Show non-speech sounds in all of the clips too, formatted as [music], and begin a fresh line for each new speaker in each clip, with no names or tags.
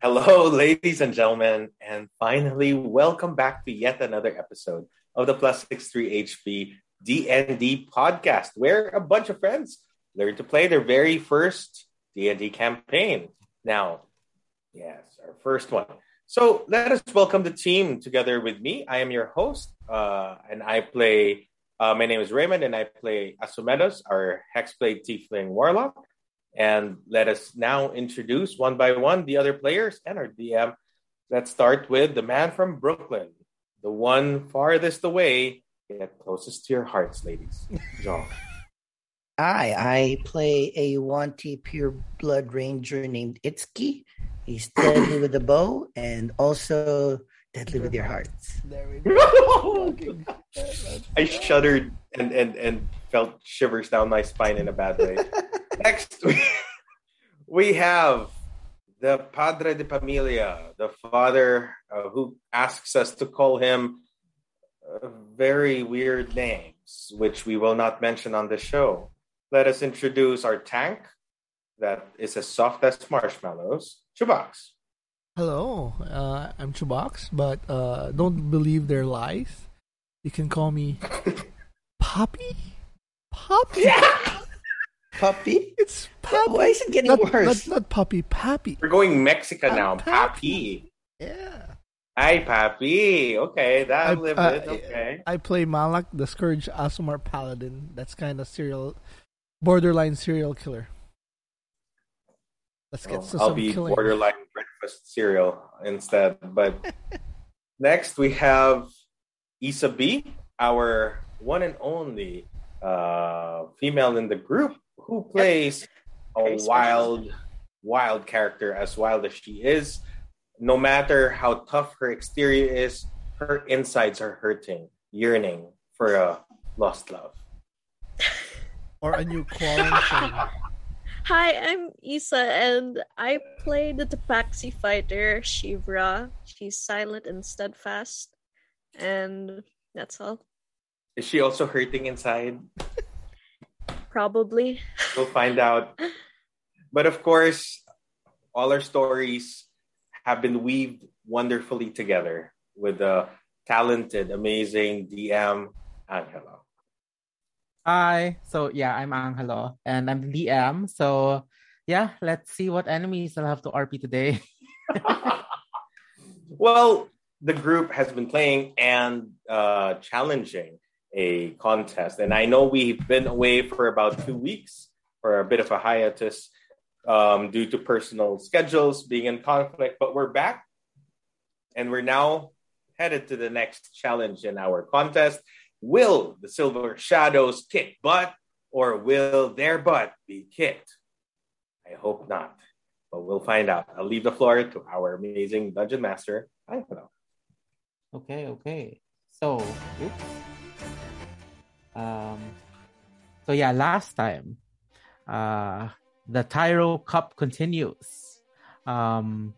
Hello, ladies and gentlemen, and finally, welcome back to yet another episode of the Plus 63HB DND podcast, where a bunch of friends learn to play their very first D&D campaign. Now, yes, our first one. So let us welcome the team together with me. I am your host, uh, and I play, uh, my name is Raymond, and I play Asumedos, our Hexblade Tiefling Warlock. And let us now introduce one by one the other players and our DM. Let's start with the man from Brooklyn, the one farthest away, yet closest to your hearts, ladies. John.
I I play a wanty pure blood ranger named Itsuki. He's deadly with a bow and also deadly with your hearts.
There we go. Fucking-
I shuddered and, and, and felt shivers down my spine in a bad way. Next, we, we have the Padre de Familia, the father uh, who asks us to call him uh, very weird names, which we will not mention on the show. Let us introduce our tank that is as soft as marshmallows, Chubox.
Hello, uh, I'm Chubox, but uh, don't believe their lies. You can call me Poppy. Poppy.
Puppy?
It's
Why
Poppy.
is it getting
Not,
worse?
not, not Poppy, Pappy.
We're going Mexican now.
Papi.
Papi.
Yeah.
Hi, Papi. Okay,
I-
that'll live
uh,
it. Okay.
I play Malak, the Scourge Asumar Paladin. That's kind of serial, borderline serial killer. Let's get
Oh,
to
I'll
some
be
killing.
borderline breakfast cereal instead. But [laughs] next we have Isa B, our one and only uh, female in the group, who plays
Very
a
special.
wild, wild character, as wild as she is. No matter how tough her exterior is, her insides are hurting, yearning for a lost love.
Or a new quarantine.
Hi, I'm Isa, and I play the Tapaxi fighter Shivra. She's silent and steadfast, and that's all.
Is she also hurting inside?
Probably.
we'll find out. But of course, all our stories have been weaved wonderfully together with the talented, amazing DM Angelo.
Hi. So yeah, I'm Angelo and I'm the DM. So yeah, let's see what enemies I'll have to RP today. [laughs]
well, the group has been playing and uh, challenging a contest, and I know we've been away for about two weeks for a bit of a hiatus um, due to personal schedules being in conflict, but we're back, and we're now headed to the next challenge in our contest. Will the Silver Shadows kick butt, or will their butt be kicked? I hope not but we'll find out. I'll leave the floor to our amazing dungeon master. I don't know.
Okay, okay. So, oops. Um, so yeah, last time, uh, the Tyro Cup continues. Um,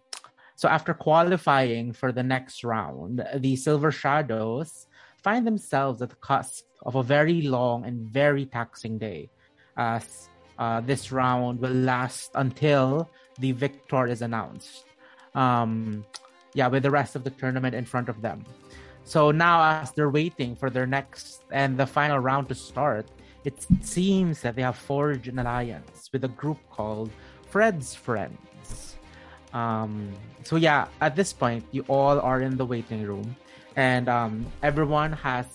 so after qualifying for the next round, the Silver Shadows find themselves at the cusp of a very long and very taxing day, as uh, this round will last until the victor is announced. Um, yeah, with the rest of the tournament in front of them. So now, as they're waiting for their next and the final round to start, it seems that they have forged an alliance with a group called Fred's Friends. Um, so yeah, at this point, you all are in the waiting room, and um, everyone has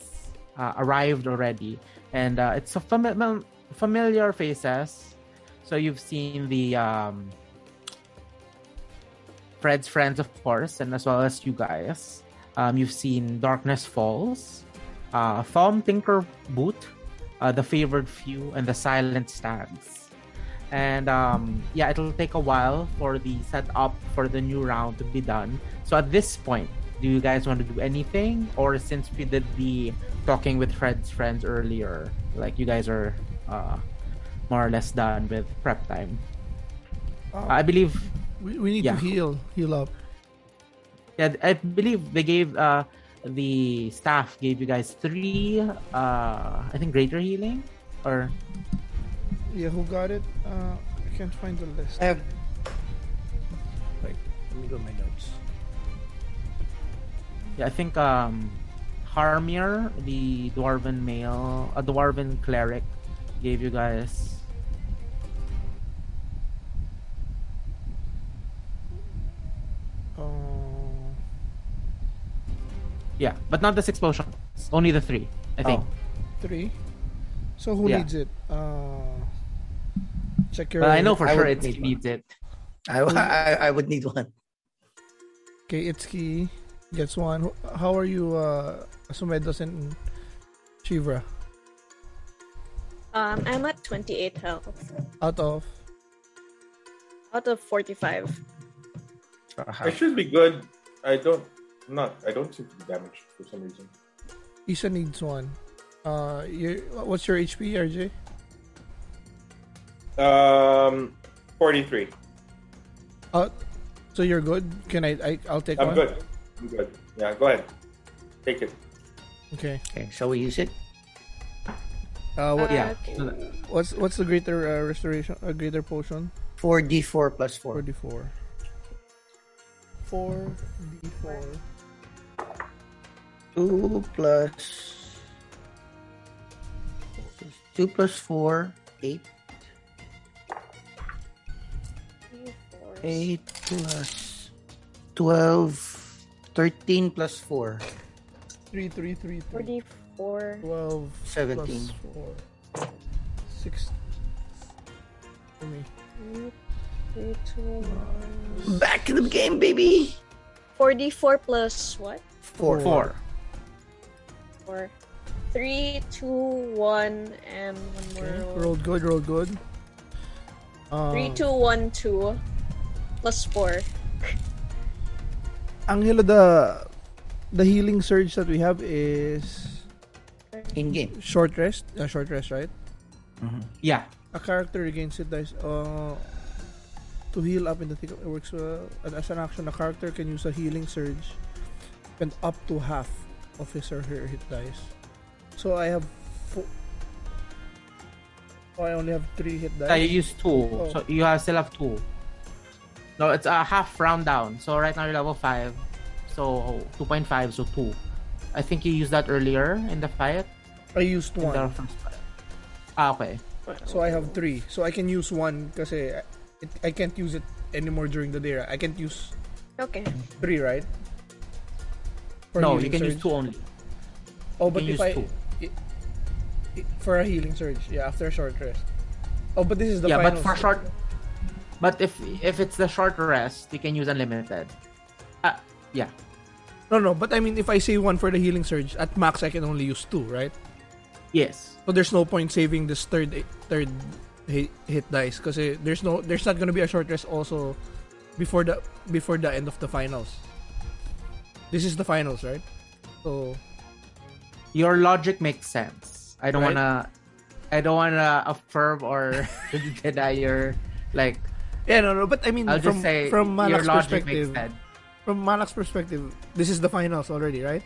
uh, arrived already, and uh, it's a fami- familiar faces. So you've seen the um, Fred's friends, of course, and as well as you guys. Um, you've seen Darkness Falls, uh, Thom Tinker Boot, uh, The Favored Few, and The Silent Stands. And um, yeah, it'll take a while for the setup for the new round to be done. So at this point, do you guys want to do anything? Or since we did the talking with Fred's friends earlier, like you guys are uh, more or less done with prep time? I believe
we, we need
Yeah.
to heal, heal up.
Yeah, I believe they gave uh the staff gave you guys three uh I think greater healing or
Yeah, who got it? Uh, I can't find the list.
I have me go to my notes.
Yeah, I think um, Harmir, the dwarven male, a dwarven cleric, gave you guys. Oh. Yeah, but not the six potions. Only the three, I think.
Oh.
Three. So who
Yeah.
needs it? Uh, check your.
But I know for
I
sure
would
it's
need
he needs it.
I, I I would need one.
Okay, Itsuki gets one. Wh- How are you, uh, Sumedos and Shivra?
Um, I'm at 28 health
Out of
out of 45.
Uh-huh,
I should be good. I don't. I'm not. I don't seem to be damaged for some reason.
Isa needs one. Uh, you what's your HP, RJ?
Um, forty-three.
Uh, so you're good. Can I? I I'll take
I'm
one.
good. I'm good. Yeah, go ahead. Take it.
Okay.
Okay, shall we use it?
Uh, what,
Yeah.
Okay.
So that-
what's what's the greater uh, restoration? A uh, greater potion?
Four D four plus four.
Forty-four. Four D four.
Two plus two plus four. Eight. Eight plus twelve. Thirteen plus four.
Three three three three.
44.
Twelve.
Seventeen.
Plus four. Six. For me.
Three, two, one.
Back in the game, baby.
44 plus what?
Four.
Four.
Four. Three, two, one, and one more.
Okay.
roll.
Rolled good. Rolled good. Um,
Three, two, one, two. Plus four.
Angelo, the the healing surge that we have is
In game.
short rest. Uh, short rest, right?
Yeah.
A character regains hit dice uh, to heal up in the thick of it works well. And as an action, a character can use a healing surge and up to half of his or her hit dice. So I have four. Oh, I only have three hit dice.
I use two.
Oh.
So you have, still have two. No, it's a half round down. So right now you're level five. So 2.5, so two. I think you used that earlier in the fight.
I used
In the
one,
first fight. Ah, okay.
so I have three. So I can use one because I, it, I can't use it anymore during the day. right? I can't use
Okay.
three, right? For
no,
healing
you can use
surge.
two only.
Oh, but
can
if
use
I
two.
i- i- for a healing surge, yeah, after a short rest. Oh, but this is the
yeah,
final.
but for
surge.
short. But if if it's the short rest, you can use unlimited. Ah, yeah.
No, no, but I mean, if I save one for the healing surge, at max I can only use two, right?
Yes.
So there's no point saving this third third hit, hit dice because there's no there's not gonna be a short rest also before the before the end of the finals. This is the finals, right? So
Your logic makes sense. I don't
Right.
wanna. I don't wanna affirm or [laughs] deny your like.
yeah, no, no, but I mean,
I'll
from
just say
from
your
Malak's
logic
perspective,
makes sense.
from Malak's perspective, this is the finals already, right?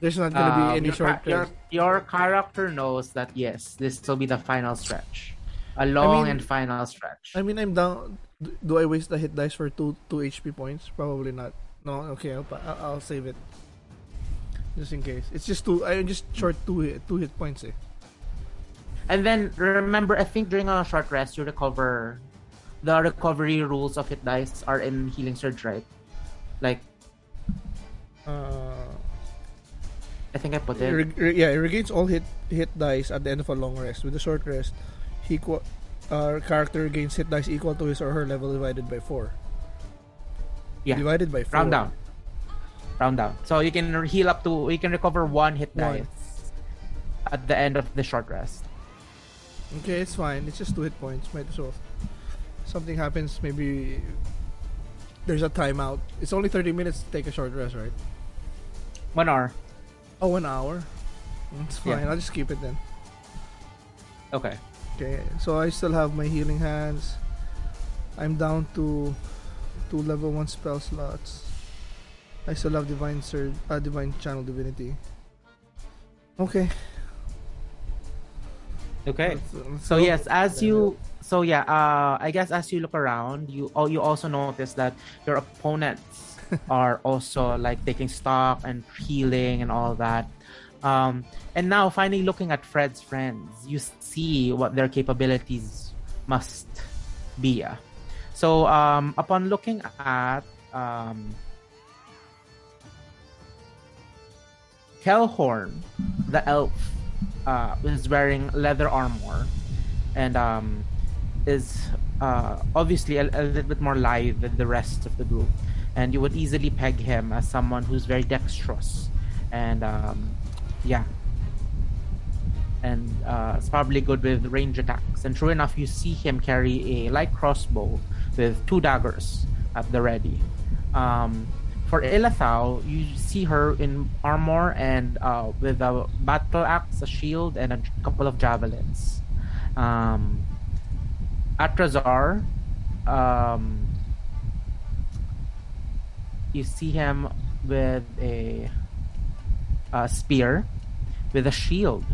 There's not gonna
Um,
be any
your
short
ca- your,
rest.
your character knows that yes, this will be the final stretch, a long
mean-
and final stretch.
I mean, I'm down. d- Do I waste the hit dice for two two HP points? Probably not. No, okay, I'll, pa- I'll I'll save it just in case. It's just two. I'm just short two hit, two hit points. Eh.
and then remember, I think during a short rest you recover. The recovery rules of hit dice are in healing surge, right? Like
Uh,
I think I put
it
it.
reg- re- yeah, it regains all hit hit dice at the end of a long rest. With a short rest, he qu- uh, character gains hit dice equal to his or her level divided by four.
Yeah.
Divided by four.
Round down. Round down. So you can heal up to you can recover one hit
One.
dice at the end of the short rest.
Okay, it's fine. It's just two hit points. Might as well. Something happens, maybe there's a timeout. It's only 30 minutes to take a short rest, right?
One hour.
Oh, an hour? It's
Yeah.
fine. I'll just keep it then.
Okay.
Okay, so I still have my healing hands. I'm down to two level 1 spell slots. I still have divine surge, uh, divine channel divinity. Okay.
Okay.
let's- let's
So
go.
yes, as you so yeah, uh, I guess as you look around, you oh, you also notice that your [laughs] opponents are also like taking stock and healing and all that. Um, and now, finally, looking at Fred's friends, you see what their capabilities must be. ah. So, um, upon looking at um, Kelhorn, the elf, uh, is wearing leather armor and um, is uh, obviously a, a little bit more live than the rest of the group. And you would easily peg him as someone who's very dexterous. And um, yeah. And uh, it's probably good with range attacks. And true enough, you see him carry a light crossbow with two daggers at the ready. Um, for Ilathau, you see her in armor and uh, with a battle axe, a shield, and a couple of javelins um, Atrazar, um, you see him with a, a spear, with a shield,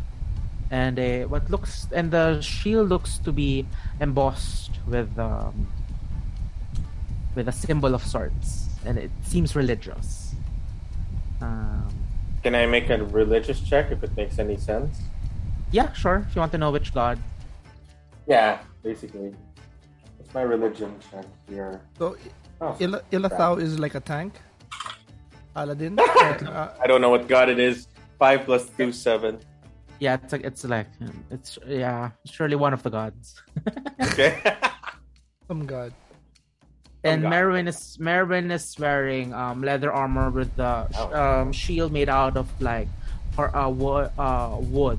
and a what looks and the shield looks to be embossed with um, with a symbol of sorts, and it seems religious. Um,
Can I make a religious check if it makes any sense?
yeah, sure. If you want to know which god,
Yeah, basically. What's my religion check here?
So,
Oh,
Il- Ilathau is like a tank. Aladdin. uh,
I don't know what god it is. Five plus two, seven.
yeah, it's like it's like it's yeah, surely one of the gods.
Okay.
some god.
And
God.
Merwin is Merwin is wearing um, leather armor with the sh-
Oh.
um, shield made out of like or, uh, wo- uh, wood,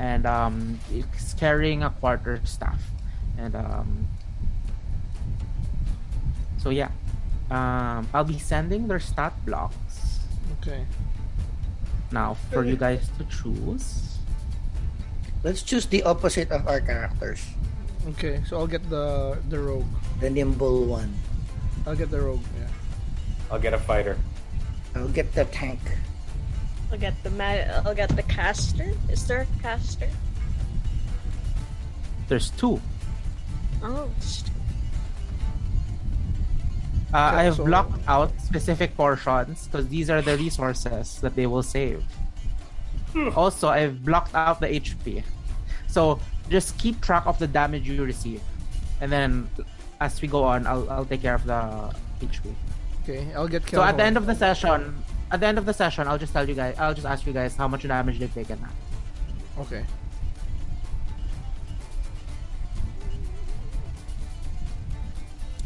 and um, it's carrying a quarter staff, and um, so yeah, um, I'll be sending their stat blocks
Okay.
now for you guys to choose.
Let's choose the opposite of our characters.
Okay. So I'll get the the rogue.
The nimble one.
I'll get the rogue. Yeah.
[laughs] I'll get a fighter.
I'll get the tank.
I'll get the ma- I'll get the caster. Is there a caster?
There's two.
Oh, sh-
Uh, I have
so-
blocked out specific portions because these are the resources that they will save. Also, I've blocked out the HP. So just keep track of the damage you receive. And then as we go on, I'll, I'll take care of the HP.
Okay. I'll get.
So at the end of the session, at the end of the session, I'll just tell you guys, I'll just ask you guys how much damage they've taken.
Okay.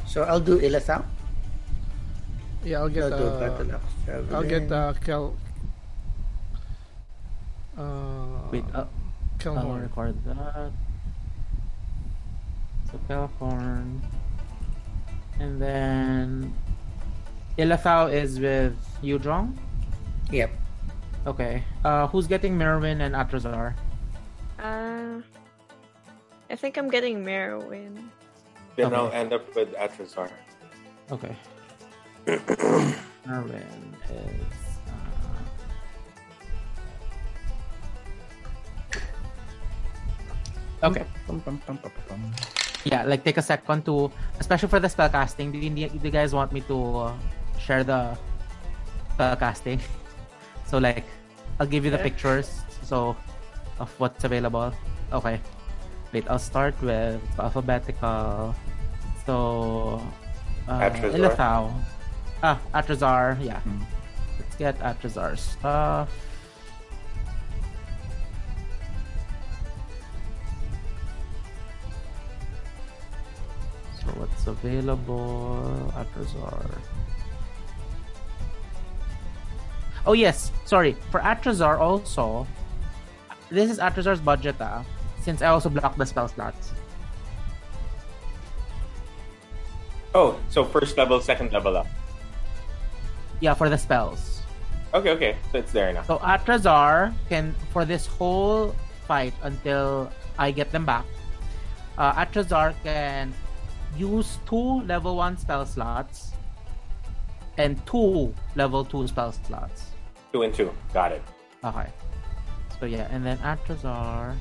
So I'll do Ilathau.
Yeah. I'll get.
I'll do battle
Uh,
axe.
I'll get
javelin.
uh, Kel. Uh,
Wait, uh, I'll
Kelhorn.
record that. So Calhorn. And then Ilathao is with Yujong.
Yep.
Okay. Uh who's getting Merwin and Atrazar?
uh, I think I'm getting Merwin.
Then
Okay.
I'll end up with Atrazar.
Okay. [coughs] Merwin is uh, Okay.
Pum, pum, pum, pum, pum, pum.
Yeah, like take a second to, especially for the spellcasting. Do you, need- do you guys want me to uh, share the spellcasting? uh, So like, I'll give you the
Yeah.
pictures. So of what's available. Okay. Wait, I'll start with alphabetical. So uh,
Atrazar.
Ilithau. Ah, Atrazar. Yeah. Let's get Atrazar's stuff. So what's available? Atrazar. Oh yes, sorry. For Atrazar also, this is Atrazar's budget ah, since I also blocked the spell slots.
Oh, so first level, second level up.
Yeah, for the spells.
Okay, okay. So it's there now.
So Atrazar can for this whole fight until I get them back. Uh, Atrazar can use two level one spell slots and two level two spell slots.
Two and two. Got it.
Okay. So yeah, and then Atrazar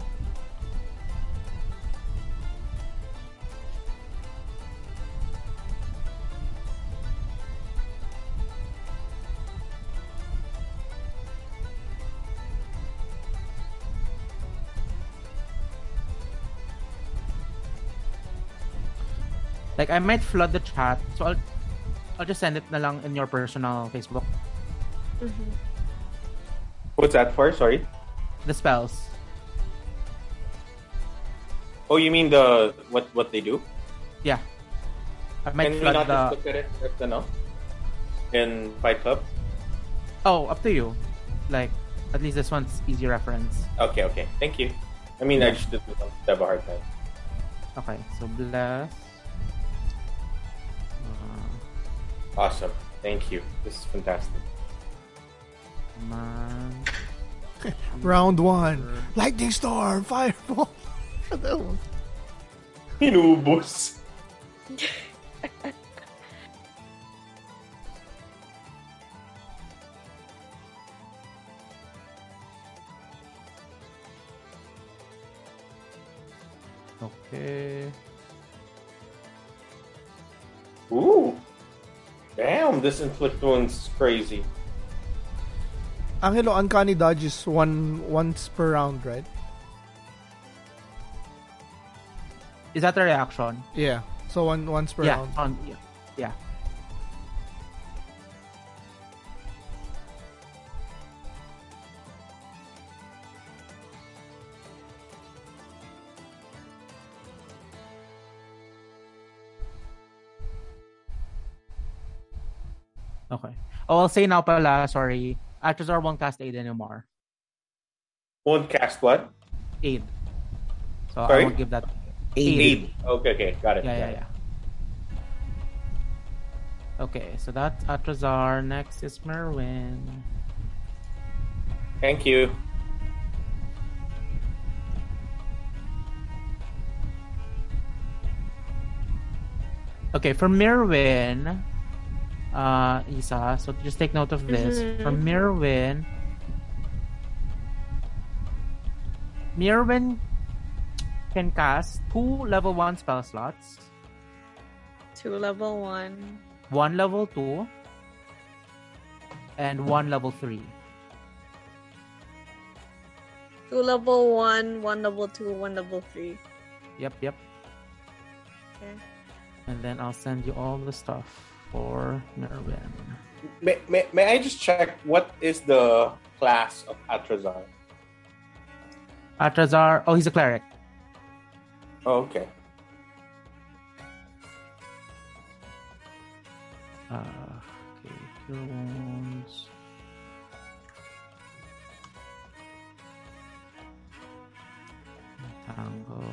Like I might flood the chat, so I'll I'll just send it na lang in your personal Facebook.
Mhm.
What's that for? Sorry.
The spells.
Oh, you mean the what what they do?
Yeah. I might
Can we
flood
not
the
just look at it at the no? In Fight Club?
Oh, up to you. Like at least this one's easy reference.
Okay, okay. Thank you. I mean, I just didn't want to have a hard time.
Okay, so bless. Uh,
Awesome. Thank you. This is fantastic.
man.
Round one. Lightning storm, [laughs] fireball. Ano?
Inubos.
Okay.
Ooh. Damn, this inflict one's crazy.
Angelo, uncanny dodge is one once per round, right?
Is that the reaction?
Yeah. So one once per
yeah.
round.
on- yeah. Yeah. Okay. Oh, I'll say now pala, sorry. Actors won't cast aid anymore.
Won't cast what?
Aid. So
Sorry?
I won't give that.
Aid.
Aid. Okay, okay. Got it.
Yeah, yeah,
got it.
yeah. Okay, so that's Atrazar. Next is Merwin.
Thank you.
Okay, for Merwin, uh, Isa, so just take note of this. For
Mhm.
Merwin, Merwin can cast two level one spell slots,
Two level one.
one level two, and one level three.
Two level one, one level two, one level three.
Yep, yep.
Okay.
And then I'll send you all the stuff for Merwin.
May, may, may I just check what is the class of Atrazar?
Atrazar, oh, he's a cleric.
Oh, okay.
Uh, okay, cure wounds. Tango.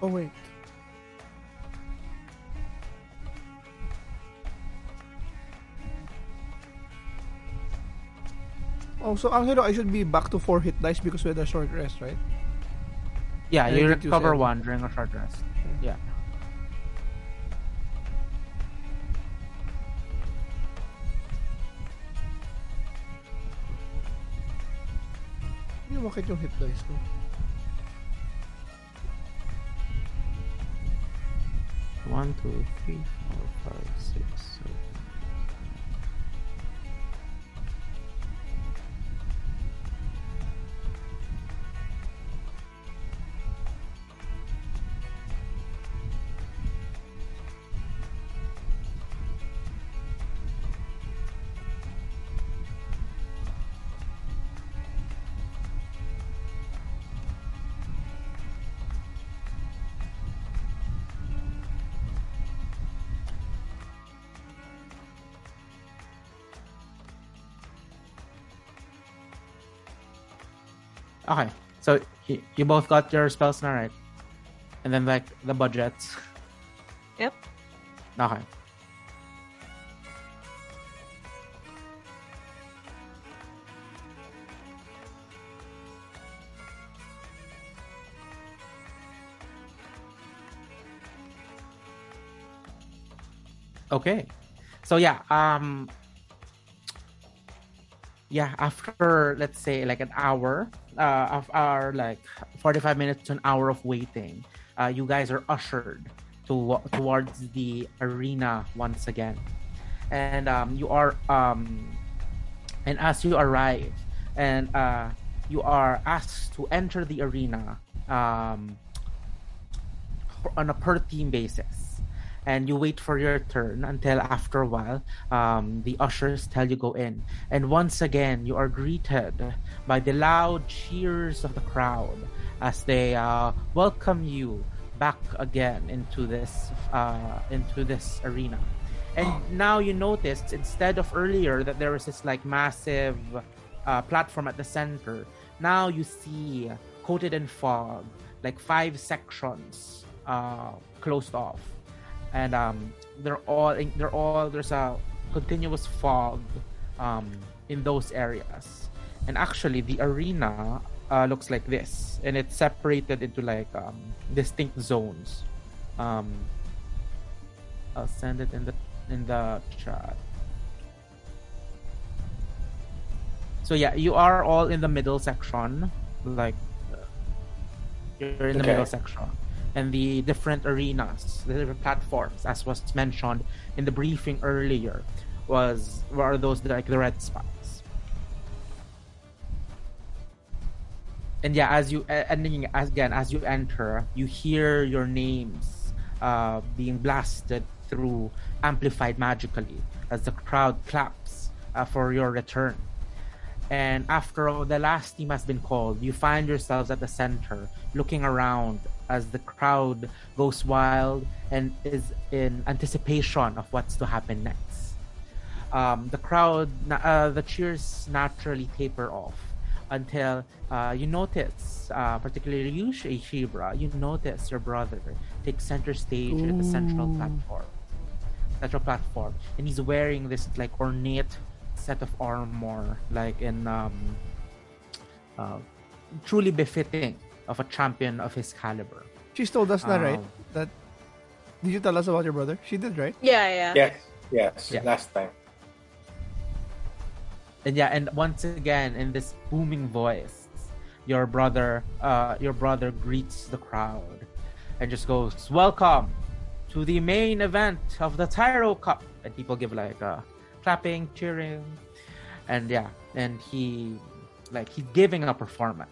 Oh wait. Oh, so Angelo, I should be back to four hit dice because we had a short rest, right?
Yeah,
And
you
you can choose
recover
any.
one during a short rest. Yeah.
Hindi umakit yung hit dice ko.
One, two, three, four, five, six, seven. Okay, so you, you both got your spells now, right? And then like the budgets. [laughs]
Yep.
Okay. Okay. So yeah, um yeah after let's say like an hour uh, of our like 45 minutes to an hour of waiting uh, you guys are ushered to towards the arena once again and um, you are um, and as you arrive and uh, you are asked to enter the arena um, on a per team basis and you wait for your turn until after a while um, the ushers tell you go in and once again you are greeted by the loud cheers of the crowd as they uh, welcome you back again into this uh, into this arena and now you notice instead of earlier that there was this like massive uh, platform at the center now you see coated in fog like five sections uh, closed off, and um, they're all they're all there's a continuous fog um, in those areas, and actually the arena uh, looks like this, and it's separated into like um, distinct zones. Um, I'll send it in the in the chat. So yeah, you are all in the middle section, like you're in the
Okay.
middle section and the different arenas the different platforms as was mentioned in the briefing earlier was were those like the red spots and yeah as you a- and then as- again as you enter you hear your names uh, being blasted through amplified magically as the crowd claps uh, for your return and after all, the last team has been called, you find yourselves at the center, looking around as the crowd goes wild and is in anticipation of what's to happen next. Um, the crowd, na- uh, the cheers naturally taper off until uh, you notice, uh, particularly you, Shi- Shibra, you notice your brother take center stage at the central platform central platform and he's wearing this like ornate set of armor like in um uh, truly befitting of a champion of his caliber
She told us that, right?
Um,
That did you tell us about your brother? She did, right?
Yeah, yeah.
Yes, yes,
Yeah.
last time.
and yeah and once again in this booming voice your brother uh your brother greets the crowd and just goes welcome to the main event of the tyro cup and people give like uh clapping cheering and yeah and he like he's giving a performance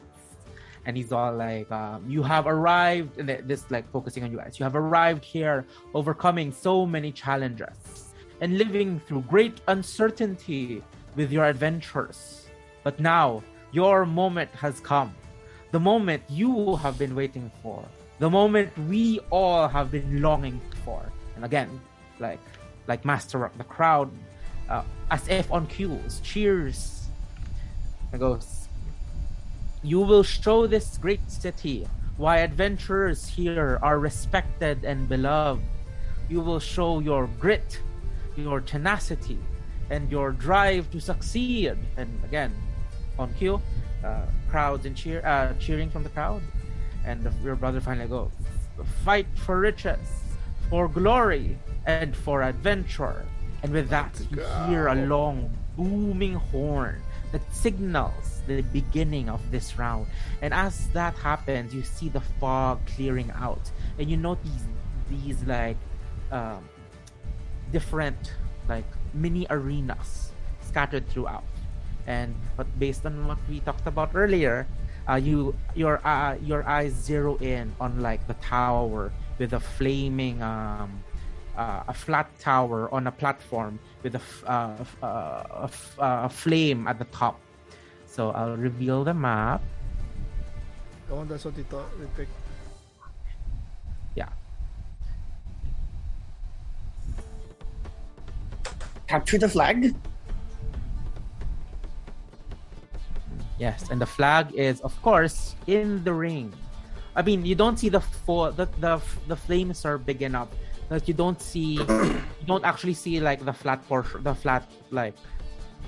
and he's all like um, you have arrived and th- this like focusing on you guys you have arrived here overcoming so many challenges and living through great uncertainty with your adventures but now your moment has come the moment you have been waiting for the moment we all have been longing for and again like like master of the crowd uh, as if on cues cheers and goes you will show this great city why adventurers here are respected and beloved. You will show your grit, your tenacity, and your drive to succeed. And again, on cue, uh, crowds and cheer, uh, cheering from the crowd. And the- your brother finally goes, fight for riches, for glory, and for adventure. And with that, you hear a long booming horn that signals the beginning of this round. And as that happens, you see the fog clearing out, and you notice these like um, different like mini arenas scattered throughout. And but based on what we talked about earlier, uh, you your uh, your eyes zero in on like the tower with a flaming um, uh, a flat tower on a platform with a, f- uh, f- uh, a, f- uh, a flame at the top. So I'll reveal the map.
The one that's what we thought we picked.
Yeah.
Capture the flag.
Yes, and the flag is, of course, in the ring. I mean, you don't see the full the the, the flames are big enough that you don't see you don't actually see like the flat portion the flat like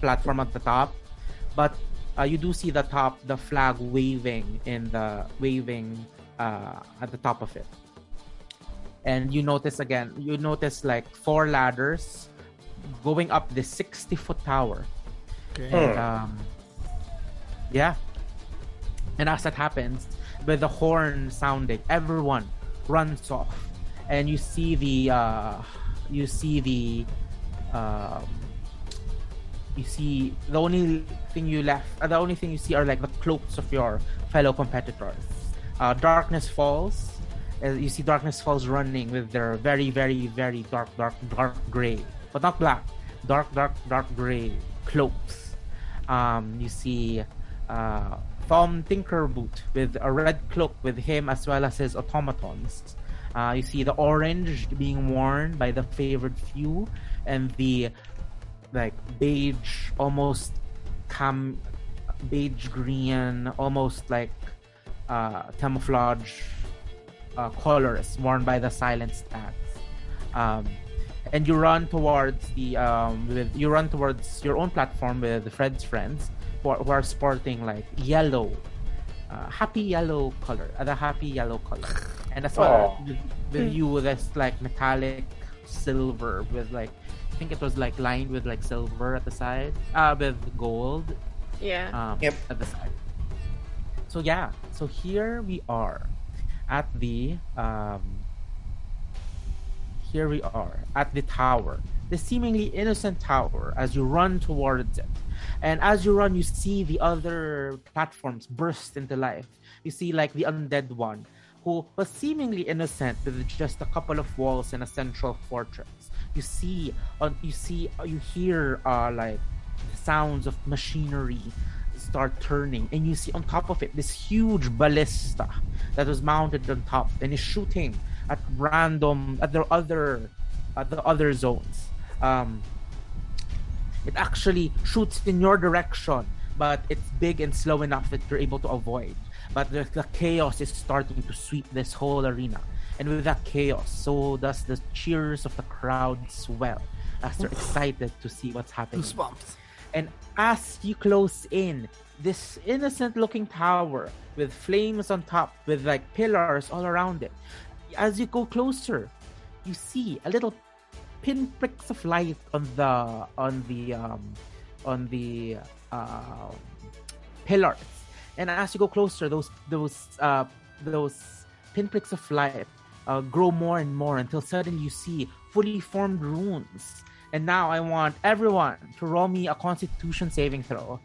platform at the top, but uh, you do see the top the flag waving in the waving uh, at the top of it. And you notice again, you notice like four ladders going up this 60 foot tower
Okay.
And um, yeah. And as that happens, with the horn sounding, everyone runs off, and you see the uh, you see the um, you see the only thing you left, uh, the only thing you see are like the cloaks of your fellow competitors. Uh, darkness falls. Uh, you see darkness falls running with their very, very, very dark, dark, dark gray, but not black, dark, dark, dark gray cloaks. Um, you see uh, Tom Tinkerboot with a red cloak with him as well as his automatons. Uh, you see the orange being worn by the favored few, and the like beige, almost cam, beige green, almost like uh, camouflage uh, colors worn by the silent stats. Um, and you run towards the um, with, you run towards your own platform with Fred's friends who are, who are sporting like yellow, uh, happy yellow color, uh, the happy yellow color, and as well
Aw.
with, with you with this like metallic silver with like I think it was like lined with like silver at the side, uh, with gold
Yeah.
um,
Yep.
at the side. So yeah, so here we are at the um, here we are at the tower, the seemingly innocent tower. As you run towards it, and as you run, you see the other platforms burst into life. You see like the undead one, who was seemingly innocent with just a couple of walls and a central fortress. You see, on you see, you hear uh, like the sounds of machinery start turning and you see on top of it this huge ballista that was mounted on top and is shooting at random at the other at the other zones um it actually shoots in your direction but it's big and slow enough that you're able to avoid but the, the chaos is starting to sweep this whole arena and with that chaos so does the cheers of the crowd swell as they're excited to see what's happening
Goosebumps.
and as you close in, this innocent looking tower with flames on top, with like pillars all around it, as you go closer, you see a little pinpricks of light on the on the um, on the uh, pillars. And as you go closer, those those uh, those pinpricks of light uh, grow more and more until suddenly you see fully formed runes. And now I want everyone to roll me a Constitution saving throw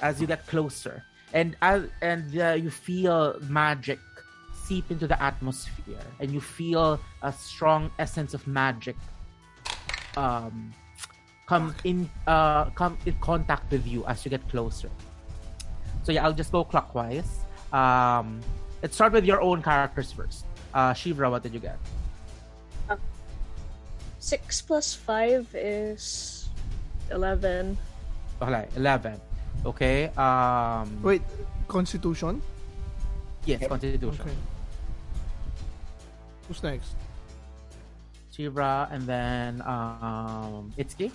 as you get closer, and as, and uh, you feel magic seep into the atmosphere, and you feel a strong essence of magic um, come in uh, come in contact with you as you get closer. So yeah, I'll just go clockwise. Um, let's start with your own characters first. Uh, Shivra, what did you get?
Six plus five is eleven.
Okay, eleven. Okay. Um,
Wait, Constitution?
Yes, Constitution.
Okay. Who's next?
Shivra, and then um, Itsuki.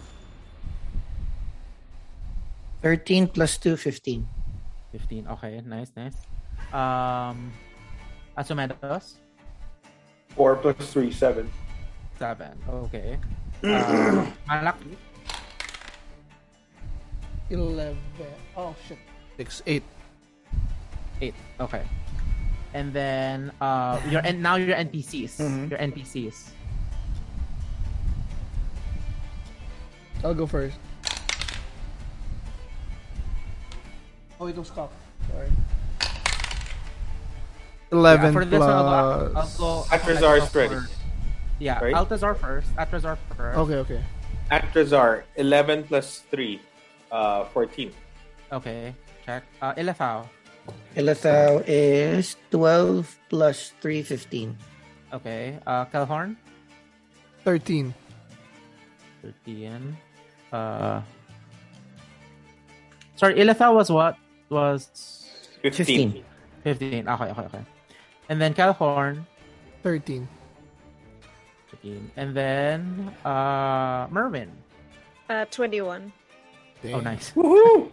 13 plus 2, 15.
15. Okay, nice, nice. Um, Asumedos,
Four plus three, seven.
7. Okay. Uh, [coughs] Malak,
11. Oh, shit. 6, 8.
8. Okay. And then uh, your and now your NPCs,
Mm-hmm.
your NPCs.
I'll go first. Oh, it was cock. Sorry. 11
Yeah, for this one, I'll go,
plus...
I'll go
Atrazar is
Altazar
ready.
first. Yeah,
Right?
Altazar first. Altazar first.
Okay, okay.
Atrazar, 11 plus 3, uh, 14.
Okay, check. Uh, Ilafau.
Elethao is 12 plus 3, 15.
Okay. Uh, Kelhorn.
13.
13. Uh, sorry, Ilithal was what? Was
15.
15.
15. Okay, okay, okay. And then Calhorn,
13.
15. And then uh, Mervin.
Uh, twenty-one.
Oh,
Dang.
nice.
Woohoo!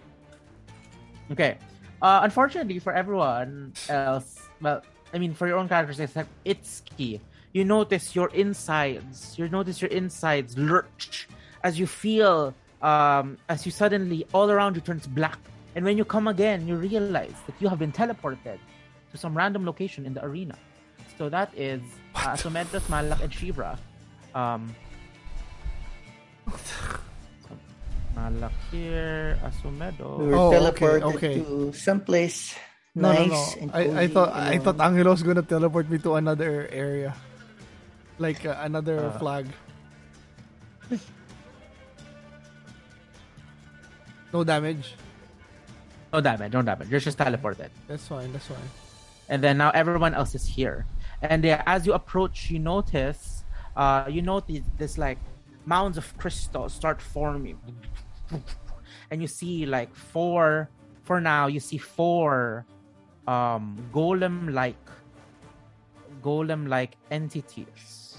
Okay. Uh, unfortunately for everyone else, well, I mean, for your own characters except Itsuki, you notice your insides, you notice your insides lurch as you feel um, as you suddenly all around you turns black, and when you come again, you realize that you have been teleported to some random location in the arena. So that is uh, Asomedras, Malak, and Shivra. Um, so Malak here,
We
Asomedo.
were
Oh, okay,
teleported
okay.
to someplace
No,
nice
no,
and
no. I, I
cozy
thought I
and
thought Angelo's gonna teleport me to another area, like uh, another
Uh,
flag. [laughs] no damage.
No damage, no damage. You're just teleported.
That's fine. That's fine.
and then now everyone else is here and uh, as you approach you notice uh you notice this like mounds of crystal start forming and you see like four for now you see four um golem like golem like entities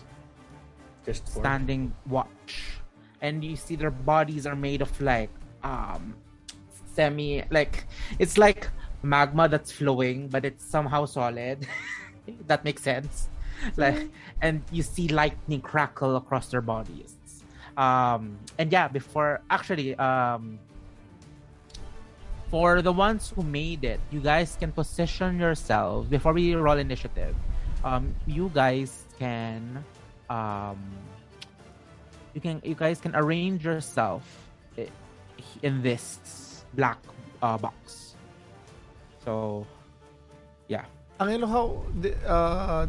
Just for
standing watch and you see their bodies are made of like um semi like it's like magma that's flowing but it's somehow solid [laughs] that makes sense like and you see lightning crackle across their bodies um and yeah before actually um for the ones who made it you guys can position yourselves before we roll initiative um you guys can um you can you guys can arrange yourself eh, i- in this black uh, box so yeah
Angelo, how th- uh,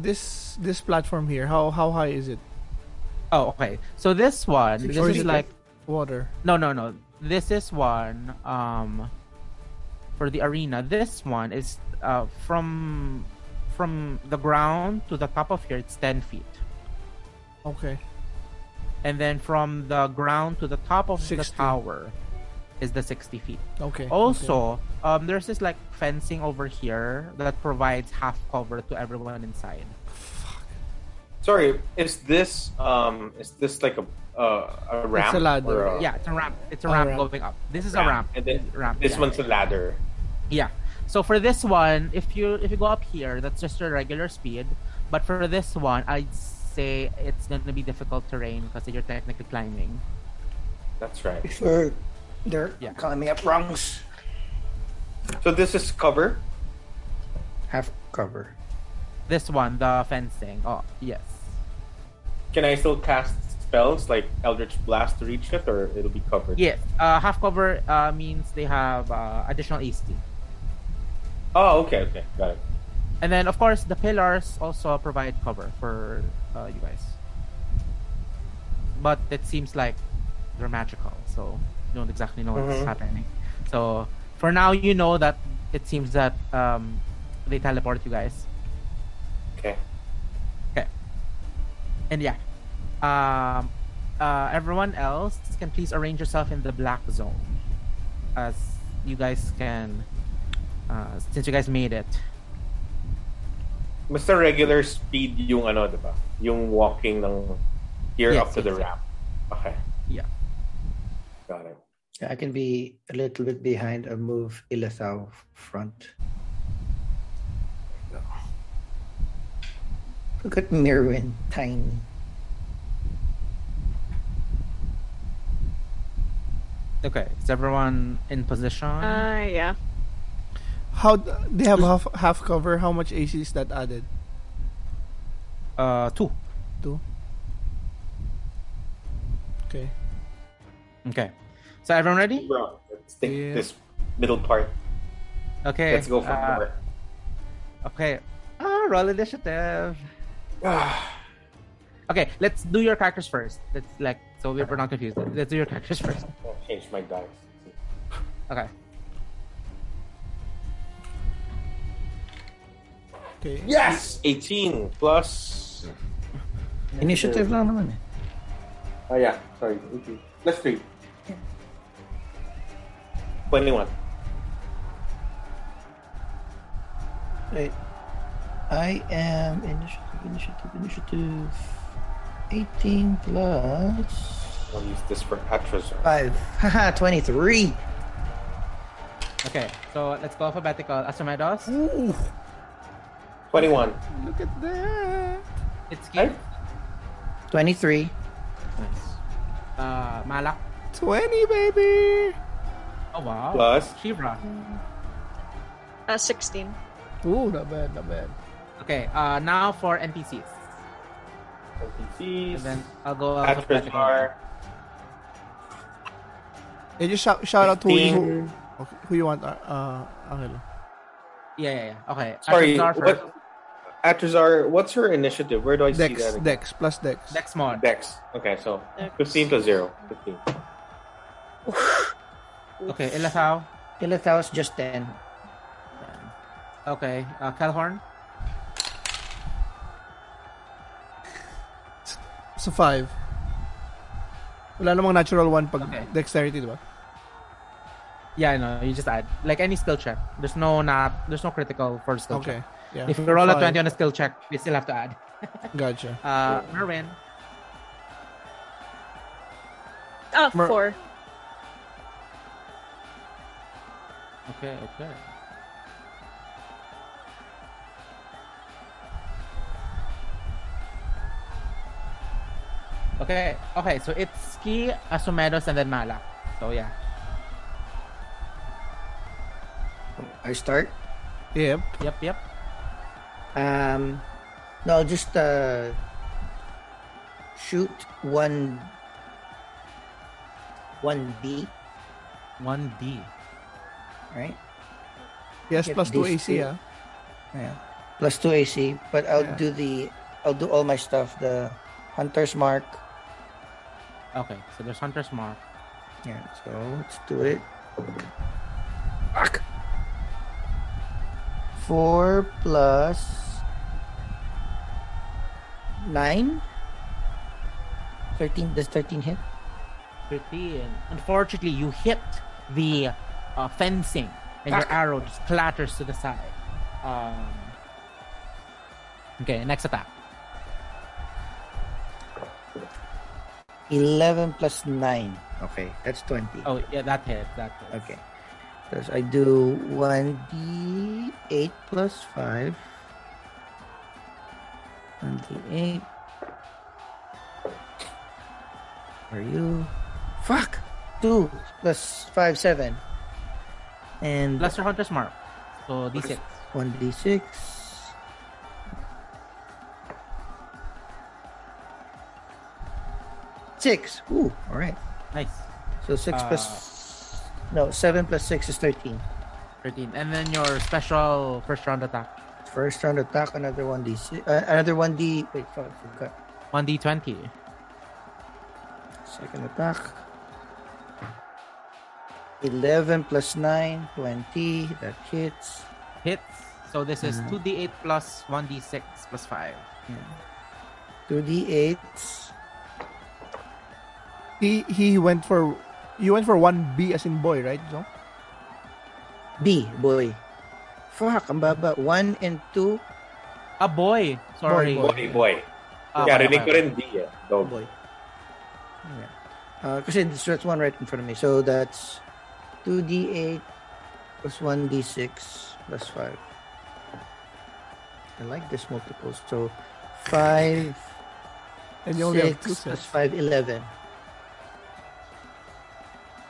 this this platform here? How how high is it?
oh okay so this one
Six
this
or
is
is it
like
Water.
no no no this is one um for the arena this one is uh from from the ground to the top of here it's 10 feet
Okay.
and then from the ground to the top of
60.
the tower is the 60 feet
Okay.
Also, um, there's this like fencing over here that provides half cover to everyone inside.
Sorry, is this um is this like a uh, a ramp?
a ladder.
or a-
Yeah, it's a ramp. It's a
A
ramp,
ramp.
going up. This is a ramp.
Ramp. And then
ramp.
This
yeah.
one's a ladder.
Yeah. So for this one, if you if you go up here, that's just your regular speed. But for this one, I'd say it's gonna be difficult terrain because you're technically climbing.
That's right.
Sure. They're
Yeah.
climbing up rungs.
So this is cover.
Half cover.
This one, the fencing. Oh yes.
Can I still cast spells like Eldritch Blast to reach it, or it'll be covered?
Yes. Uh, half cover uh, means they have uh, additional AC.
Oh, okay, okay, got it.
And then, of course, the pillars also provide cover for uh, you guys. But it seems like they're magical, so you don't exactly know what's
Mhm.
happening. So for now, you know that it seems that um, they teleport you guys.
Okay.
And yeah, um, uh, everyone else can please arrange yourself in the black zone, as you guys can, uh, since you guys made it.
Basta regular speed yung ano, di ba? Yung walking ng here
Yes,
up to the
yes.
ramp. Okay.
Yeah.
Got it.
I can be a little bit behind or move Ilithau front. Look at Mirwin, tiny.
Okay, is everyone in position?
Uh, yeah.
how d- they have half half cover? How much AC is that added?
uh two.
Two. Okay.
Okay. So everyone ready?
Bro, let's take
Yeah.
this middle part.
Okay.
Let's go for
uh,
cover.
Okay. Ah, roll
[sighs]
initiative. okay, let's do your characters first. Let's like so we're not confused. Let's do your characters first.
I'll change my dice.
Okay.
Okay.
Yes! 18 plus.
Initiative lang naman eh.
Oh, yeah. Sorry. 18. Plus 3. 21.
Wait. I am initiative, initiative, initiative. 18 plus
I'll use this for Atrazor.
Uh,
5. Haha, 23.
Okay. So let's go alphabetical. Asomedos.
Hmm?
Ooh,
21.
look at that.
It's
Right?
23.
Nice. Uh Malak.
20, baby!
Oh wow.
Plus-
Shivra.
Uh, 16.
Ooh, not bad, not bad.
Okay, uh now for NPCs. And
NPCs,
then uh, I'll go alphabetical.
Atrazar,
And just shout, shout out who you, who,
15.
okay, who you want, uh, Angelo.
Yeah, yeah, yeah. Okay.
Sorry,
Atrazar
what-
first.
Atrazar, what's her initiative? Where do I see
Dex,
that?
Dex, plus Dex.
Dex mod.
Dex. Okay, so
Dex.
15 plus 0. 15.
Okay, Ilasao.
Tilathao's just 10.
Okay, uh, Calhorn.
So, 5. Wala namang natural 1 pag
Okay.
dexterity, di ba?
Yeah, I know. You just add like any skill check. There's no not. There's no critical for skill
Okay. Yeah.
check. If you roll a
Five.
twenty on a skill check, we still have to add.
Gotcha.
Uh, Merwin.
Ah,
Mer-
4.
Okay, okay. Okay, okay. So it's Ski, Asumedos, and then Mala. So yeah.
I start.
Yep.
Yep, yep.
Um, no, just uh, shoot one one B,
One D.
right?
He has
Get
plus 2
these
AC,
two.
ah.
Yeah. Plus two AC, but I'll
Yeah.
do the I'll do all my stuff. The hunter's mark.
Okay, so there's Hunter's Mark.
Yeah. So let's do it. Fuck. Four plus nine. Thirteen. Does thirteen hit?
15. Unfortunately, you hit the uh, fencing and your arrow just clatters to the side. Um, okay, next attack.
11 plus 9. Okay, that's 20.
Oh, yeah, that hit. That hit.
Okay. So I do 1d8 plus 5. 1d8. Are you? Fuck! 2 plus 5, 7. And
Plus your hunter's mark. So d6.
1d6. Six. Ooh, all right.
Nice.
So six
Uh,
plus no seven plus six is thirteen.
13. And then your special first round attack.
First round attack, another one d six, uh, another one d. Wait, fuck, I forgot.
1d20.
Second attack. Eleven plus nine, 20. That hits.
Hits. So this
Mm-hmm.
is 2d8 plus 1d6 plus 5.
Two d eights.
He, he went for, you went for 1B as in boy, right? So,
B boy. Fuck, ang baba. One and two.
A boy. Sorry.
Boy, boy.
Ah,
Kaya
okay,
rinig ko
okay.
rin D eh. So,
Boy. Yeah. Uh, kasi this- that's one right in front of me. So that's two d eight plus one d six plus five. I like this multiple. So five,
and you only have two
six plus
sets.
five, eleven.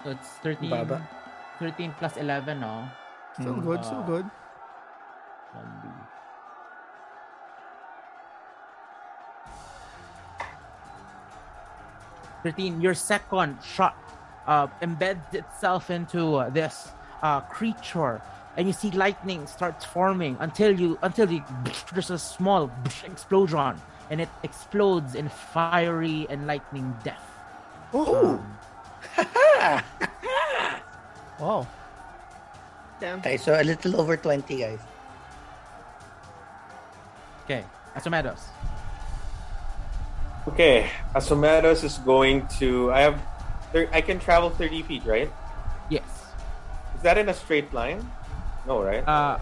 So it's 13.
Baba.
13 plus 11, no?
Still good, still good.
One B. Thirteen. Your second shot uh, embeds itself into uh, this uh, creature, and you see lightning starts forming until you until you, [laughs] there's a small [laughs] explosion, and it explodes in fiery and lightning death.
Oh! wow.
Damn.
Okay, so a little over twenty, guys.
Okay, Asumedos.
okay, Asomeros is going to. I have. thir- I can travel 30 feet, right?
Yes.
Is that in a straight line? No, right?
Uh,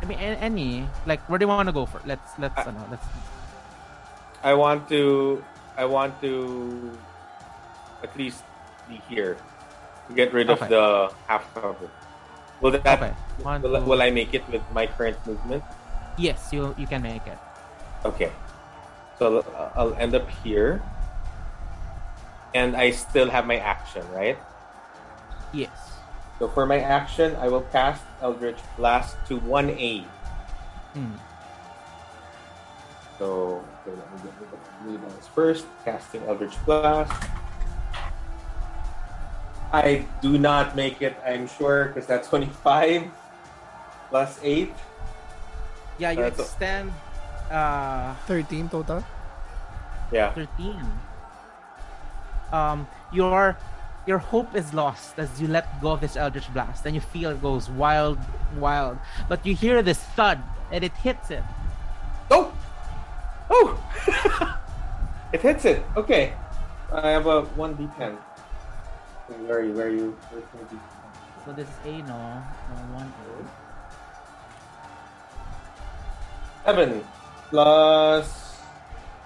I mean, a- any like where do you want to go for? Let's let's
I-
ano, let's.
I want to. I want to. At least be here to get rid of
Okay.
the half cover. Will that?
Okay. One,
will,
two-
will I make it with my current movement?
Yes, you you can make it.
uh, Okay. So I'll, I'll end up here. and I still have my action, right?
Yes.
So for my action, I will cast Eldritch Blast to 1A.
Mm.
So okay, let me get rid of the blue ones first. Casting Eldritch Blast. I do not make it, I'm sure, because that's 25 plus 8.
Yeah, you
That's a-
extend uh
13 total?
Yeah.
13. Um, your your hope is lost as you let go of this eldritch blast, and you feel it goes wild, wild. But you hear this thud, and it hits it.
Oh! Oh! [laughs] it hits it. Okay. I have a 1d10. Okay, Where are you? Where are you? Where's my d10?
So this is a no, no one is.
7 plus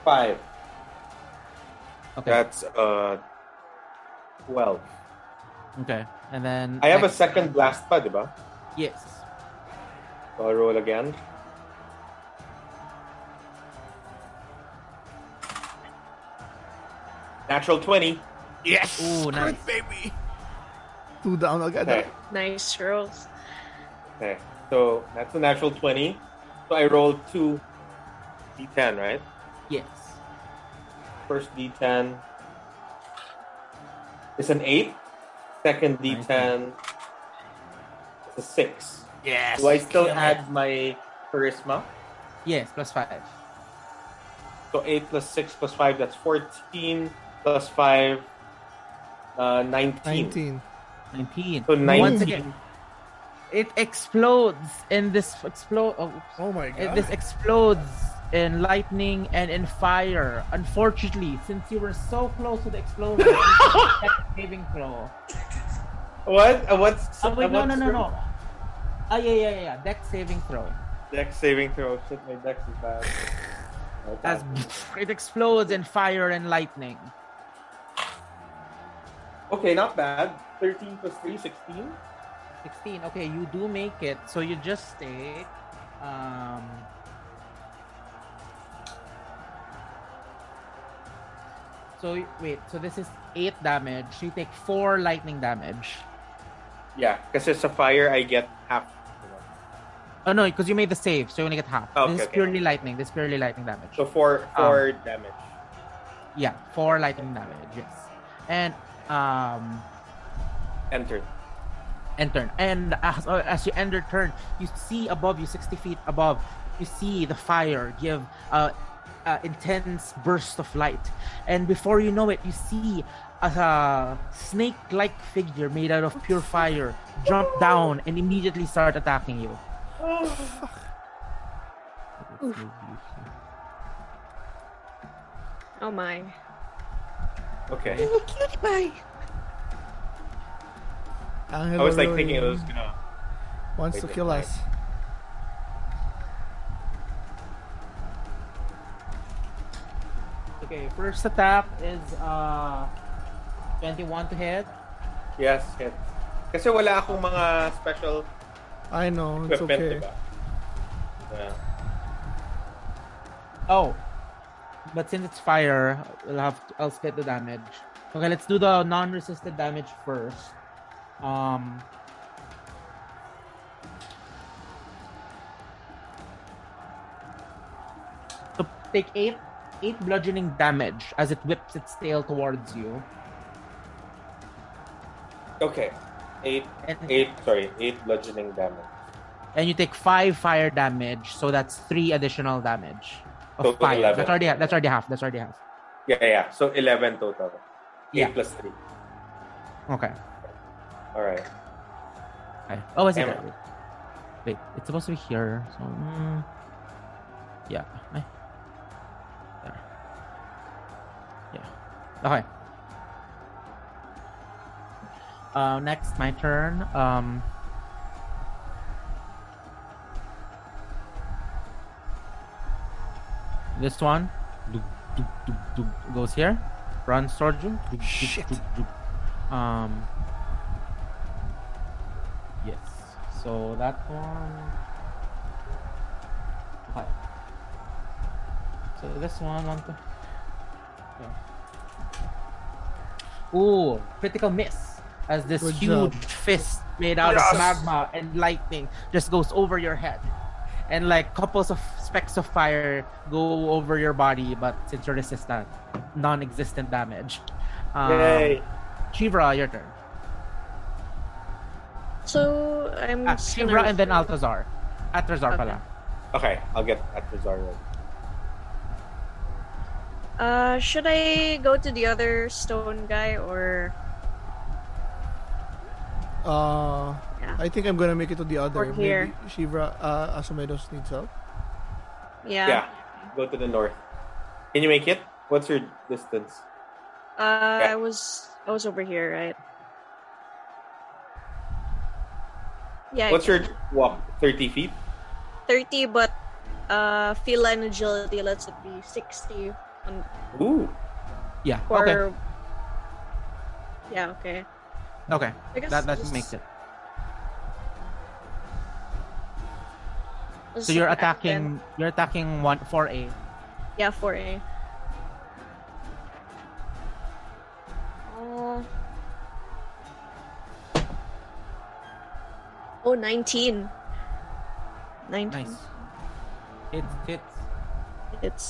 5.
Okay.
That's uh 12.
okay. And then
I have a
next-
second blast pa, di ba?
Yes.
So I'll roll again. Natural 20.
Yes.
Ooh, nice.
baby.
Two down agad. ah.
Okay.
Nice rolls.
Okay. So that's a natural 20. So I roll 2 d10, right?
Yes.
First d10 is an 8. Second d10 is a 6.
Yes.
Do I still
Yeah.
add my charisma?
Yes. Plus five.
So 8 plus 6 plus 5, that's 14 plus 5, uh, 19.
19.
Nineteen.
So 19.
Once again, it explodes in this explode. Oh,
Oh my
Uh,
god.
this explodes in lightning and in fire. Unfortunately, since you were so close to the
[laughs]
explosion, you kept saving throw.
What? Uh, what's,
Oh, wait,
uh,
no, no,
what's
no,
your
no. Ah, yeah, yeah, yeah, yeah. Deck saving throw.
Dex saving throw. Shit, my dex is bad. Oh,
As
God.
it explodes in fire and lightning.
Okay, not bad. 13 plus 3, 16.
16. Okay, you do make it. So you just take. Um, so y- wait, so this is 8 damage. You take 4 lightning damage.
Yeah, because it's a fire, I get half.
Oh no, because you made the save, so you only get half.
Oh,
this
okay,
is
okay.
purely lightning. This is purely lightning damage.
So 4, four damage.
yeah, four lightning damage. Yes, and um,
Enter.
and turn. And as, uh, as you end your turn, you see above you, sixty feet above, you see the fire give a, a intense burst of light, and before you know it, you see a, a snake-like figure made out of pure fire jump down and immediately start attacking you.
Oh my.
Okay.
Little cutie pie.
Ah,
I was like thinking it was gonna.
Wants to
Wait,
kill
wait.
us.
Okay, first attack is uh 21 to hit.
Yes, hit. Kasi wala akong mga special
I know, it's
equipment,
okay.
diba? Yeah.
Oh. But since it's fire, we'll have I'll split the damage. Okay, let's do the non-resisted damage first. Um So take eight eight bludgeoning damage as it whips its tail towards you.
Okay. 8,
And,
8, sorry, 8 bludgeoning damage.
and you take five fire damage, so that's three additional damage.
Total
Of fire.
11.
That's already that's already half. That's already half.
Yeah, yeah. So 11 total. 8
Yeah.
plus 3.
Okay.
Alright.
Okay. Oh, is it?
Camera.
Wait. Wait, it's supposed to be here. So, mm, yeah. Ay. There. Yeah. Okay. Uh, next, my turn. Um. This one Dug, dug, dug, dug, goes here. Runs towards you. Dug, dug,
Shit.
dug, dug. Um. Yes. So that one. Okay. So this one, one, two. Yeah. Ooh, critical miss. As this
Good
huge fist made out
Yes!
of magma and lightning just goes over your head. And like couples of specks of fire go over your body, but since you're resistant, non existent damage. Um,
Yay.
Shivra, your turn.
So I'm
Ah,
just gonna
Shivra and then
refer-
Altazar. Altazar
Okay.
pala.
Okay, I'll get at Bizarro.
Uh, should I go to the other stone guy or
Uh,
Yeah.
I think I'm gonna make it to the other.
Or here.
Maybe Shivra uh, Asomedos needs help.
yeah?
Yeah, go to the north. Can you make it? What's your distance?
Uh,
Yeah.
I was I was over here, right? Yeah.
What's your walk? 30 feet?
thirty? But uh, feline agility lets it be sixty
Ooh.
Yeah.
or
Okay.
yeah. Okay.
Okay.
I guess
That that
just-
makes it.
just
So you're
attack then.
attacking. You're attacking one four A.
Yeah, four A. Uh, oh, 19. 19.
Nice. It hits.
It's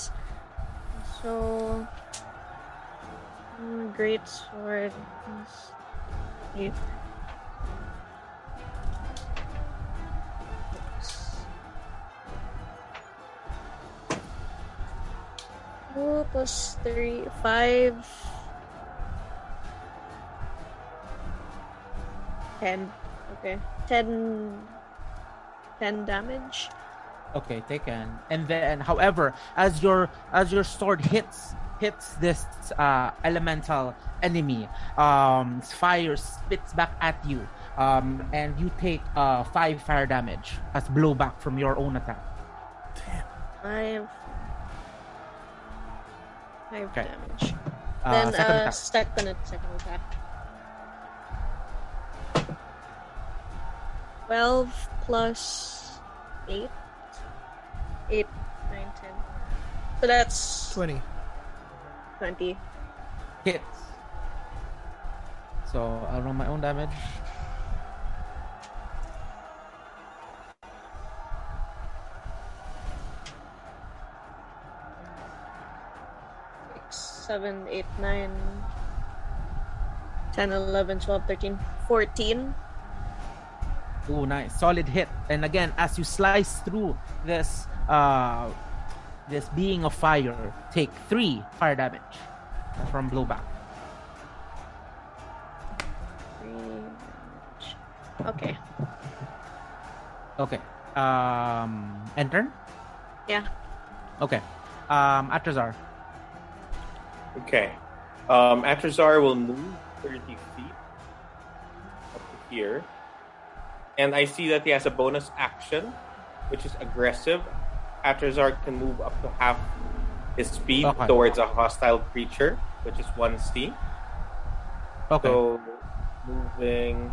so Mm, great sword. is eight. Four plus three, five, ten. Okay, ten, ten damage.
Okay, taken. And then, however, as your as your sword hits hits this uh, elemental enemy, um, fire spits back at you, um, and you take uh, five fire damage as blowback from your own attack.
Five. Five
Okay.
damage.
Uh,
then
second
uh,
attack.
second attack. Second attack. Twelve plus eight. Eight, nine, ten. So that's
Twenty.
twenty.
hits. So I'll roll my own damage.
Six, seven, eight, nine. 10, 11, 12, 13, 14.
Ooh, nice. Solid hit. And again, as you slice through this uh this being of fire, take three fire damage from blowback.
Three damage. Okay.
Okay. Um and turn?
Yeah.
Okay. Um Atrazar.
Okay. Um, Atrazar will move 30 feet up to here. And I see that he has a bonus action, which is aggressive. Atrazar can move up to half his speed
Okay.
towards a hostile creature, which is 1c.
Okay.
So moving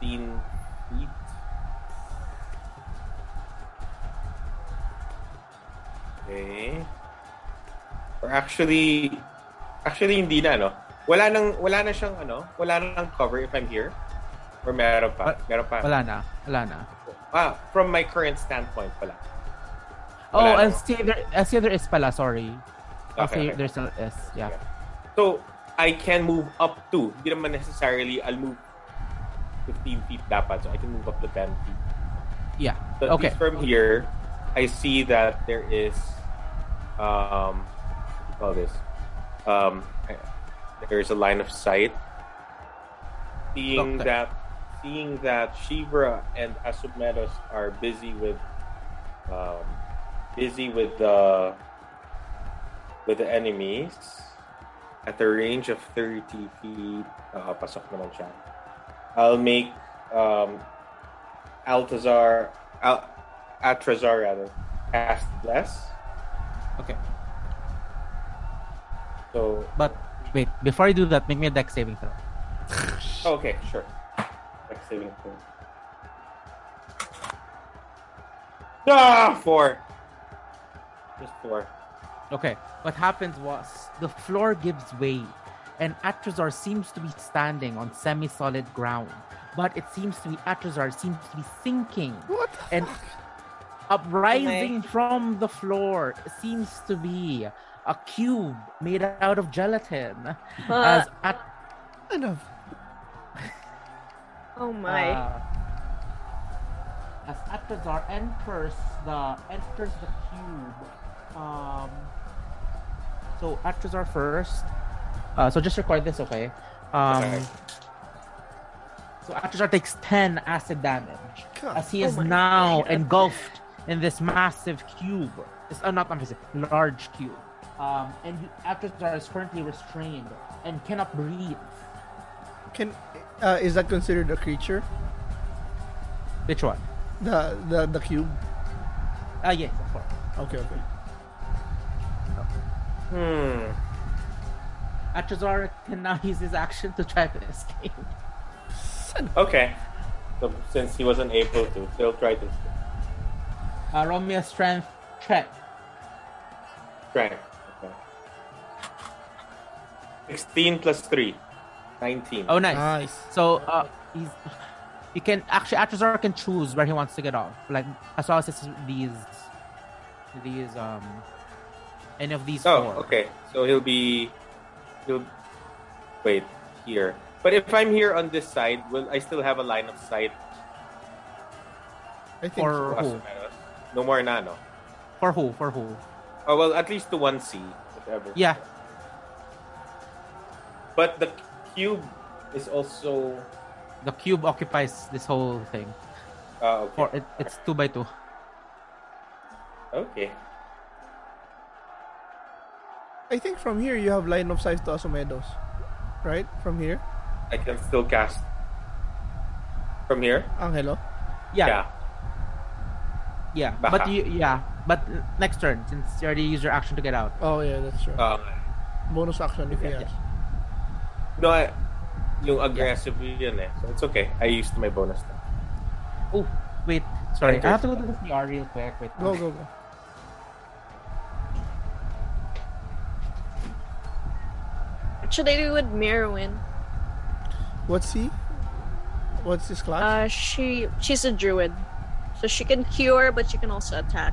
15 feet. Okay. Or actually, actually hindi na ano. Wala nang wala na siyang ano, wala nang cover if I'm here. Or meron pa,
Wa-
meron pa.
wala na. Wala na.
Ah, from my current standpoint pala.
Oh,
Wala
and
na.
stay there. Uh, stay there is pala. Sorry. I'll
Okay,
say
okay.
there's still S. Yeah.
So, I can move up to. Hindi naman necessarily, I'll move 15 feet dapat. So, I can move up to 10 feet.
Yeah.
So, at
Okay.
least from here, I see that there is, um, what do you call this, um, there's a line of sight. Seeing
Okay.
that, seeing that Shivra and Asumedos are busy with, um, busy with the, with the enemies at the range of 30 feet. Uh, pasok naman siya. I'll make um, Altazar, Al- Atrazar rather, cast Bless.
Okay.
So,
But wait, before you do that, make me a deck saving throw.
oh, okay, sure. Dex saving throw. Ah, four. Just four.
Okay, what happened was the floor gives way, and Atrazar seems to be standing on semi solid ground, but it seems to be Atrazar seems to be sinking
What? the
and
fuck?
uprising from the floor seems to be a cube made out of gelatin.
But,
as At-
Enough.
oh my.
Uh, as Atrazar enters the enters the cube, um, so Atrazar first. Uh, so just record this, okay? Um,
Okay.
so Atrazar takes ten acid damage
God.
as he
Oh
is
my
now
God.
engulfed in this massive cube. It's uh, not massive, large cube. Um, and he- Atrazar is currently restrained and cannot breathe.
Can uh, is that considered a creature?
Which one?
The the the cube.
Ah, yes, of course.
Okay, okay.
Hmm.
Atrazar can now use his action to try to escape.
Okay. So since he wasn't able to, he'll try to
Uh, roll me a strength check.
strength. Okay. 16 plus 3. 19.
Oh, nice.
Nice.
So uh, he's you can actually Atrazar can choose where he wants to get off, like as well as his, these these um any of these
Oh,
four.
okay. So he'll be he'll wait here. But if I'm here on this side, will I still have a line of sight?
I think
to
For who?
Asumeros? No more nano.
For who? For who?
Oh well, at least the one C, whatever.
Yeah.
But the cube is also
The cube occupies this whole thing.
uh,
Or
okay.
it, it's two by two.
okay.
I think from here you have line of sight to Asomedos, right? From here,
I can still cast from here.
Angelo.
Yeah. Yeah.
Baka.
But you yeah. But uh, next turn, since you already used your action to get out.
Oh yeah, that's true.
Um,
Bonus action if
yeah,
he has.
no, I, yung aggressive yun eh. So it's okay. I used my bonus. now.
Oh, wait. Sorry,
Enter.
I have to go to the CR real quick. Wait.
Go go go.
What should I do with Merwin?
What's he? What's his class?
Uh, she she's a druid, so she can cure, but she can also attack.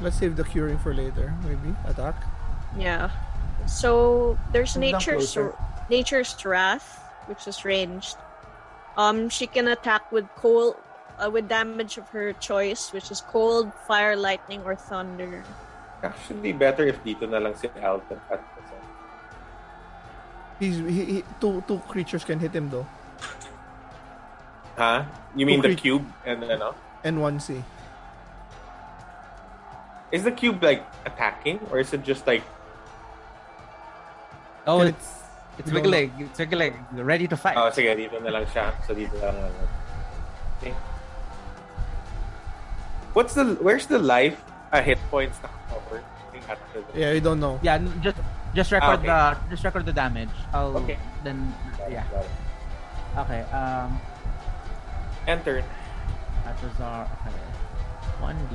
Let's save the curing for later. Maybe attack.
Yeah. So there's
Move down
nature's
closer.
nature's wrath, which is ranged. Um, she can attack with cold, uh, with damage of her choice, which is cold, fire, lightning, or thunder.
Actually, better if dito na lang si Alton at
He's he, he, two two creatures can hit him though,
Huh? You mean the
Okay.
cube and uh, ano?
and one C.
Is the cube like attacking or is it just like
Oh,
Can it-
it's it's
No, no.
wiggling. It's wiggling. Ready to fight.
oh sige dito na lang siya. So dito na lang. Okay. What's the where's the life uh, hit points na cover?
Yeah, you don't know.
Yeah, n- just just record
Ah, okay.
the just record the damage. I'll
Okay.
then yeah. Okay. Um
Enter.
Atrazar okay. One D.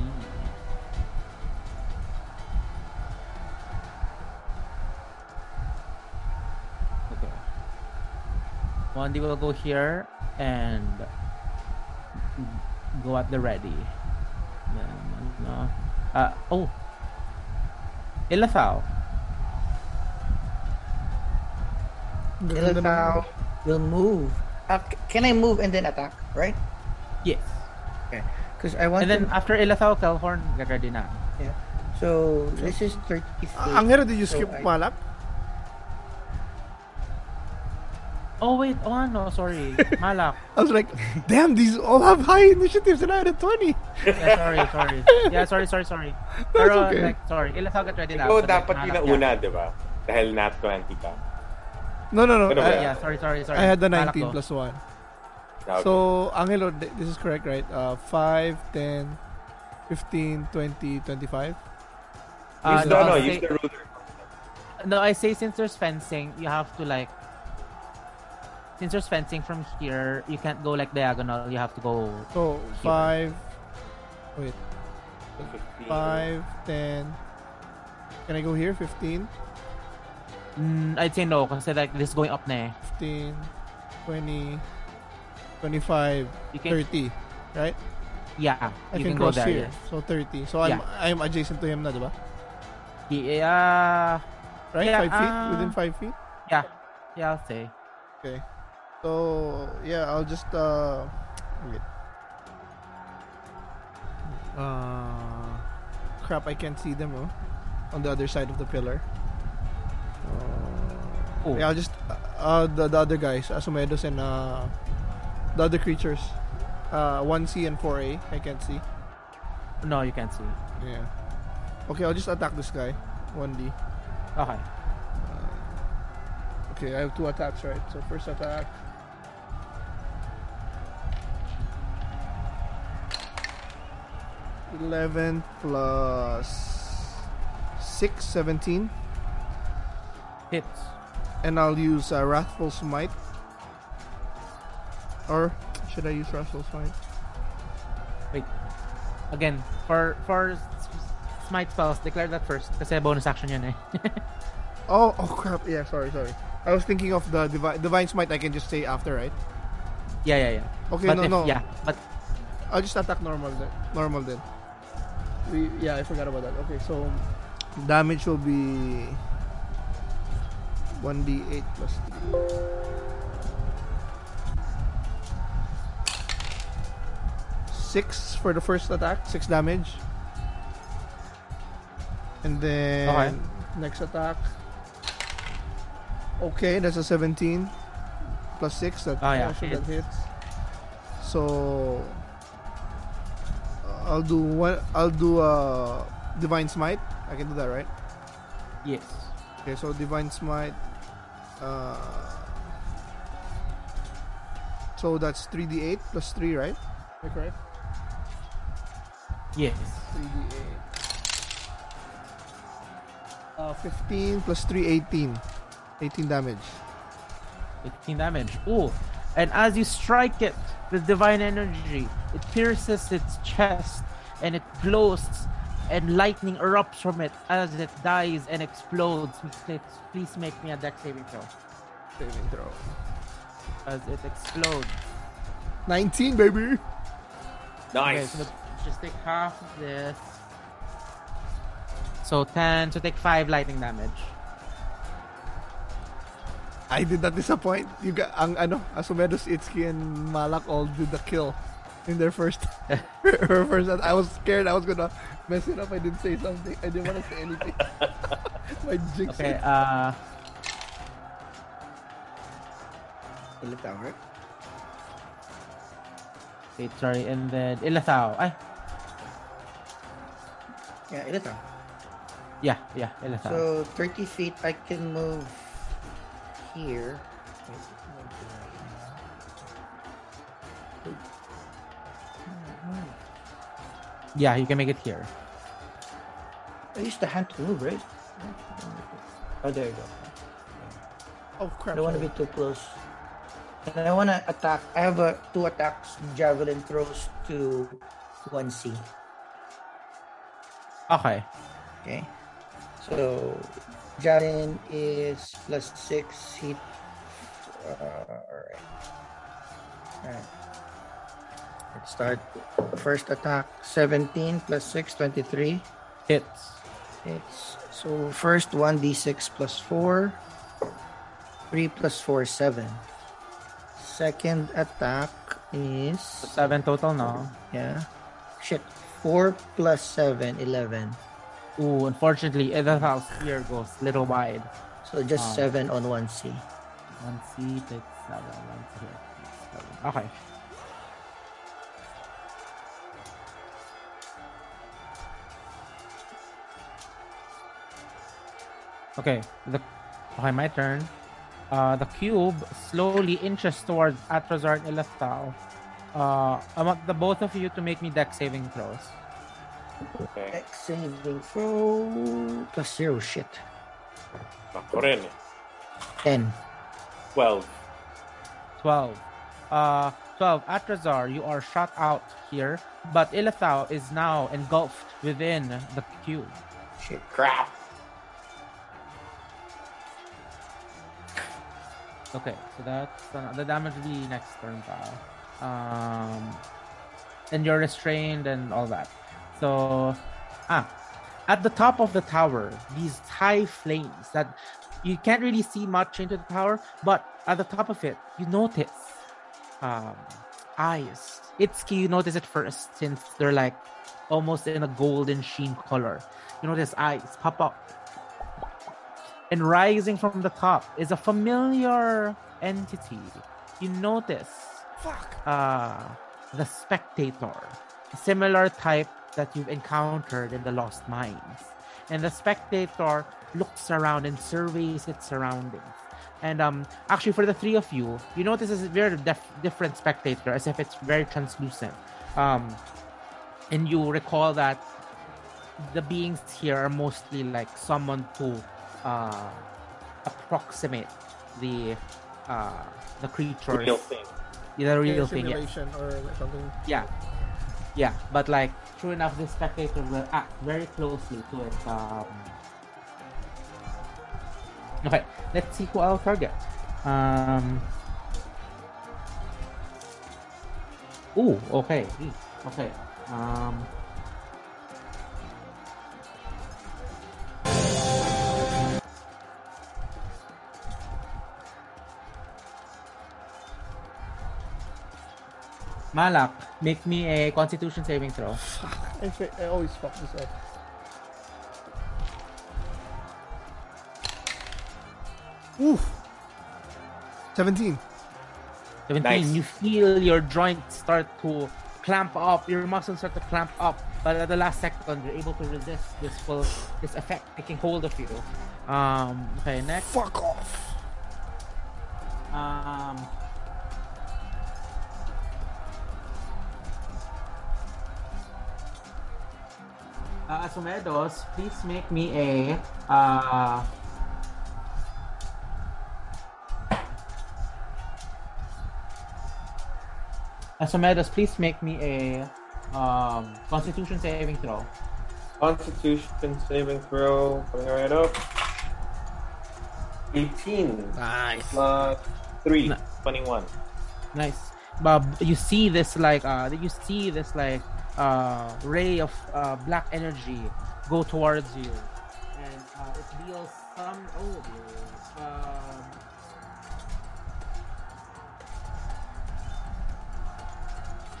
Okay. One D will go here and go at the ready. Then uh, uh oh Ilafau.
Gaganda
It'll
ng-
now will move. Uh, c- can I move and then attack, right?
Yes.
Because I want
And then
to.
after Ilafau, Calhorn, gagadi na.
Yeah. So this is 30 feet.
Ah, Angelo, did you
So
skip
uh, I-
Malak?
Oh wait, oh no, sorry. Malak.
I was like, damn, these all have high initiatives and I had a 20.
Yeah, sorry, sorry. Yeah, sorry, sorry, sorry. Pero
okay.
like, sorry, Ilafau get ready na.
Ikaw
but, like,
dapat
Malak,
yung nauna, di ba? Dahil nat 20 ka.
No, no, no.
Ano ba
I,
Yeah.
yan?
yeah, sorry, sorry, Uh, sorry.
I had the
Malak
19
go.
plus 1.
Ah, okay.
So, Angelo, th- this is correct, right? Uh, 5, 10, 15, 20, 25.
Uh,
use
no,
the, ano,
I
use
say,
the ruler.
no, I say since there's fencing, you have to like. Since there's fencing from here, you can't go like diagonal. You have to go.
So, 5, wait,
15.
5, 10, Can I go here? 15,
Mm, I'd say no kasi like this is going up na eh.
15, 20, 25,
You can,
30. Right?
yeah,
I
you
can,
can, go
cross
there.
here.
yes.
So 30. So I'm I'm adjacent to him na, di ba?
Yeah,
Right? 5
Yeah,
feet?
uh,
Within 5 feet?
yeah, yeah. I'll say.
Okay. So yeah, I'll just uh wait. Uh crap, I can't see them oh, on the other side of the pillar. Uh,
Oh.
Yeah, I'll just uh, uh the, the other guys, Asumedos and uh the other creatures. Uh 1C and 4A, I can't see.
No, you can't see.
Yeah. Okay, I'll just attack this guy. 1D.
Okay.
Okay, I have two attacks, right? So first attack. Eleven plus six, 17.
Hits.
and I'll use uh, Wrathful Smite. Or should I use Wrathful Smite?
Wait. Again, for for s- smite spells, declare that first kasi bonus action yun eh. [laughs]
Oh, oh crap! Yeah, sorry, sorry. I was thinking of the Divi- divine smite. I can just say after, right?
yeah, yeah, yeah.
Okay,
but
no,
if,
no.
Yeah, but
I'll just attack normal then. Normal then. We, yeah, I forgot about that. Okay, so damage will be 1d8 plus 3. 6 for the first attack, 6 damage. And then
Okay.
next attack. Okay, that's a 17 plus 6 that
Oh, yeah,
actually
it
that hits. So uh, I'll do one I'll do uh divine smite. I can do that, right?
yes.
Okay, so divine smite uh so that's 3d8 plus 3, right? Am I correct?
Yes.
3d8. Uh, 15 plus 3, 18. 18 damage.
18 damage. Ooh. And as you strike it with divine energy, it pierces its chest and it glows and lightning erupts from it as it dies and explodes. Please- Please make me a deck saving throw.
Saving throw.
As it explodes.
19, baby!
Okay,
Nice.
so just take half of this. So 10, so take 5 lightning damage.
I did not disappoint. You got ang ano, Asumedos Itsuki and Malak all did the kill in their
[laughs]
first [laughs] her first at- I was scared I was gonna mess it up. I didn't say something. I didn't want to say
[laughs]
anything. My jinx.
Okay, uh,
Will it work?
wait, sorry, and then Ilathao. Ay,
Yeah, it'll work.
yeah, yeah, Ilathao.
So 30 feet, I can move here.
yeah, you can make it here.
I used the hand to move, right? Oh, there you go.
Oh
I
crap.
don't want to be too close. And I want to attack. I have uh, two attacks, javelin throws to 1C.
Okay.
Okay. So, javelin is plus 6 hit. Uh, Alright. Alright. Let's start. First attack 17 plus 6, 23.
Hits.
It's so first 1d6 plus 4, 3 plus 4, 7. Second attack is,
7 total, no?
yeah, shit, 4 plus 7, 11.
Ooh, unfortunately, Ilathao here goes little wide.
So just
Wow.
7 on 1c.
One C, take 7, one C here. take seven. Okay. Okay, the okay, my turn. Uh, the cube slowly inches towards Atrazar and Elefthal. Uh, I want the both of you to make me deck saving throws.
Okay.
Dex saving throw plus 0, shit.
Ako rin. eh.
10.
12.
12. Uh, 12. Atrazar, you are shot out here, but Ilithau is now engulfed within the cube.
Shit.
Crap.
Okay, so that's uh, the damage will be next turn, pal. Um, and you're restrained and all that. So, ah, at the top of the tower, these high flames that you can't really see much into the tower, but at the top of it, you notice um, eyes. Itsuki, you notice it first since they're like almost in a golden sheen color. You notice eyes pop up and rising from the top is a familiar entity. You notice
Fuck.
uh, the spectator, a similar type that you've encountered in the Lost Mines. And the spectator looks around and surveys its surroundings. And um, actually, for the three of you, you notice it's a very def- different spectator, as if it's very translucent. Um, and you recall that the beings here are mostly like someone to uh, approximate the uh, the creatures,
Real thing.
the real thing. yeah.
Simulation or something.
Yeah. Yeah, but like, true enough, the spectator will act very closely to it. Um... Okay, let's see who I'll target. Um... Ooh, okay. mm, Okay. Um... Malak, make me a constitution saving throw.
I, fa- I always fuck this up. Oof. 17.
17,
Nice.
you feel your joints start to clamp up, your muscles start to clamp up, but at the last second, you're able to resist this full this effect taking hold of you. Um, okay, next.
Fuck off.
Um, uh, Asumedos, please make me a uh, Asumedos, please make me a um, Constitution saving throw.
Constitution saving throw. Coming right up. 18
Nice.
plus 3.
No.
21.
Nice. But you see this like uh you see this like uh ray of uh, black energy go towards you and uh, it deals some oh it deals, um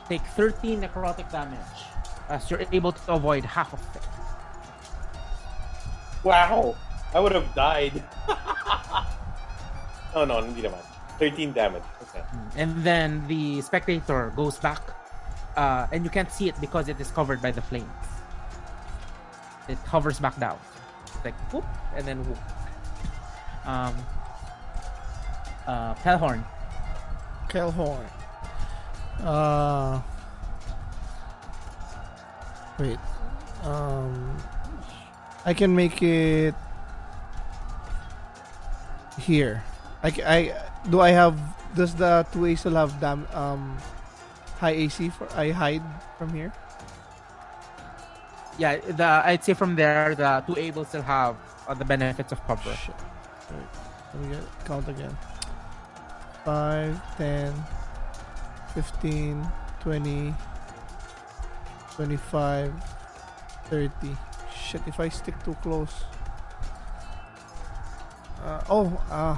take 13 necrotic damage as you're able to avoid half of it.
Wow! I would have died. [laughs] oh no, hindi naman. 13 damage. Okay.
And then the spectator goes back, uh, and you can't see it because it is covered by the flames. It hovers back down, like whoop, and then whoop. Um, uh, Pelhorn,
Kelhorn. Uh. Wait. Um. I can make it here. I, ca- I do I have does the two A still have dam um high AC for I hide from here?
yeah, the I'd say from there the two able still have uh, the benefits of cover.
Shit. Wait, let me get, count again. 5, 10, 15, 20, 25, 30. Shit, if I stick too close. Uh, oh, ah.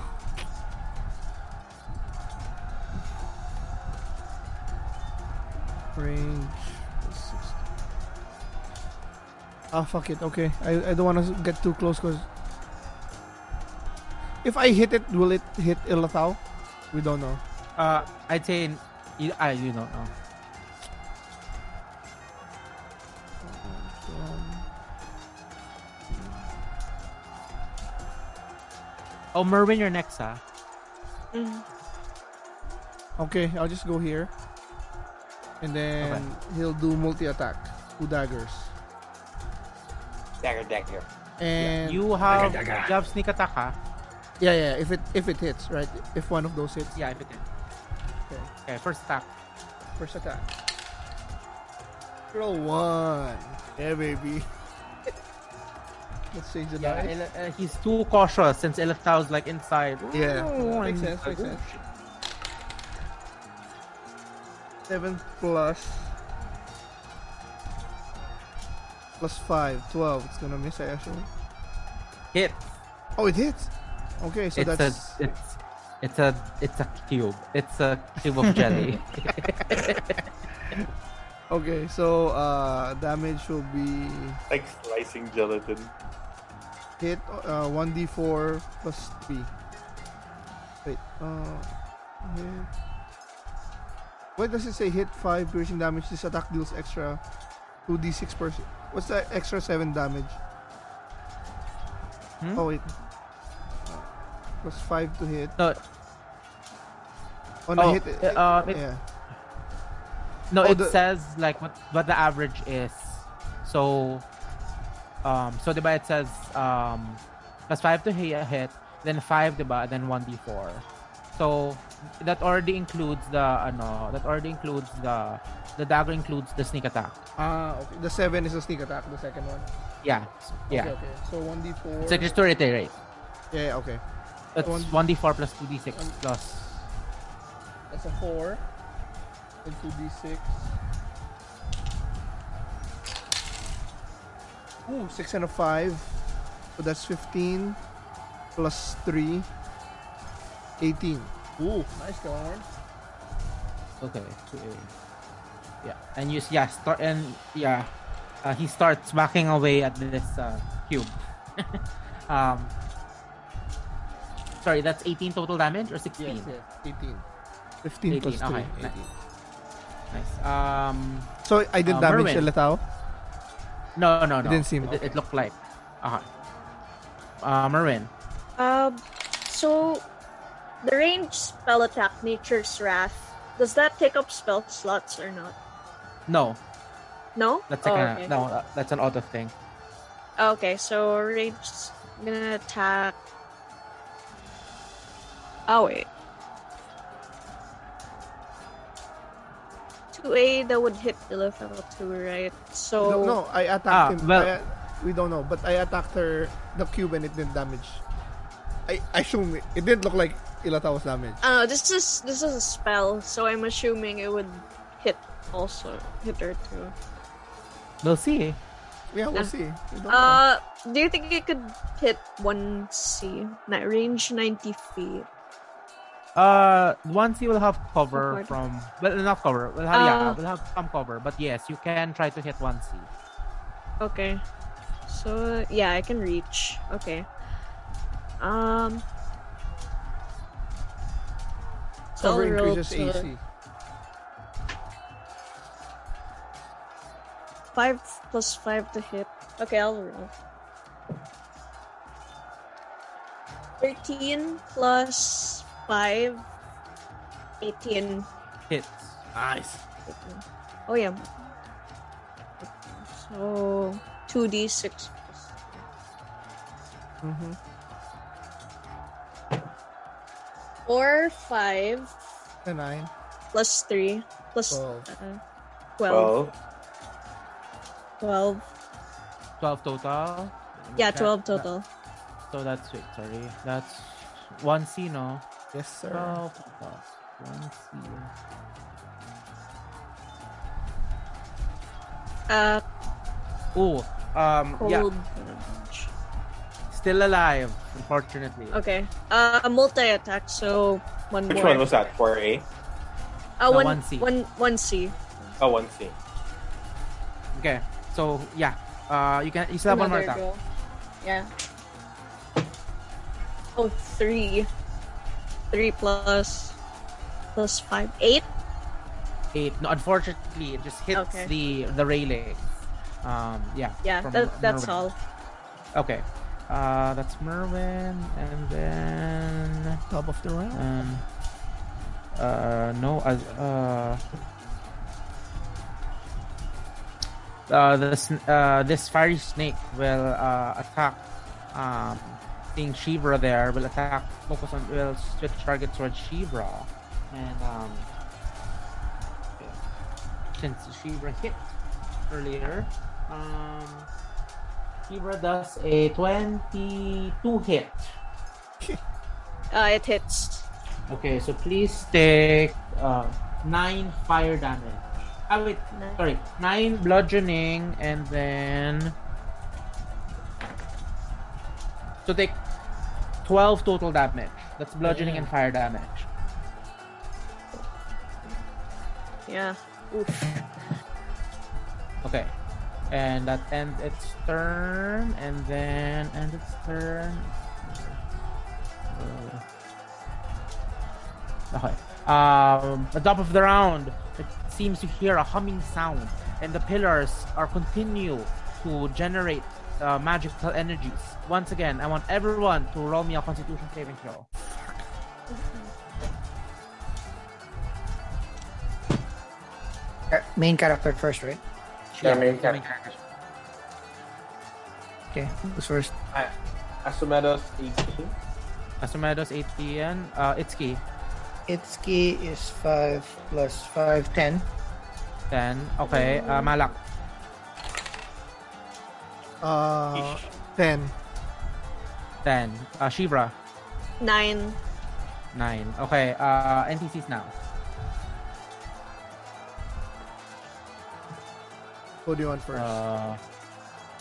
Range. 60. Ah, fuck it. Okay. I, I don't want to get too close because if I hit it, will it hit Ilatao? We don't know.
Uh, I'd say you, I you don't know. Oh, Merwin, you're next, ah.
Okay, I'll just go here. And then he'll do multi attack. Two daggers.
Dagger, dagger.
And yeah,
You have you have sneak attack, ah.
yeah, if it if it hits, right? If one of those hits.
Yeah, if it is.
Okay.
Okay, first attack.
First attack. Roll one. Yeah baby. Let's change the
Yeah,
dice.
Ele- uh, he's too cautious since Eliftao's like inside.
Yeah.
Ooh,
Makes
and-
sense, makes sense. Seven plus plus five. Twelve. It's gonna miss I assume.
Hit.
Oh it hits. Okay, so
it's
that's
a it's it's a it's a cube. It's a cube
[laughs]
of jelly.
[laughs] okay, so uh damage will be
Like slicing gelatin.
hit uh, 1d4 plus 3. Wait, uh, hit. Why does it say hit 5 piercing damage? This attack deals extra 2d6 per. What's that extra 7 damage?
Hmm?
Oh, wait. Plus 5 to hit.
no,
On
oh,
a hit.
uh, um, it-
yeah.
no,
Oh,
it
the-
says like what what the average is. So, um, so the it says um, plus five to hit, hit then five the then one d four. So that already includes the ano, that already includes the the dagger includes the sneak attack.
Ah, okay. The 7 is a sneak attack, the second one.
Yeah,
Okay,
yeah.
okay. So 1d4.
So just to reiterate,
yeah, okay.
it's
One-
one d four plus two d six
One-
plus
That's a 4. And 2d6. Ooh, 6 and a 5. So that's 15. Plus 3. 18. Ooh, nice one.
Okay. okay. Yeah, and you yeah start and yeah, uh, he starts backing away at this uh, cube. [laughs] um, sorry, that's 18 total damage or 16.
Yes, yes. 18. 15 plus
18,
3.
okay, nice. Nice. Um,
So I did
Uh,
damage
Merwin.
the Letao.
no, no, no.
didn't seem-
It, it looked like. Uh-huh. Uh, Merwin.
Um, so the range spell attack, Nature's Wrath, does that take up spell slots or not?
No,
No.
that's like
Oh,
a-
okay.
no, uh, that's an auto thing.
Okay, so range gonna attack. Oh wait. Two A that would hit the level two, right? So
No, no, I attacked
Ah,
him.
well-
I- we don't know, but I attacked her, the cube, and it didn't damage. I, I assume it, it didn't look like Ilatao was damaged.
Uh, this is this is a spell, so I'm assuming it would hit also hit her too.
We'll see.
Yeah, we'll
Yeah.
see. We don't know.
Uh, do you think it could hit one C? That range ninety feet.
Uh, once you will have cover
Support.
from well, not cover. We'll have yeah,
Uh,
we'll have some cover, but yes, you can try to hit one C.
Okay. So yeah, I can reach. Okay. Um. so
Cover
I'll roll
increases
to
AC.
Five plus five to hit. Okay, I'll roll. Thirteen plus five. Eighteen.
Hits.
Nice.
Oh yeah. So two d six.
Mm-hmm.
Four, five,
And nine.
plus three, plus
Twelve.
uh, twelve.
Well,
Twelve.
12 total.
Yeah,
That-
twelve
that-
total.
so that's wait, sorry. That's one C no.
Yes, sir.
12 total. One C.
Uh,
Oh, um
cold.
yeah,
damage.
still alive, unfortunately.
Okay. Uh, a multi attack. So one
which
more.
one was that? 4A?
Uh,
No,
one,
one C.
one- one C.
Oh, 1C.
Okay, So yeah. Uh you can you still have one more
Another go.
attack.
Yeah. Oh, three. Three plus plus five, eight.
Eight. No, unfortunately it just hits
Okay.
the the railing. Um yeah.
Yeah,
from
that, that's
Merwin.
all.
Okay. Uh that's Merwin and then
Top of the round.
Um, uh, no, I, uh, uh, this, uh, this fiery snake will uh, attack. Um, seeing Shivra there will attack. Focus on will switch target towards Shivra, and um, since Shivra hit earlier, um, Shibra does a 22 hit.
Uh, it hits.
Okay, so please take uh, 9 fire damage. Ah, wait,
Nine.
sorry. 9 bludgeoning and then. So take 12 total damage. That's bludgeoning and fire damage.
Yeah. Oof.
Okay. And that ends its turn, and then end its turn. Okay. Um, the top of the round, it seems to hear a humming sound, and the pillars are continue to generate uh, magical energies. Once again, I want everyone to roll me a Constitution saving throw.
Uh, Main character first, right?
Yeah, main
the
Okay, who's first?
Uh, Asumeda's 18.
Customer does 18. Uh, Itsuki,
Itsuki is 5 plus 5, 10.
10. Okay. Uh, Malak,
Uh, 10.
10. Uh, Shivra,
Nine.
Nine. Okay, uh, NPCs now.
Who do you want first?
Uh,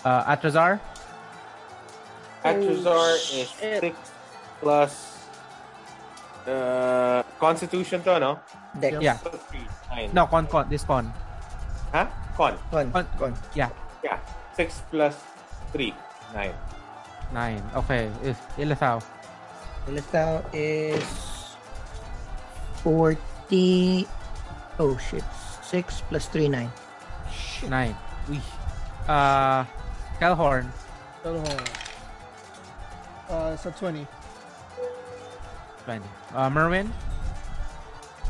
uh, Atrazar,
Atrazar is
shit.
6 plus uh, Constitution to, no?
Dex.
Yeah.
So three, nine.
no, con, con, this con.
Huh? Con.
Gone.
Con-
Gone.
Yeah,
Yeah. 6 plus 3. 9.
nine. Okay, if Ilithau,
Lethal is 40. Oh shit. 6 plus 3, 9.
Shit.
nine. Uy. Uh, Kelhorn,
Pero, uh, sa 20.
twenty. Uh, Merwin,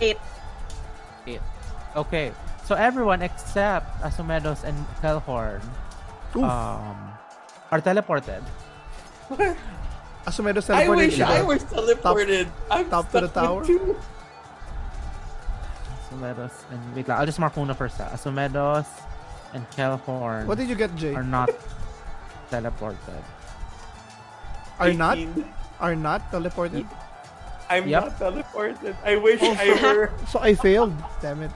Eight.
eight. Okay, so everyone except Asumedos and Kelhorn,
Oof.
um, are teleported.
Asumedo's teleported. diba?
teleported. I'm
top to the
stuck with
tower?
two.
Asumedos and wait, lang, I'll just mark muna first. Ah. Asumedos and Kelhorn
What did you get, Jay?
are not teleported.
Are not?
18.
Are not teleported?
I'm
Yep.
not teleported. I wish I were. [laughs]
So I failed. Damn it.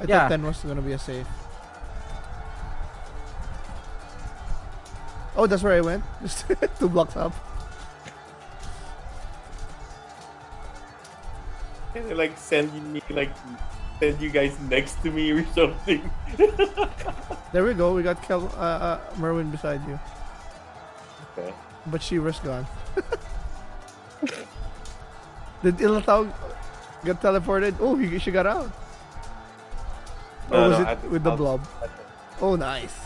I
Yeah.
thought 10 was gonna be a save. Oh, that's where I went. [laughs] Just two blocks up.
Can you like send me like send you guys next to me or [laughs] something?
There we go. We got Kel, uh, uh, Merwin beside you,
Okay.
but she was gone. [laughs] Did Ilatao get teleported? Oh, he, she got out. or was it with the blob? Oh, nice.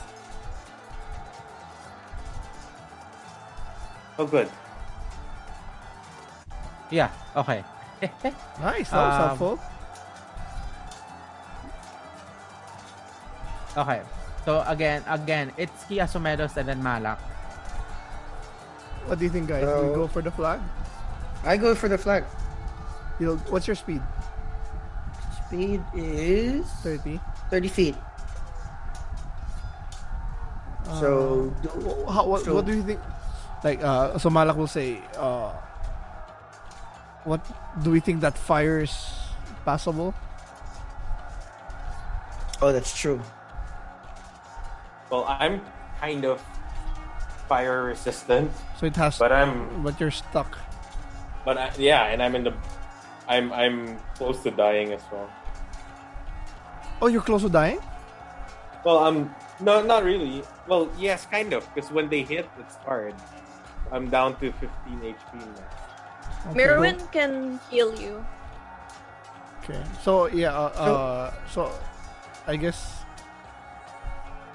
Oh, good.
Yeah, okay. [laughs]
Nice. That was
Um,
helpful.
Okay. So again, again, it's Kia Sumedos and then Malak.
What do you think, guys? Do we
so-
go for the flag?
I go for the flag.
You'll, what's your speed?
Speed is
30.
30 feet. So, do,
Wh- How, what,
So-
what do you think? Like, uh, so Malak will say, uh, what do we think that fire is passable?
oh, that's true.
Well, I'm kind of fire resistant,
So it has,
but uh, I'm
but you're stuck.
but I, yeah, and I'm in the I'm I'm close to dying as well.
Oh, you're close to dying?
Well, I'm no, not really. Well, yes, kind of, because when they hit, it's hard. I'm down to 15 HP now.
Okay.
Merwin can heal you.
Okay. So yeah. Uh, uh, so, I guess.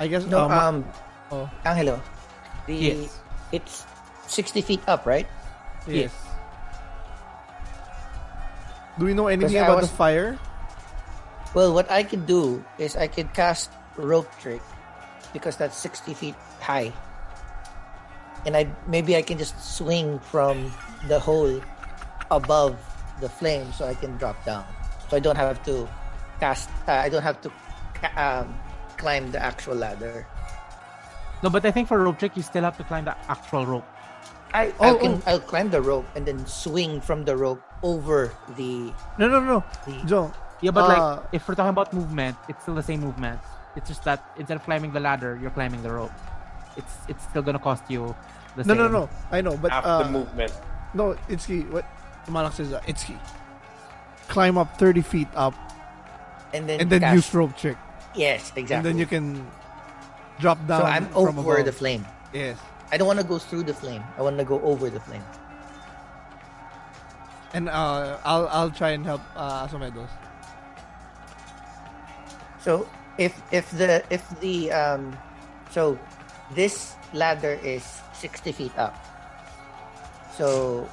I guess.
No, um,
um, oh,
Angelo. The,
Yes.
It's 60 feet up, right?
yes. Do we know anything
I
about
was-
the fire?
Well, what I could do is I could cast rope trick because that's 60 feet high. And I maybe I can just swing from the hole above the flame so I can drop down. So I don't have to cast, uh, I don't have to ca- um, climb the actual ladder.
No, but I think for rope trick, you still have to climb the actual rope.
I,
Oh,
I can, I'll climb the rope and then swing from the rope over the.
No, no, no.
the
Joe,
Yeah, but
Uh,
like if we're talking about movement, it's still the same movement. It's just that instead of climbing the ladder, you're climbing the rope. It's it's still gonna cost you the
no,
same.
no, no. I know, but
Half
uh,
the movement.
no, Itsuki. What Malak says, uh, Itsuki, climb up 30 feet up
and then,
and then
cast-
use rope trick.
Yes, exactly.
And then you can drop
so
down.
I'm
from
over the
above.
flame.
Yes.
I don't want to go through the flame. I want to go over the flame.
And uh, I'll I'll try and help uh, Asomedos.
So if if the if the um, so this ladder is sixty feet up. So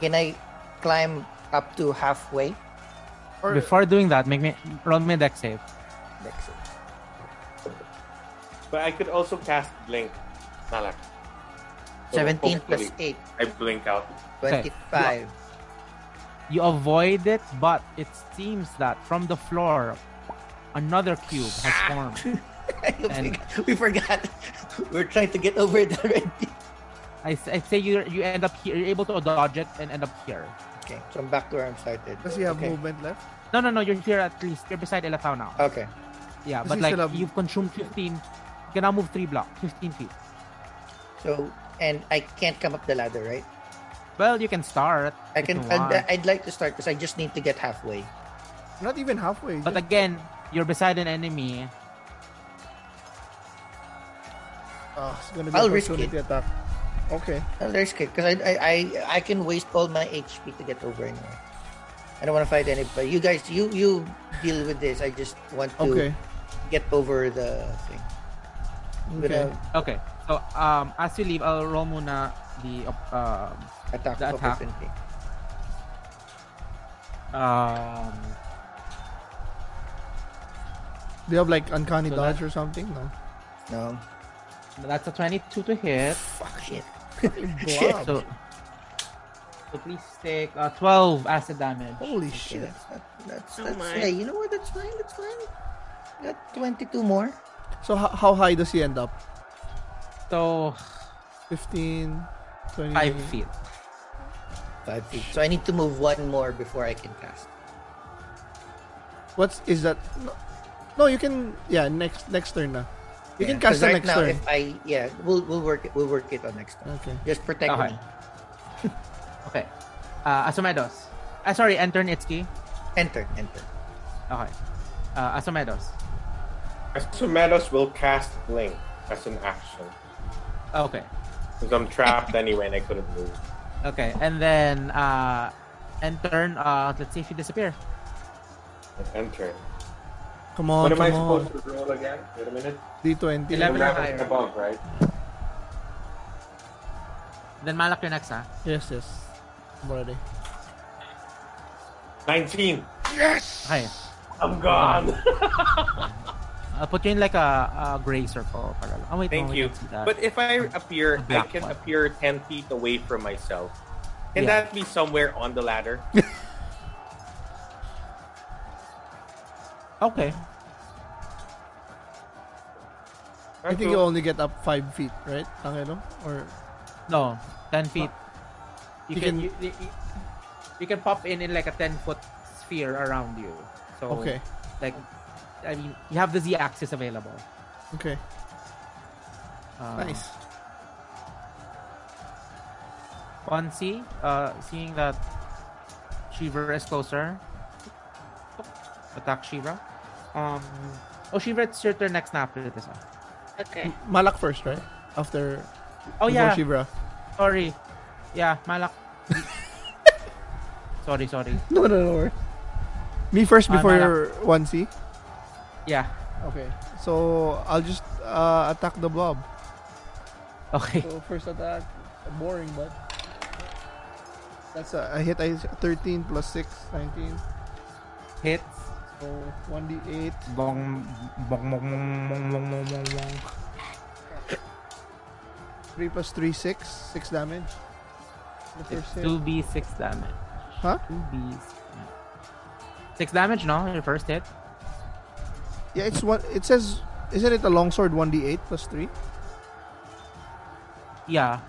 can I climb up to halfway?
Or
Before doing that, make me roll me a deck save.
That's it.
But I could also cast Blink, Malak. So
Seventeen plus
hopefully
eight.
I blink out.
25.
You avoid it, but it seems that from the floor, another cube has
[laughs]
formed. And-
[laughs] we forgot. [laughs] We're trying to get over it already. [laughs]
I, s- I say you you end up here. You're able to dodge it and end up here.
Okay, so I'm back to where I'm started.
does he have
okay.
movement left?
No, no, no. You're here at least. You're beside Elatau now.
Okay.
yeah,
does
but
he
like
still have-
you've consumed 15. You can now move three blocks, 15 feet.
So, and I can't come up the ladder, right?
Well, you can start.
I
if
can.
you want.
I'd, I'd like to start because I just need to get halfway.
Not even halfway.
But
just,
again, you're beside an enemy.
oh, it's gonna be
I'll risk
opportunity attack. Okay.
Oh, there's good because I, I I I can waste all my HP to get over anyway. I don't want to fight anybody. You guys, you you deal with this. I just want to
Okay.
get over the thing. I'm
Okay.
gonna
Okay, so um, as you leave, I'll roll muna the op- um,
attack
The attack.
opportunity.
um,
Do you have like uncanny
So
dodge or something? No.
No,
that's a 22 to hit.
fuck shit. [laughs]
Blob.
So, so please take uh, 12 acid damage.
Holy
Okay,
shit.
that's not- that's,
Oh
that's
my.
yeah. You know what? That's fine. That's fine. Got twenty-two more.
So how, how high does he end up?
So
15, 20.
5 feet.
Five feet. So I need to move one more before I can cast.
What's is that? No, no, you can. Yeah, next next turn na. You can
Yeah, 'cause
cast the
right
next
now,
turn.
If I yeah, we'll we'll work it. We'll work it on next time.
Okay.
Just protect
Okay.
me.
Okay. Uh, Asomedos. Uh, sorry, enter Nitsuki.
Enter. Enter.
Okay. Uh, Asomedos.
Asumedos will cast Blink as an action.
Okay.
Because I'm trapped anyway and I couldn't move.
Okay. And then uh, end turn. Uh, let's see if you disappear.
Enter.
Come on,
Oh,
what am I
come
supposed
on.
to roll again? Wait a minute.
D20.
Eleven.
Eleven
higher.
above, right?
Then Malak, you're next, ah. huh?
Yes, yes. I'm ready.
19.
Okay. Oh,
I'm gone.
I'll put you in like a, a gray circle. Para lang. Oh, wait,
[laughs] Thank
no, we
you.
can't see that.
But if I appear, I
Black
can
one.
appear 10 feet away from myself. Can
Yeah.
that be somewhere on the
[laughs]
ladder?
okay.
I think you only get up 5 feet, right? Tangelo? Or
No, ten feet. You,
You
can,
can-
you, you, you- you can pop in in like a ten foot sphere around you. So
Okay.
like I mean, you have the Z axis available.
Okay.
Uh,
Nice.
Quansi, uh, seeing that Shiva is closer, attack Shiva. Um, oh, Shiva, it's your turn next nap after this. one.
Okay.
Mm,
Malak first, right? After
Oh
before
yeah,
Shivra.
sorry. Yeah, Malak. sorry, sorry.
[laughs] No, no, no. worry. Me first
Ah,
before
Malak.
your 1C.
Yeah.
Okay. So I'll just uh, attack the blob.
Okay.
So first attack, boring, but that's a, I hit I 13 plus 6, 19.
Hits.
So 1d8.
Bong, bong, bong, bong, bong, bong, bong, bong, bong.
3 plus 3, 6. 6 damage. The
It's
first hit.
2b6 damage.
Huh?
2b. 6 damage, no? Your first hit?
Yeah, it's one. It says, isn't it a longsword 1d8 plus 3?
Yeah.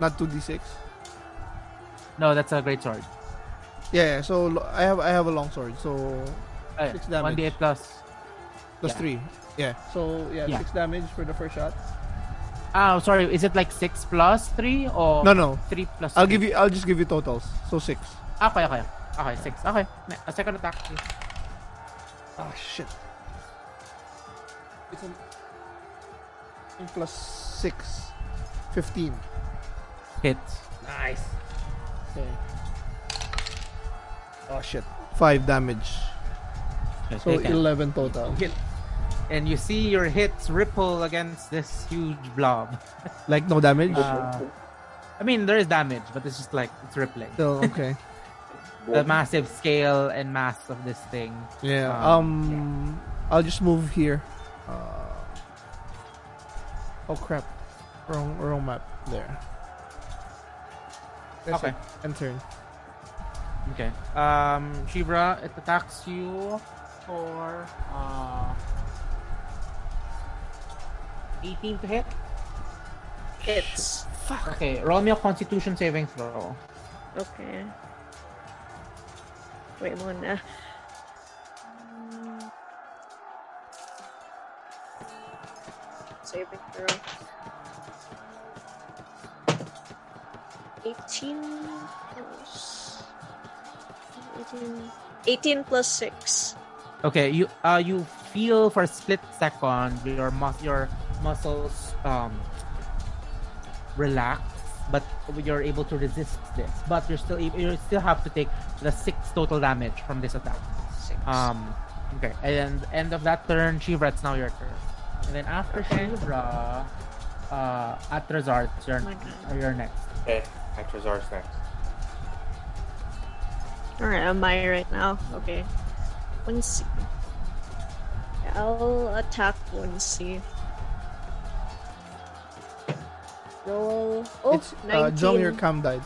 Not 2d6.
No, that's a great sword.
Yeah, yeah. So lo- I have I have a long sword. So
Uh,
Six damage.
1d8 plus.
plus
Yeah.
three. Yeah. So yeah,
Yeah.
six damage for the first shot.
Ah, sorry. Is it like 6 plus 3 or
No, no.
3 plus Ah,
I'll give you. I'll just give you totals. So six.
Okay, okay. Okay, 6. Okay. Ne- A second attack.
Ah shit. It's an and plus six. 15.
Hit.
Nice. Okay. Oh shit. Five damage. So
Taken.
eleven total.
hit. And you see your hits ripple against this huge blob.
Like no damage.
Uh, I mean, there is damage, but it's just like it's rippling.
Still okay.
The massive scale and mass of this thing.
Yeah. Um,
Um,
I'll just move here. Uh, oh crap! Wrong, wrong map. There. That's
Okay.
it. And turn.
Okay. Um, Shibra, it attacks you for uh, 18 to hit.
It's
Fuck.
Okay, roll me a Constitution saving throw.
okay. Wait, Mona. Saving throw. 18 plus 18, 18 plus 6.
Okay, you uh you feel for a split second your mus- your muscles um relax, but you're able to resist this. But you're still ab- you still have to take the six total damage from this attack.
Six.
Ah.
Um, okay, and end of that turn, Shivra, it's now your turn. And then after Shivra, uh, Atrazar, it's your
My God.
uh, your next.
Okay, Atrazar's next.
Alright, am I right now? Okay. 1C. I'll attack 1C. Roll. Oh,
it's uh,
19.
Jong your cam died.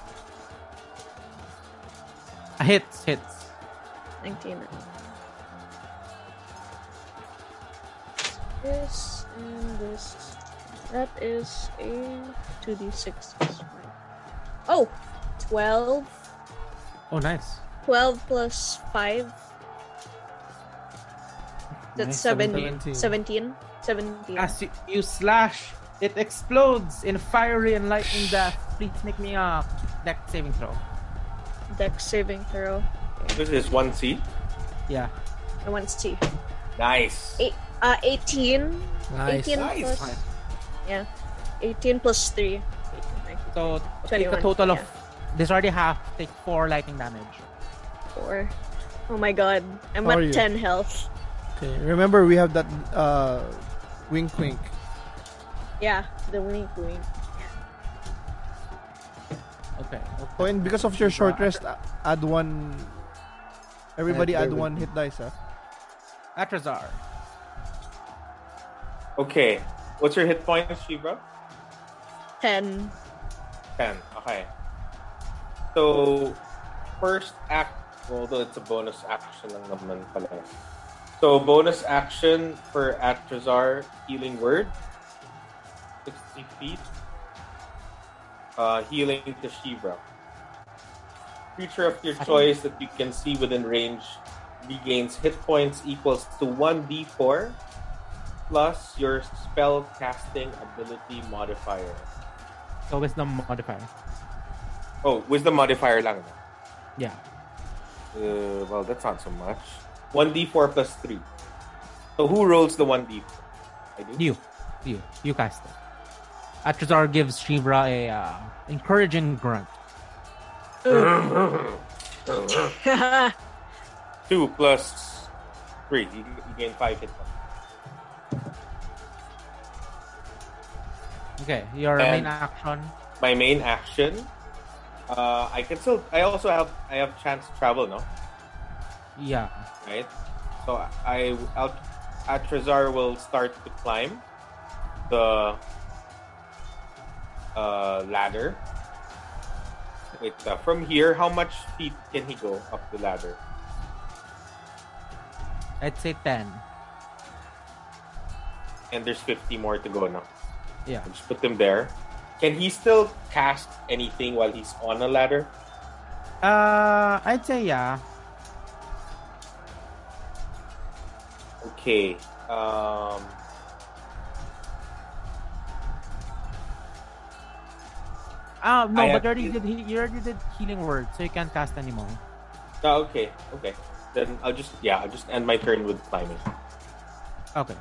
Uh, Hits, hits.
19. This and this. That is a 2d6. plus five. Oh! 12.
Oh, nice.
12 plus 5. That's
Nice,
17. 17. 17.
As you, you slash, it explodes in fiery and lightning death. Please make me a deck saving throw.
Dex saving throw.
This is 1C.
Yeah.
I want to see.
Nice.
Eight, uh, 18.
Nice.
18
Nice.
plus. Yeah. 18 plus 3. 18,
So take a
21,
total of.
yeah.
There's already half. Take four lightning damage.
94. Oh my god. I'm
How
at
are you?
10 health.
Okay. Remember we have that uh, wink wink.
Yeah. The wink wink.
Okay. okay.
Oh, and because of your short rest, uh, add one. Everybody
Yeah,
add
there
one hit dice. Ah.
Atrazar,
Okay. What's your hit point, Shiva?
[laughs]
10.
10. Okay. So, first act, although it's a bonus action lang naman pala. So, bonus action for Atrazar, Healing Word. 60 feet. Uh, healing to Shivra. Creature of your choice that you can see within range regains hit points equals to 1d4 plus your spell casting ability modifier.
so wisdom modifier.
Oh, wisdom modifier lang. no?
Yeah.
Uh, well, that's not so much. 1d4 plus 3. So who rolls the 1d4? I do.
You, you, you cast it. Atrazar gives Shivra a uh, encouraging grunt.
2 plus 3. You, you gain 5 hit points.
Okay, your
And-
main action.
My main action. Uh, I can still. I also have. I have chance to travel, no?
Yeah.
Right. So I. I'll, Atrazar will start to climb the uh, ladder. Wait, uh, from here, how much feet can he go up the ladder?
I'd say ten.
and there's 50 more to go now.
Yeah.
Just put them there. Can he still cast anything while he's on a ladder?
Uh, I'd say yeah.
Okay. Um,
Um, no,
I
but you
have
already
heal-
did he- you already did healing word, so you can't cast anymore.
oh, okay. Okay. Then I'll just yeah, I'll just end my turn with climbing.
Okay.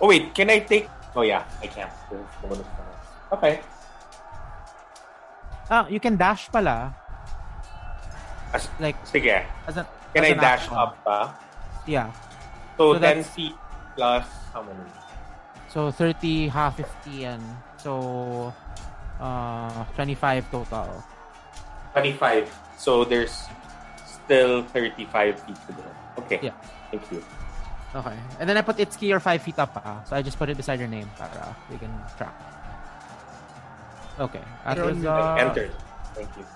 Oh wait, can I take? Oh yeah, I can. There's the bonus round. Okay.
Ah, you can dash pala.
As-
Like
Sige.
as an
Can
as
I
an
dash
action.
up? Pa?
Yeah.
So,
So
10
that's-
feet plus how many?
So 30, half 50, and so uh 25 total.
25. So there's still 35 feet to go. Okay.
Yeah.
Thank you.
Okay. And then I put Itsuki your 5 feet up. Ah. So I just put it beside your name para we can track. Okay. That
You're
was,
on-
I
uh,
entered. Thank you.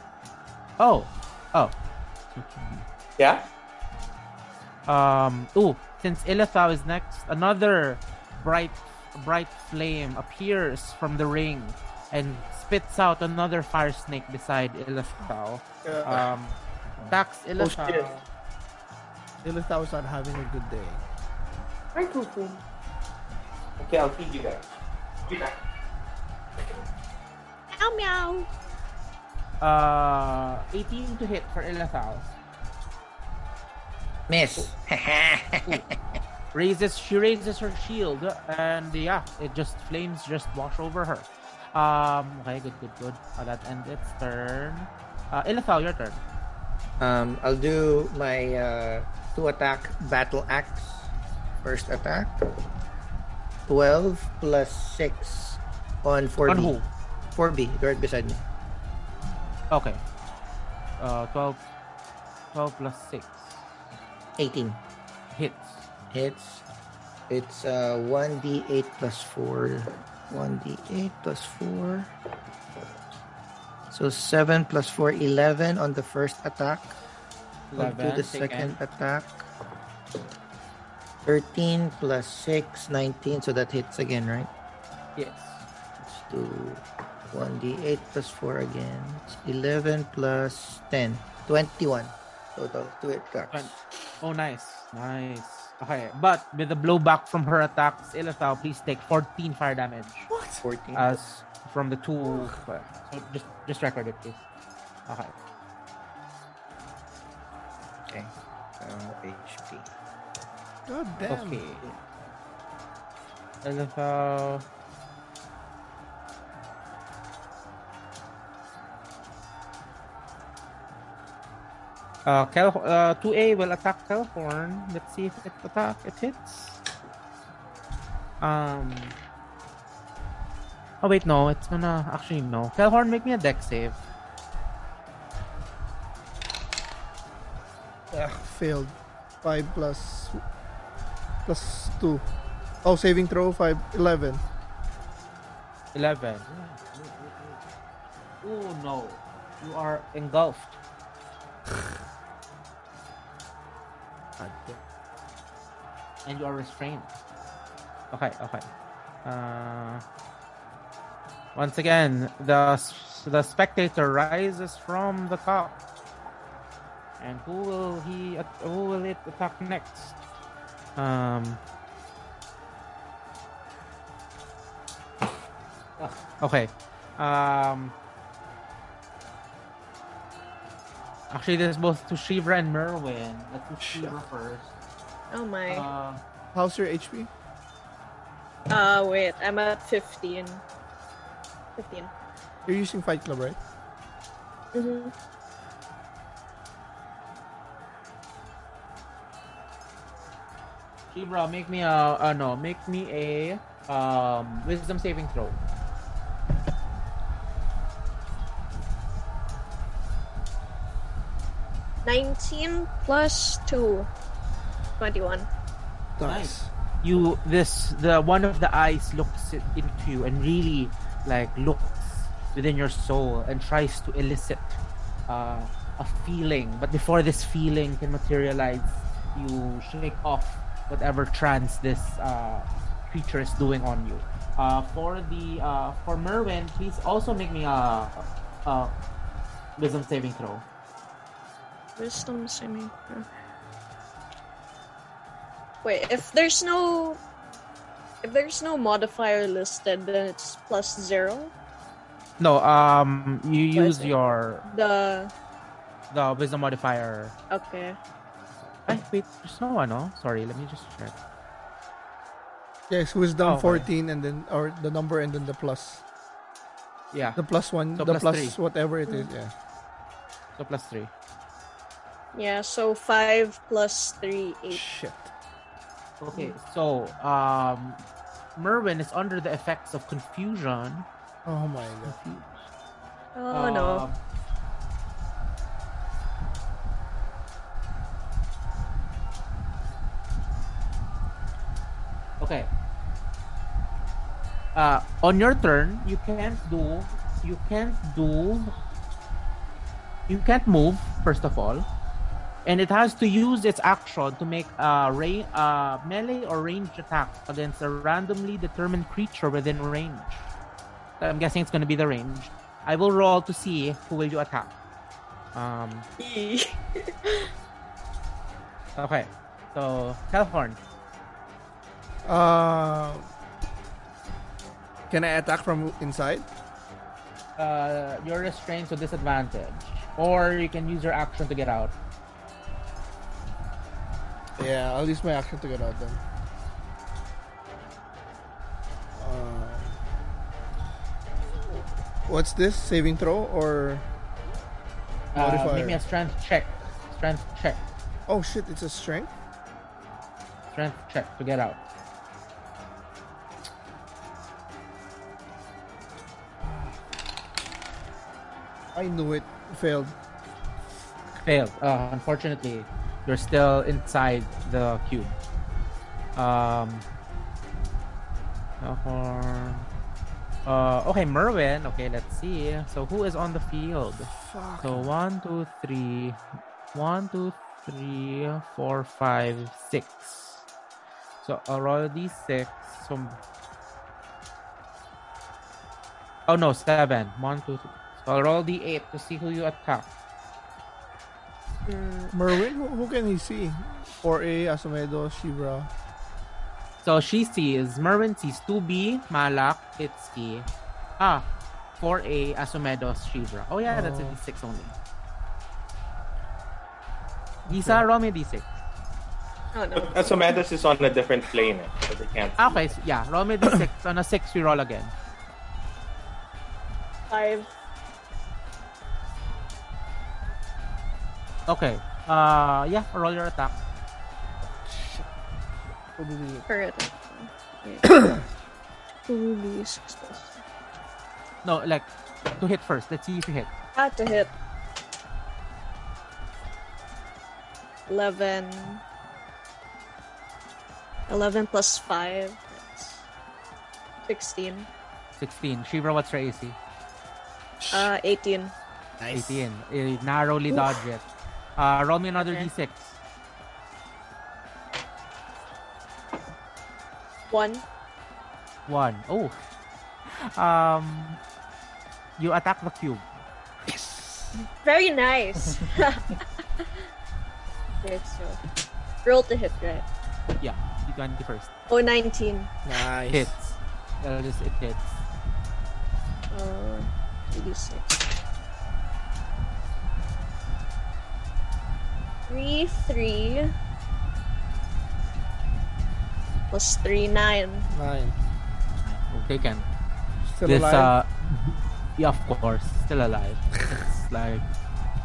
Oh. Oh.
Yeah.
Um, ooh, since Ilithau is next, another bright, bright flame appears from the ring and spits out another fire snake beside Ilithau.
Uh,
Um, attacks Ilithau.
shit.
Ilitha was not having a good day.
Hi, Cuckoo. Okay, I'll feed you guys. Be back.
Meow meow.
ah. uh, 18 to hit for Ilithau.
[laughs]
Miss.
Raises, she raises her shield, and yeah, it just flames just wash over her. Um, okay, good, good, good. Uh, that ends its turn. Uh, Ilithau, your turn.
Um, I'll do my uh, two attack battle axe. First attack. 12 plus 6 on 4B.
On who?
4B, right beside me.
Okay. Uh, 12, 12 plus 6
18
hits.
hits. It's uh, 1d8 plus 4. 1d8 plus 4. So 7 plus 4, 11 on the first attack. I'll do
11,
the second attack. 13 plus 6, 19. So that hits again, right?
Yes.
Let's do 1d8 plus 4 again. It's 11 plus 10. 21 total. Two attacks.
Twen- Oh, nice. Nice. Okay, but with the blowback from her attacks, Ilithau, please take 14 fire damage.
14.
As from the two. uh, So just, just record it, please. Okay.
okay. Uh, HP.
God damn.
Okay. Ilithau. Uh, Kel- uh, 2A will attack Kelhorn. Let's see if it attack it hits. Um. Oh wait, no, it's gonna actually no. Kelhorn, make me a deck save.
Ugh, failed. 5 plus... Plus 2. Oh, saving throw, 5, 11.
Eleven. Oh no, you are engulfed.
God damn.
and you are restrained. Okay, okay. Uh, once again, the the spectator rises from the cup, and who will he? at- Who will it attack next? Um. Okay. Um. Actually, this is both to Shiva and Merwin. Let's do Shiva first.
Oh my.
Uh,
How's your HP?
Uh wait, I'm at fifteen. Fifteen.
You're using Fight Club, right?
Mm-hmm.
Shibra, make me a uh, no, make me a um wisdom saving throw.
Nineteen plus two. Twenty-one.
Nice. You this the one of the eyes looks i- into you and really like looks within your soul and tries to elicit uh, a feeling. But before this feeling can materialize, you shake off whatever trance this uh, creature is doing on you. Uh, for the uh, for Merwin, please also make me a, a wisdom saving throw.
Wisdom saving throw. Wait, if there's no if there's no modifier listed, then it's plus zero.
No, um, you use
Wisdom.
your
The
the wisdom modifier.
okay.
Ay, wait, there's no ano. Sorry, let me just check.
Yes, wisdom
Okay.
14 and then or the number and then the plus.
Yeah,
The plus 1,
So
the
plus
plus,
three.
whatever it is, yeah.
so plus three.
Yeah, so five plus three, eight.
Shit.
Okay, so um, Merwin is under the effects of confusion.
Oh my god.
Oh no.
Um, Okay. Uh, on your turn, you can't do. You can't do. You can't move. First of all, and it has to use its action to make a ra- uh, melee or ranged attack against a randomly determined creature within range. I'm guessing it's going to be the range. I will roll to see who will you attack. Um,
Eee.
okay, so Telhorn.
Uh, can I attack from inside?
Uh, you're restrained to disadvantage, or you can use your action to get out.
Yeah, I'll use my action to get out then. Uh, what's this? Saving throw or
Uh,
Modifier.
make me a strength check. Strength check.
oh shit, it's a strength?
Strength check to get out.
I knew it. Failed.
Failed. Uh, unfortunately, you're still inside the cube. Um. Telhorn. Uh, okay, Merwin. Okay, let's see. So who is on the field?
Fuck.
So one, two, three, one, two, three, four, five, six. So I'll roll these six. So oh no, seven. One, two, three. So I'll roll the eight to see who you attack.
Mm,
Merwin, who, who can he see? 4A, Asomedo, Shibra.
So she sees Merwin sees two B Malak Itski. Ah, four A Asumedo Shivra. Oh yeah, that's a
Oh.
D six only. These are roll me D six.
oh no.
But Asomedas Uh, is on a different plane, eh, so they can't. see.
Okay, so yeah, roll me D6. On a 6, we roll again.
Five.
Okay. Uh, yeah, roll your attack.
Probably
Correct. Two D six plus.
No, like, to hit first. Let's see if you hit.
Had to hit. Eleven. Eleven plus five. That's Sixteen.
16. Shiva, what's your AC?
Uh, eighteen.
18. It narrowly dodged it. Uh, roll me another
Okay.
D6.
One.
1. Oh. [laughs] Um, you attack the cube.
Very nice. [laughs] okay, so roll to hit, right?
Yeah, D20 first.
Oh, 19.
nice.
Hits. Uh, just, it hits.
Uh, 86. Three, three. Plus three, nine.
Nine.
Taken.
Still
this,
alive.
Uh, [laughs] yeah, of course, still alive. It's like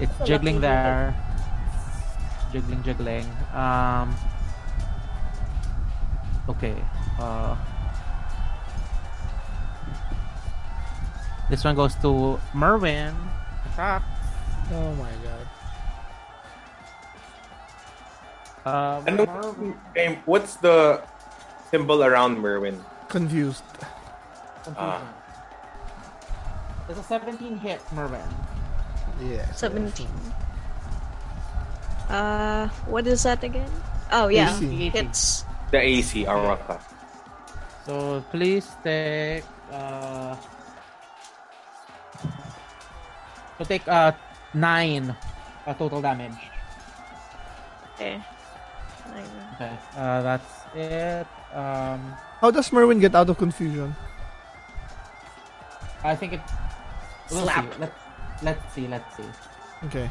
it's
It's a
jiggling
lucky
there, jiggling, jiggling. Um. Okay. Uh. This one goes to Merwin. Attack.
oh my god.
Uh,
Ano-
Merwin-
Okay, what's the symbol around Merwin? Ah,
Confused.
confusion. It's a 17 hit, Merwin.
Yeah.
17. Uh, what is that again? Oh, yeah.
AC.
Hits.
The AC armor class.
So So please take uh so take uh nine uh, total damage.
Okay. eh, Nine.
Okay. Uh that's it. Um
How does Merwin get out of confusion?
I think it we'll
Slap.
See. Let's let's see, let's see.
Okay.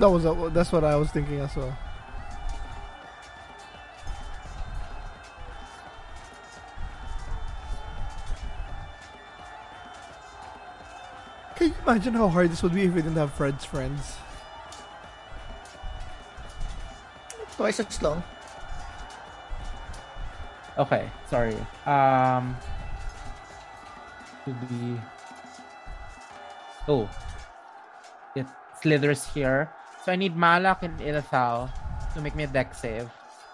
That was that's what I was thinking as well. Can you imagine how hard this would be if we didn't have Fred's friends?
Twice as long.
Okay, sorry. Um should be Oh. It slithers here. So I need Malak and Ilthal to make me a deck save.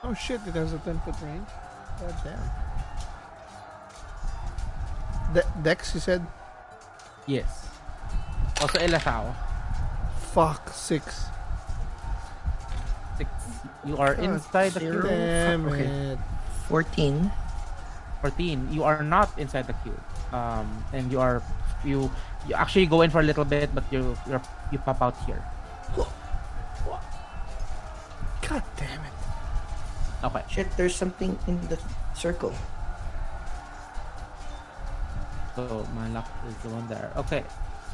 Oh shit! It has a ten foot range. God damn. De- Dex, you said.
Yes. Also Ilthal.
Fuck six.
Six. You are
God
inside the cube.
Damn
Okay.
it.
14.
14 you are not inside the cube um and you are you you actually go in for a little bit but you you're, you pop out here
God damn it.
okay
Shit, there's something in the circle.
so my luck is the one there okay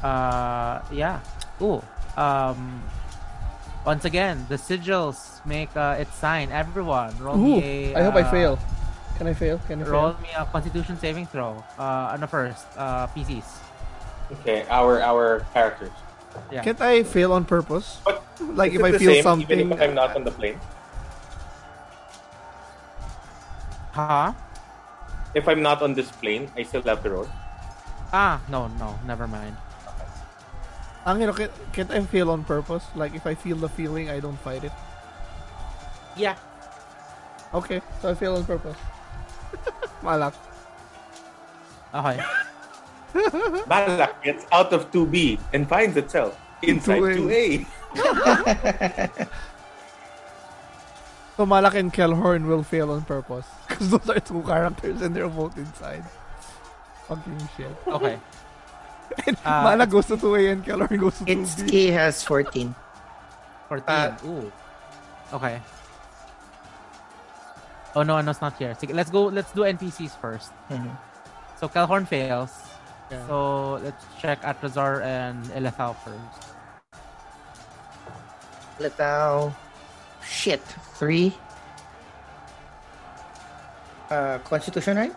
uh yeah Ooh. um once again the sigils make uh its sign everyone roll
Ooh,
me a,
I hope I
uh,
fail. Can I fail? Can I
roll
fail?
me a constitution saving throw uh on the first uh pcs
Okay, our our characters.
yeah
Can't I fail on purpose?
But
Like
is
if
it
I
the
feel
same,
something,
even if I'm not on the plane.
huh
If I'm not on this plane, I still have the road.
ah no no never mind
Ang hirap, can, can't I fail on purpose? Like if I feel the feeling, I don't fight it.
yeah
Okay, so I fail on purpose. [laughs] Malak.
okay
Balak gets out of 2B and finds itself inside
2A.
2A.
So Malak and Kelhorn will fail on purpose [laughs] because those are two characters and they're both inside. Fucking shit. [laughs]
okay
And
Uh,
Malak goes to 2A and Kelhorn goes to
It's
2B.
he has 14.
14.
Uh,
Ooh. Okay. Oh no, no, it's not here. Sige, let's go. Let's do NPCs first.
Mhm.
So Calhorn fails.
Yeah.
So let's check Atrazar and Elethal first.
Letao. Shit. Three. Uh, Constitution, right?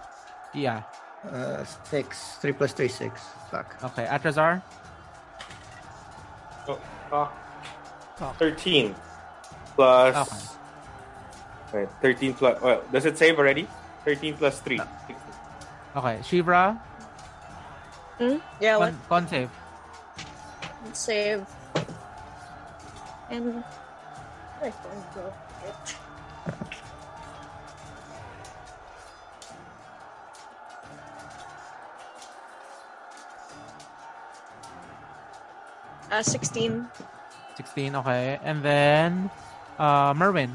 Yeah.
Uh, six. Three plus three, six. Fuck.
Okay. Atrazar.
Oh, ah.
Cock.
13 plus.
Okay.
Right, 13 plus. Well, does it save already? 13 plus 3.
Okay. Shivra.
Hmm? Yeah,
Con,
one
con save.
save. And I don't know. Uh, 16.
16. Okay. And then uh, Merwin.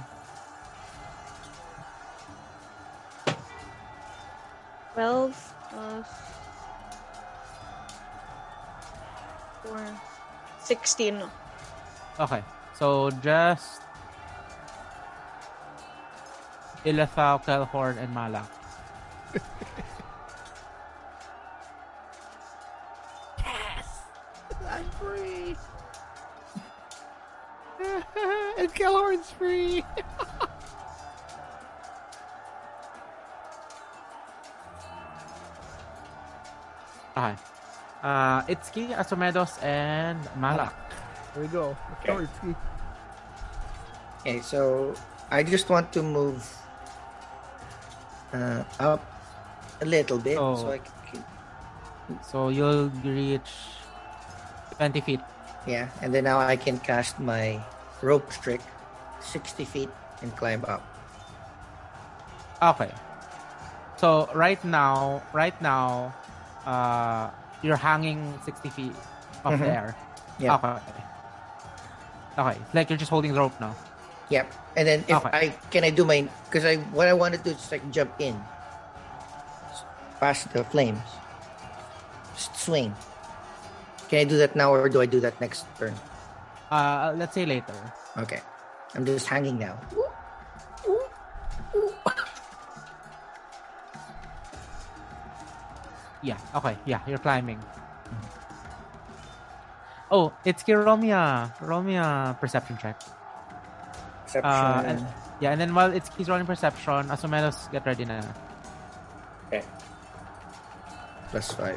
Twelve plus four. Sixteen.
Okay. So just Ilethal, Calhorn, and Malak.
I'm free. and Kelhorn's free. [laughs]
Okay. Uh, Itsuki, Asomedos, and Malak.
Here we go.
Okay.
Kelhorn's free.
Okay, so I just want to move uh, up a little bit
Oh.
so I can,
So you'll reach 20 feet.
yeah, and then now I can cast my rope trick 60 feet and climb up.
Okay. So right now, right now, uh, you're hanging 60 feet up
Mhm.
there.
Yeah.
Okay. Okay. It's like you're just holding the rope now.
Yep. And then if
Okay.
I can I do my because I what I want to do is like jump in. past the flames. Just swing. Can I do that now or do I do that next turn?
Uh, let's say later.
Okay. I'm just hanging now.
Yeah. Okay. Yeah. You're climbing. Oh, it's Romia. Romia perception check.
Exception.
Uh, and, yeah, and then while it's he's rolling perception, Asumelos, get ready na.
Okay.
plus 5.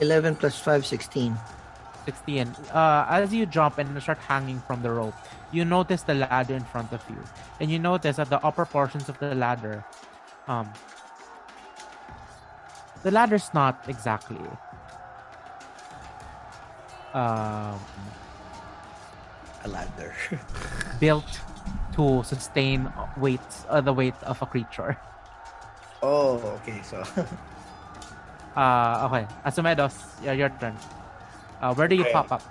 11 plus 5, 16.
16. Uh, as you jump and start hanging from the rope, you notice the ladder in front of you. And you notice that the upper portions of the ladder, um, the ladder's not exactly, um,
A ladder.
built to sustain weight, uh, the weight of a creature.
oh, okay. So
[laughs] Uh, okay. Asumedos, your, your turn. Uh, where do you
Okay.
pop up?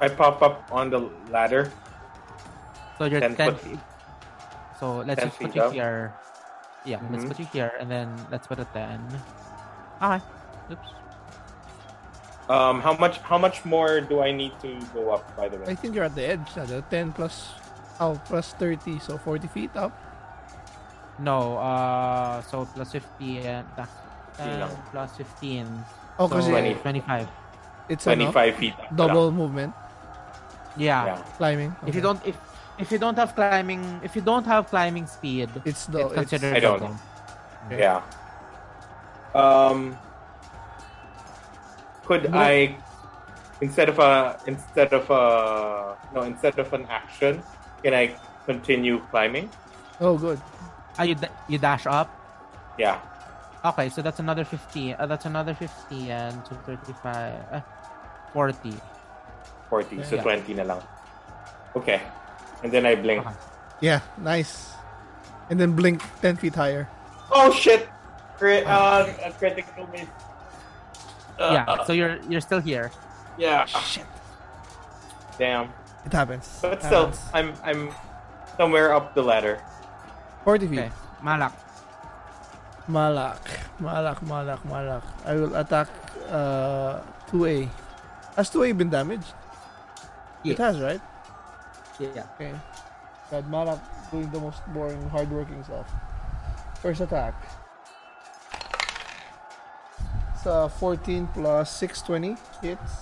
I pop up on the ladder.
So you're 10,
Ten foot.
feet. So let's
10
just put
feet
you
up.
here. Yeah,
Mhm.
let's put you here and then let's put it then. Okay. Oops.
Um, how much? How much more do I need to go up? By the way,
I think you're at the edge. na, the 10 plus, oh, plus 30, so 40 feet up.
No, uh so plus 50 and uh,
lang.
plus 15.
Oh,
so
kasi
20.
25.
it's ano,
twenty-five feet. Up
double movement,
Yeah.
Yeah.
climbing.
If
Okay.
you don't if if you don't have climbing if you don't have climbing speed,
it's the, it's,
it's considered
I don't.
double.
Yeah. Um. Could
Mm-hmm.
I, instead of a instead of a no instead of an action, can I continue climbing?
oh, good.
Ah, you da- you dash up.
Yeah.
Okay, so that's another 50. Uh, that's another 50 and 235 uh, 40.
40 so
Yeah.
20 na lang okay and then I blink
Okay.
Yeah, nice. And then blink 10 feet higher.
oh shit Cri- uh, a critical miss Uh,
Uh-huh. yeah, so you're you're still here.
yeah
Shit.
damn
It happens.
but
Uh-huh.
still
Happens.
I'm I'm somewhere up the ladder
40 feet.
Okay. Malak.
Malak. Malak, malak, malak. I will attack uh, 2A. Has 2A been damaged? It
Yes.
has, right?
Yeah.
Okay. God, Malak doing the most boring, hardworking stuff. First attack. It's uh, 14 plus 620 hits.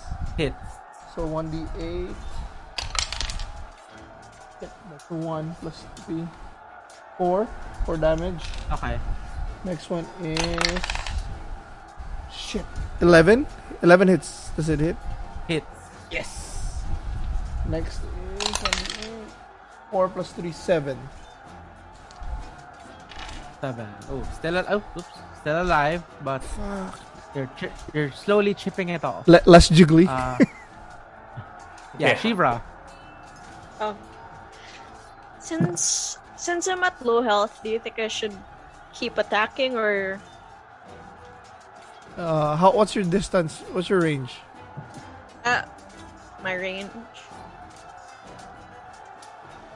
Hits.
So 1d8. Yep, that's 1 plus 3. 4 for damage.
Okay.
Next one is shit. Eleven. Eleven hits. Does it hit?
Hits.
Yes. Next is 1d8. four plus three seven.
Seven. Oh, still al- oh, oops. Still alive, but
Fuck.
you're chi- you're slowly chipping
[laughs]
it off.
Le- less jiggly.
Uh,
Yeah.
yeah, Shivra.
Oh. Since since I'm at low health, do you think I should keep attacking or
Uh, how? What's your distance? What's your range?
uh, my range?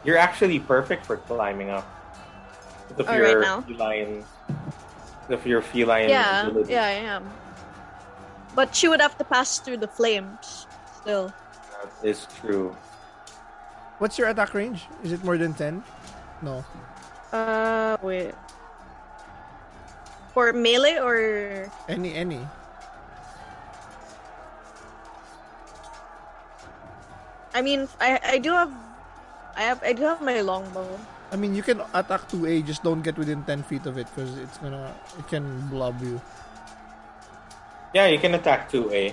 you're actually perfect for climbing up if
Oh, right
you're
now?
feline if you're feline
Yeah,
ability.
yeah, I am. But she would have to pass through the flames still.
That is true
What's your attack range? Is it more than ten? No.
Uh, wait. For melee or
Any? Any?
I mean, I I do have, I have I do have my longbow.
I mean, you can attack two A. Just don't get within ten feet of it because it's gonna. It can blob you.
yeah you can attack eh?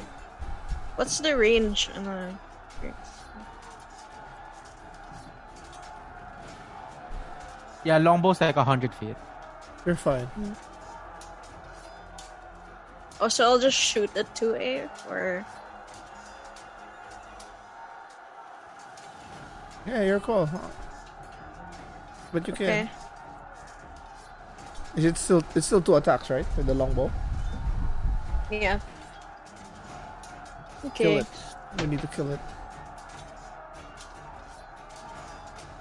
2a
What's the range? in a-
Yeah, longbow's like hundred feet.
You're fine.
Oh, so I'll just shoot at two A or
Yeah, your call. Huh? But you can.
okay.
Is it still it's still two attacks, right? With the longbow.
Yeah.
Kill
Okay.
it. We need to kill it.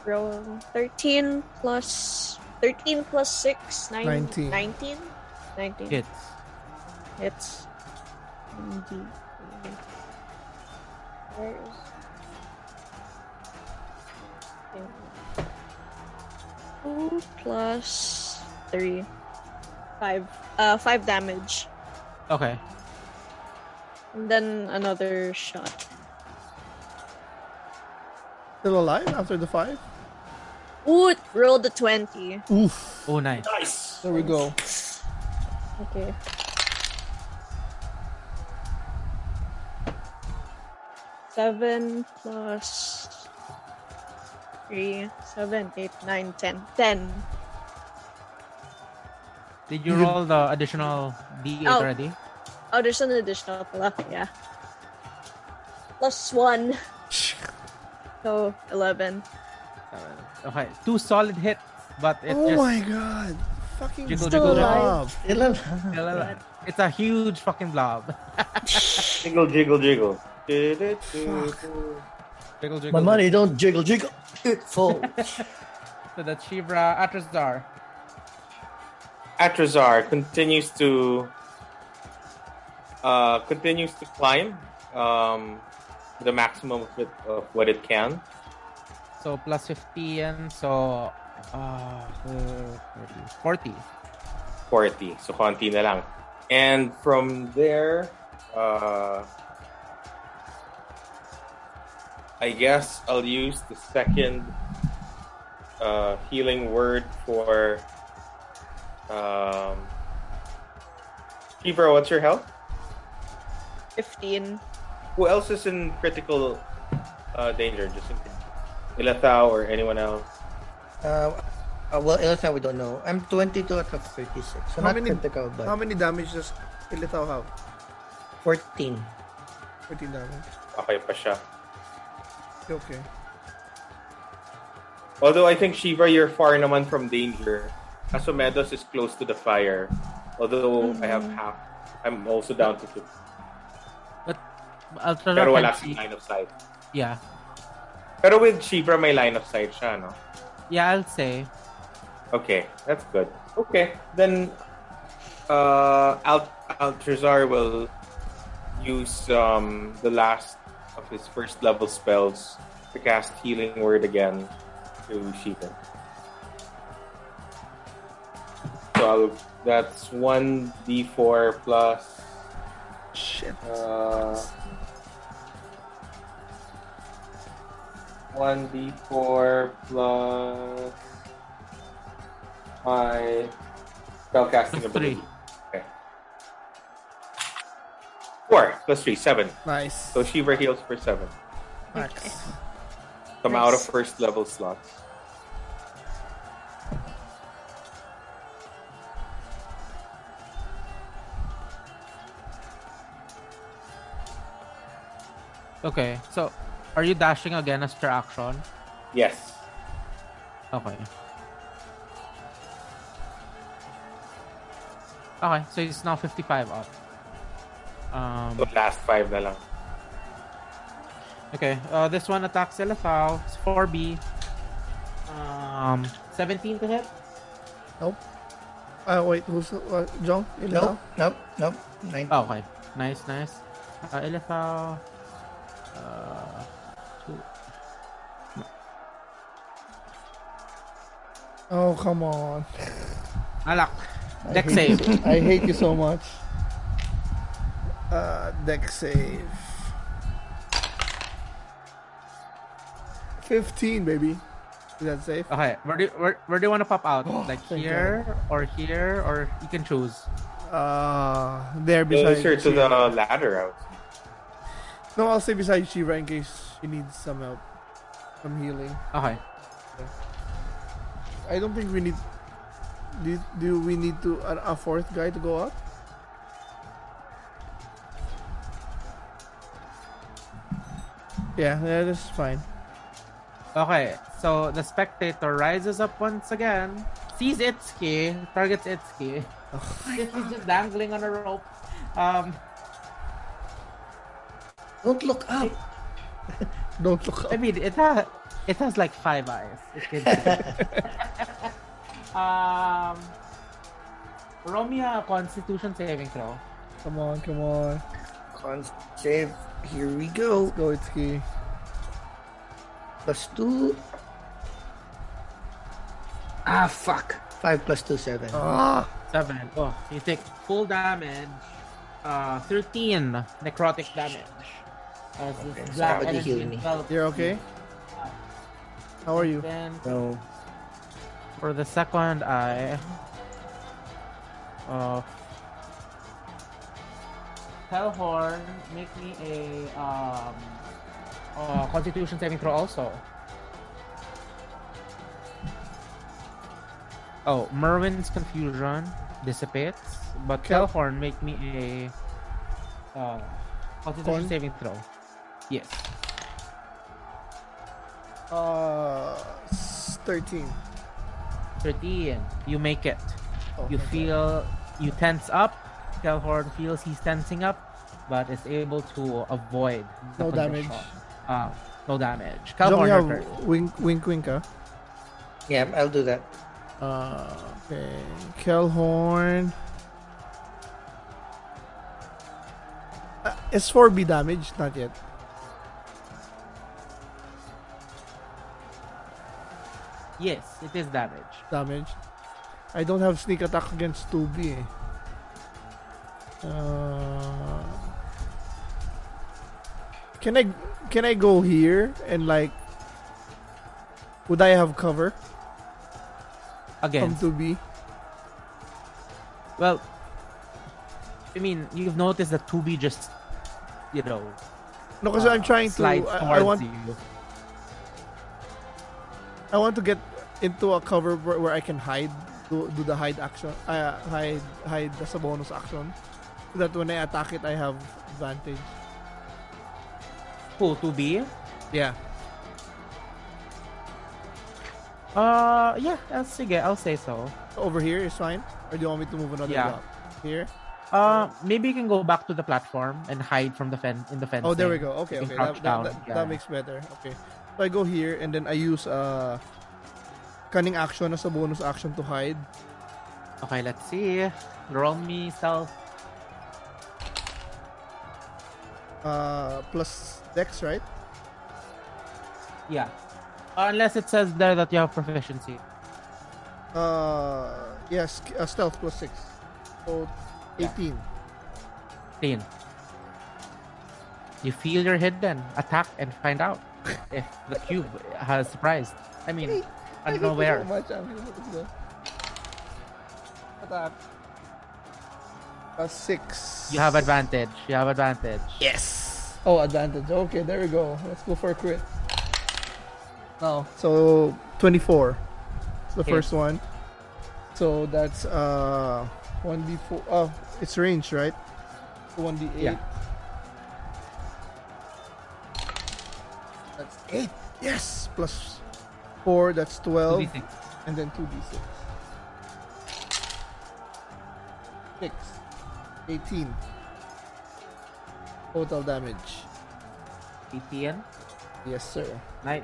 Roll 13 plus 13 plus 6 nine-
19.
19. 19
Hits.
hits. Indeed. Where is. Two plus three. Five. Uh, five damage.
Okay.
And then another shot.
Still alive after the five?
Ooh, it rolled a 20.
Oof.
Oh, nice.
Nice.
There we go.
Okay. Seven plus three, seven, eight, nine, ten. Ten.
Did you
You-
roll the additional D8
Oh.
already?
Oh, there's an additional pala. Yeah. Plus one. So eleven.
Seven. Okay. Two solid hits, but it
oh
just
my god. Fucking
Jiggle,
still
jiggle, jiggle.
alive.
Still alive.
It's a huge fucking blob.
Jiggle, jiggle, jiggle.
Jiggle, jiggle.
My money don't jiggle, jiggle. It falls.
So that's Shivra Atrazar.
Atrazar continues to uh, continues to climb um, to the maximum of, it, of what it can.
So plus 15, so uh, 40.
40. So, konti na lang. And from there, uh, I guess I'll use the second uh, healing word for. Um, Kibra, what's your health?
Fifteen.
Who else is in critical uh, danger? Just in Ilathao or anyone else?
[laughs] Uh, uh, well, Elsa, we don't know. I'm 22 out of 36. So
How
not
many-
critical, but
How many damage does Ilitao have?
14.
14 damage.
Okay pa siya.
Okay.
Although I think Shiva, you're far naman from danger. Asomedos is close to the fire. Although I have half, I'm also down to two.
Ultra
Pero wala
can
siyang
see-
line of sight.
Yeah.
Pero with Shiva, may line of sight siya, no?
Yeah, I'll say.
Okay, that's good. Okay, then uh, Alt- Altrazar will use um, the last of his first level spells to cast Healing Word again to Shiva. So I'll, that's 1d4 plus.
Shit.
Uh, 1d4 plus my spellcasting
Plus three.
ability. Okay. 4 plus 3, 7.
Nice.
So Shiva heals for 7.
Max.
Come
Nice.
out of first level slots.
Okay, so are you dashing again as your action?
Yes.
Okay. Okay, so it's now 55 up. Um,
So last 5 na lang.
okay, uh, this one attacks Elefau. It's 4B. Um, 17 to hit?
Nope. Uh, wait, who's uh, Jong? Ilitao?
Nope, nope, nope. 19.
Oh, okay. Nice, nice. Uh, Elefau. Uh, two.
Oh, come on. [laughs]
Alak.
I
Deck
hate you
save.
so- I hate you so much. Uh, deck save. 15, baby. Is that safe?
Okay, where do, where, where do you want to pop
[gasps]
out?
Oh,
like
thank
here, or here, or you can choose.
Uh, there beside
Closer to the
Shira.
ladder, I would say.
No, I'll stay beside Shiva in case she needs some help. Some healing.
Okay.
I don't think we need... Do, do we need to... Uh, a fourth guy to go up? Yeah, yeah, that's fine.
Okay, so the spectator rises up once again, sees Itsuki, targets Itsuki. [laughs] This is just dangling on a rope. Um,
Don't look up.
Don't look
I
up.
mean, it has it has like five eyes. It can- um, Romia, Constitution saving throw.
Come on, come on.
Con save. Here we go.
Let's go, Itsuki.
Plus two. Ah, fuck. Five plus two, seven.
Ah!
Seven. Oh, you take full damage. Uh, thirteen necrotic damage. As this
Okay,
black
somebody
energy
heal me.
envelops
You're okay? How are you?
Then
No.
for the second eye, uh, Hellhorn, make me a um, uh, Constitution saving throw also. Oh, Merwin's confusion dissipates, but
Kel-
Hellhorn, make me a uh, Constitution
Con?
saving throw. Yes.
Uh, s- 13.
13. You make it.
Oh,
you
thank
feel you tense up. Kelhorn feels he's tensing up, but is able to avoid the
No damage.
condition. Uh, no damage.
God. Jomya,
Kelhorn, your turn.
wink, wink, wink, ah.
Yeah, I'll do that.
Uh, okay. Kelhorn. Uh, S4B damage? Not yet.
yes, it is damage.
damage. I don't have sneak attack against 2B eh. Uh, can I can I go here and like would I have cover from
Again,
2B?
well, I mean, you've noticed that 2B just, you know,
No, because I'm trying to.
Uh, slide
I, I
towards
want
you.
I want to get into a cover where, where I can hide, do, do the hide action, uh, hide hide as a bonus action, so that when I attack it, I have advantage.
Who, 2B?
Yeah.
Uh, yeah, I'll, sige, I'll say so.
Over here is fine. Or do you want me to move another
Yeah.
block? Here.
Uh, maybe you can go back to the platform and hide from the fen- in the fence.
Oh, there we go. Okay,
You
okay.
can
That, that,
crouch down.
that,
Yeah.
that makes better. Okay. So I go here and then I use uh cunning action as a bonus action to hide.
Okay, let's see. Roll me stealth.
Uh plus dex, right?
Yeah. Unless it says there that you have proficiency.
Uh yes, uh, stealth plus 6. So 18.
10. You feel you're hidden. Attack and find out if the cube has surprised. I mean,
[laughs] I hate you
unaware.
So much. I'm gonna put this down. Attack. Plus 6.
You have advantage. You have advantage.
Yes. Oh, advantage. Okay, there we go. Let's go for a crit.
No.
So 24. It's the
Okay.
first one. So that's uh 1d4. Oh, it's range, right? So 1d8.
Yeah.
That's 8. Yes. Plus 4, that's 12.
2d6.
And then 2d6. 6. 18. Total damage.
18.
Yes, sir.
Nice.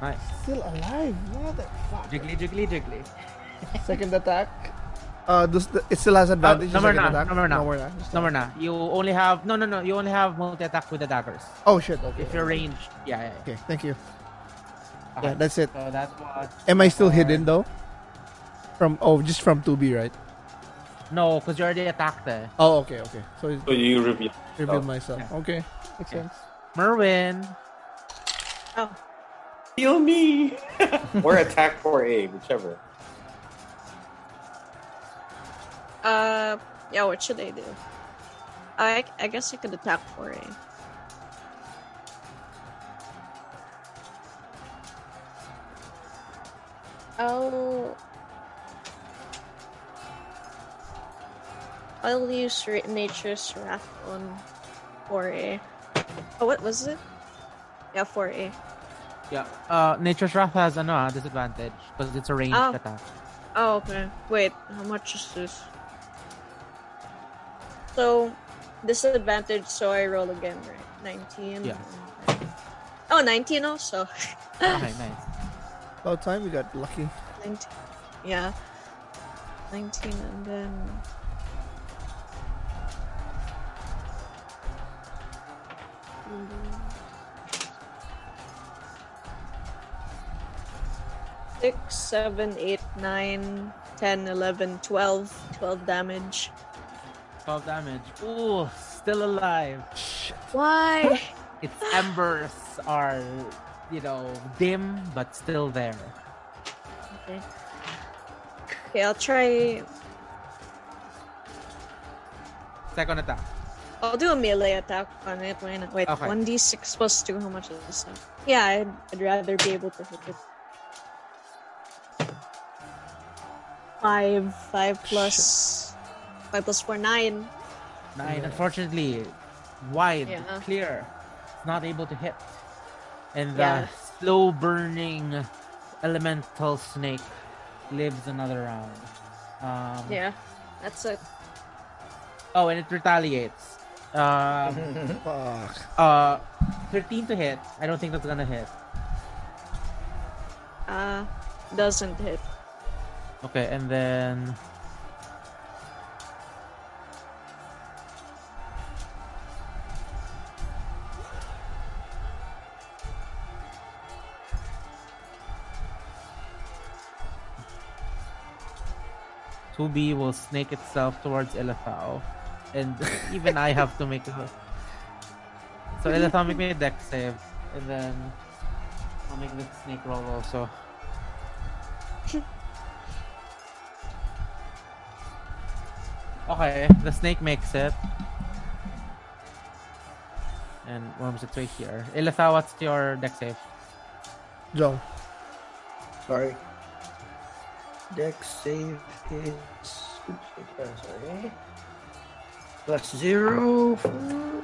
Nice.
Still alive. Motherfucker.
Jiggly, jiggly, jiggly.
Second attack. Uh, does the, it still has advantage.
Uh, no,
the
more
second
na,
attack?
no more na.
No more na. Just
No,
now.
we're not. You only have. No, no, no. You only have multi attack with the daggers.
Oh shit. Okay.
If you're ranged. Yeah, yeah,
Okay. Thank you.
yeah.
Yeah, that's it.
So that's what.
Am I still
Or-
hidden though? From oh, just from 2B, right?
No, because you already attacked eh.
Oh, okay, okay. So it
So you reveal.
revealed myself.
Oh, Yeah.
Okay, makes
Yeah.
sense.
Merwin.
Oh,
Heal me! [laughs] or attack for A, whichever.
uh, yeah. What should I do? I I guess I could attack for a. Oh. I'll use Ra- Nature's Wrath on 4A. Oh, what was it? Yeah, 4A.
Yeah. Uh, Nature's Wrath has ano, ah, disadvantage because it's a ranged
Oh.
attack.
Oh, okay. Wait, how much is this? So, disadvantage, so I roll again, right? 19.
Yeah.
Oh, 19 also. [laughs]
Okay, nice.
About time we got lucky.
19. Yeah. 19 and then Six, seven, eight, nine, ten, eleven, twelve. Twelve damage.
12 damage. Ooh, still alive.
Why?
Its embers are, you know, dim but still there.
Okay. Okay, I'll try.
Second attack.
I'll do a melee attack on it. Why not? Wait,
Okay.
1d6 plus 2. How much is that? Yeah, I'd, I'd rather be able to hit it. 5. 5 plus. 5 plus 4, 9.
Nine.
Yeah.
Unfortunately, wide,
Yeah.
clear. It's not able to hit.
Yeah.
And the slow burning elemental snake lives another round. Um,
Yeah, that's it.
Oh, and it retaliates. Um,
Fuck.
uh, 13 to hit. I don't think that's gonna hit.
Uh, doesn't hit.
Okay, and then. Two B will snake itself towards Elethao, and even I have to make a. So Elethao, make me a deck save, and then I'll make the snake roll also. Okay, the snake makes it. And worms its way here. Ilitha, what's your deck save?
Jong.
Sorry. Dex save is oops, I'm sorry. Plus zero. [laughs] four.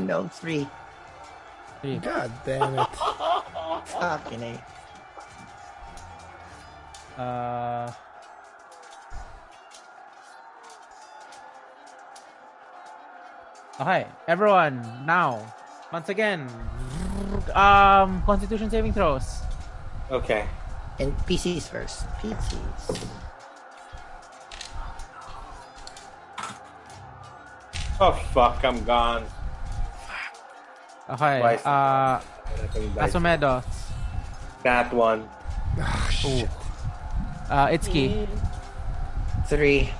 no three.
Three.
God damn
[laughs]
it.
Fucking A.
Uh, okay, everyone, now, once again, um, Constitution saving throws.
Okay.
And PCs first. PCs.
Oh fuck! I'm gone.
Okay,
Twice.
uh, Asomedo.
That one.
Ah,
Oh,
shit.
Uh, Itsuki.
Three.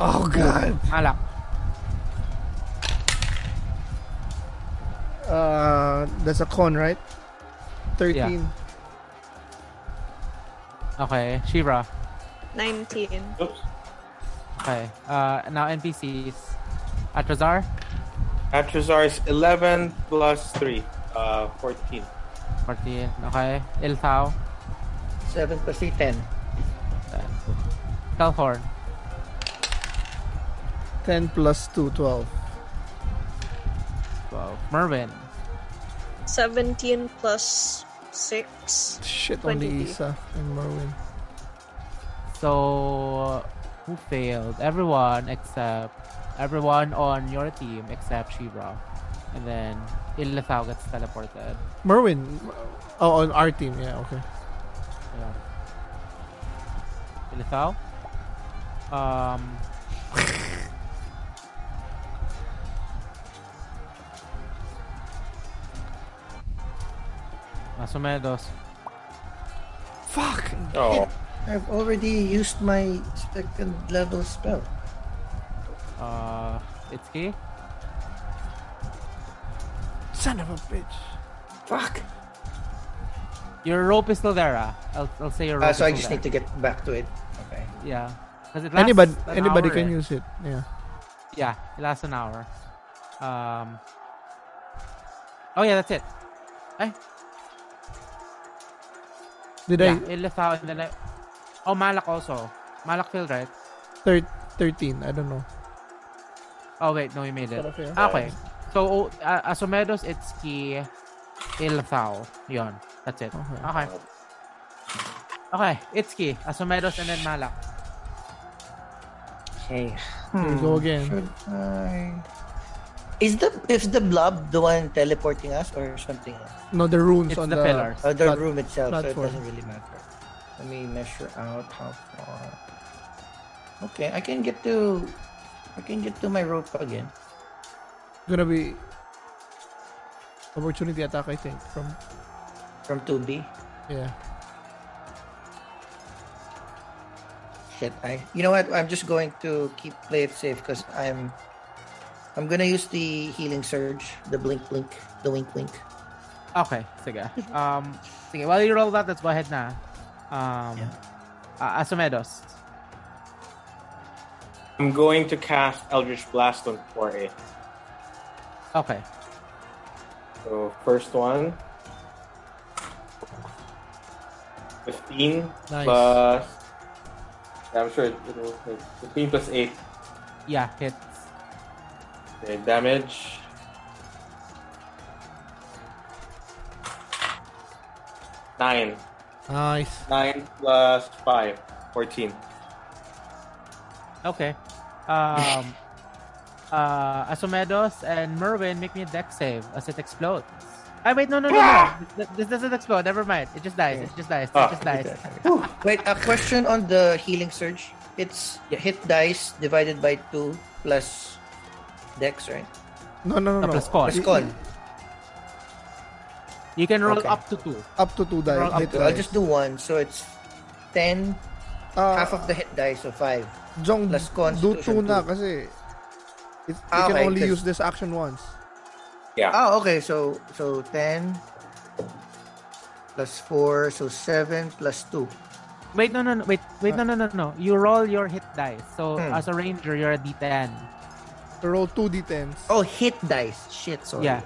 Oh god.
Alak.
Uh, that's a con, right? 13.
Okay, Shivra.
19.
Oops.
Okay. Uh, now NPCs. Atrazar,
Atrazar is 11 plus 3. Uh, 14.
14. Okay. Ilthao,
Seven plus three, ten.
Telhorn,
10 plus 2, 12.
12. Mervin,
17 plus 6.
Shit, only
23.
Isa and Merwin.
So, who failed? Everyone except everyone on your team except Shivra, and then Ilithao gets teleported.
Merwin. Oh, on our team. Yeah, okay.
Yeah. Ilithao. Um. [laughs] Asomedos.
Fuck.
Oh.
I've already used my second level spell.
Uh, Itsuki.
Son of a bitch.
Fuck.
Your rope is still there. ah. I'll, I'll say your rope.
Uh,
is
so I
still
just
there.
need to get back to it. Okay.
Yeah. 'Cause it lasts
Anybody,
an
anybody
hour,
can
eh.
use it. Yeah.
Yeah, it lasts an hour. Um. Oh yeah, that's it. Eh?
Did I?
Yeah, it left out in the le- Oh, Malak also. Malak failed, right?
Thir- 13. I don't know.
Oh wait, no, he made it.
Is that fair?
Ah, Okay. So, oh, uh, Asomedos, Itsuki, Ilthao. Yon. That's it.
Okay.
Okay. Okay, Itsuki, Asomedos, and then Malak.
Okay.
Hmm.
Here we go again.
Should I? Is the is the blob the one teleporting us or something else?
No, the runes
It's
on
the pillars.
Or the
Plat-
room itself, so it
platform.
doesn't really matter. Let me measure out how far. Okay, I can get to I can get to my rope again.
Gonna be opportunity attack, I think. From
From 2B.
yeah,
Shit, I you know what? I'm just going to keep play it safe because I'm I'm gonna use the healing surge, the blink blink, the wink wink.
Okay, sige. Um, sige, while you roll that, let's go ahead na. Um, uh, Asomedos.
I'm going to cast Eldritch Blast on 4A.
Okay.
So first one. 15
Nice.
plus yeah, I'm sure it, it'll hit. 15 plus 8
Yeah, hit.
Okay, damage. Nine.
nice.
Nine plus five. Fourteen.
Okay. Um, [laughs] uh, Asomedos and Merwin make me a deck save as it explodes. Ah, wait, no, no, no, no. Th- This doesn't explode. Never mind. It just dies. It just dies. It
Ah.
just dies.
Wait, a question on the healing surge. It's hit dice divided by two plus dex, right?
No, no, no,
No,
no.
plus con.
Plus con.
You can roll
Okay.
up to two.
Up to two dice.
Roll up
hit
So I'll
dice.
just do one. So it's ten,
Ah,
half of the hit die, so five.
Jong,
plus
do
constitution
two na
two.
kasi it, you
Ah,
can
okay,
only
cause-
use this action once.
Yeah.
Oh, okay. So so ten plus four, so seven plus two.
Wait, no, no, no. Wait, wait, no, no, no, no. You roll your hit dice. So
Hmm.
as a ranger, you're a D10.
So roll two d10s.
Oh, hit dice. Shit. Sorry.
Yeah.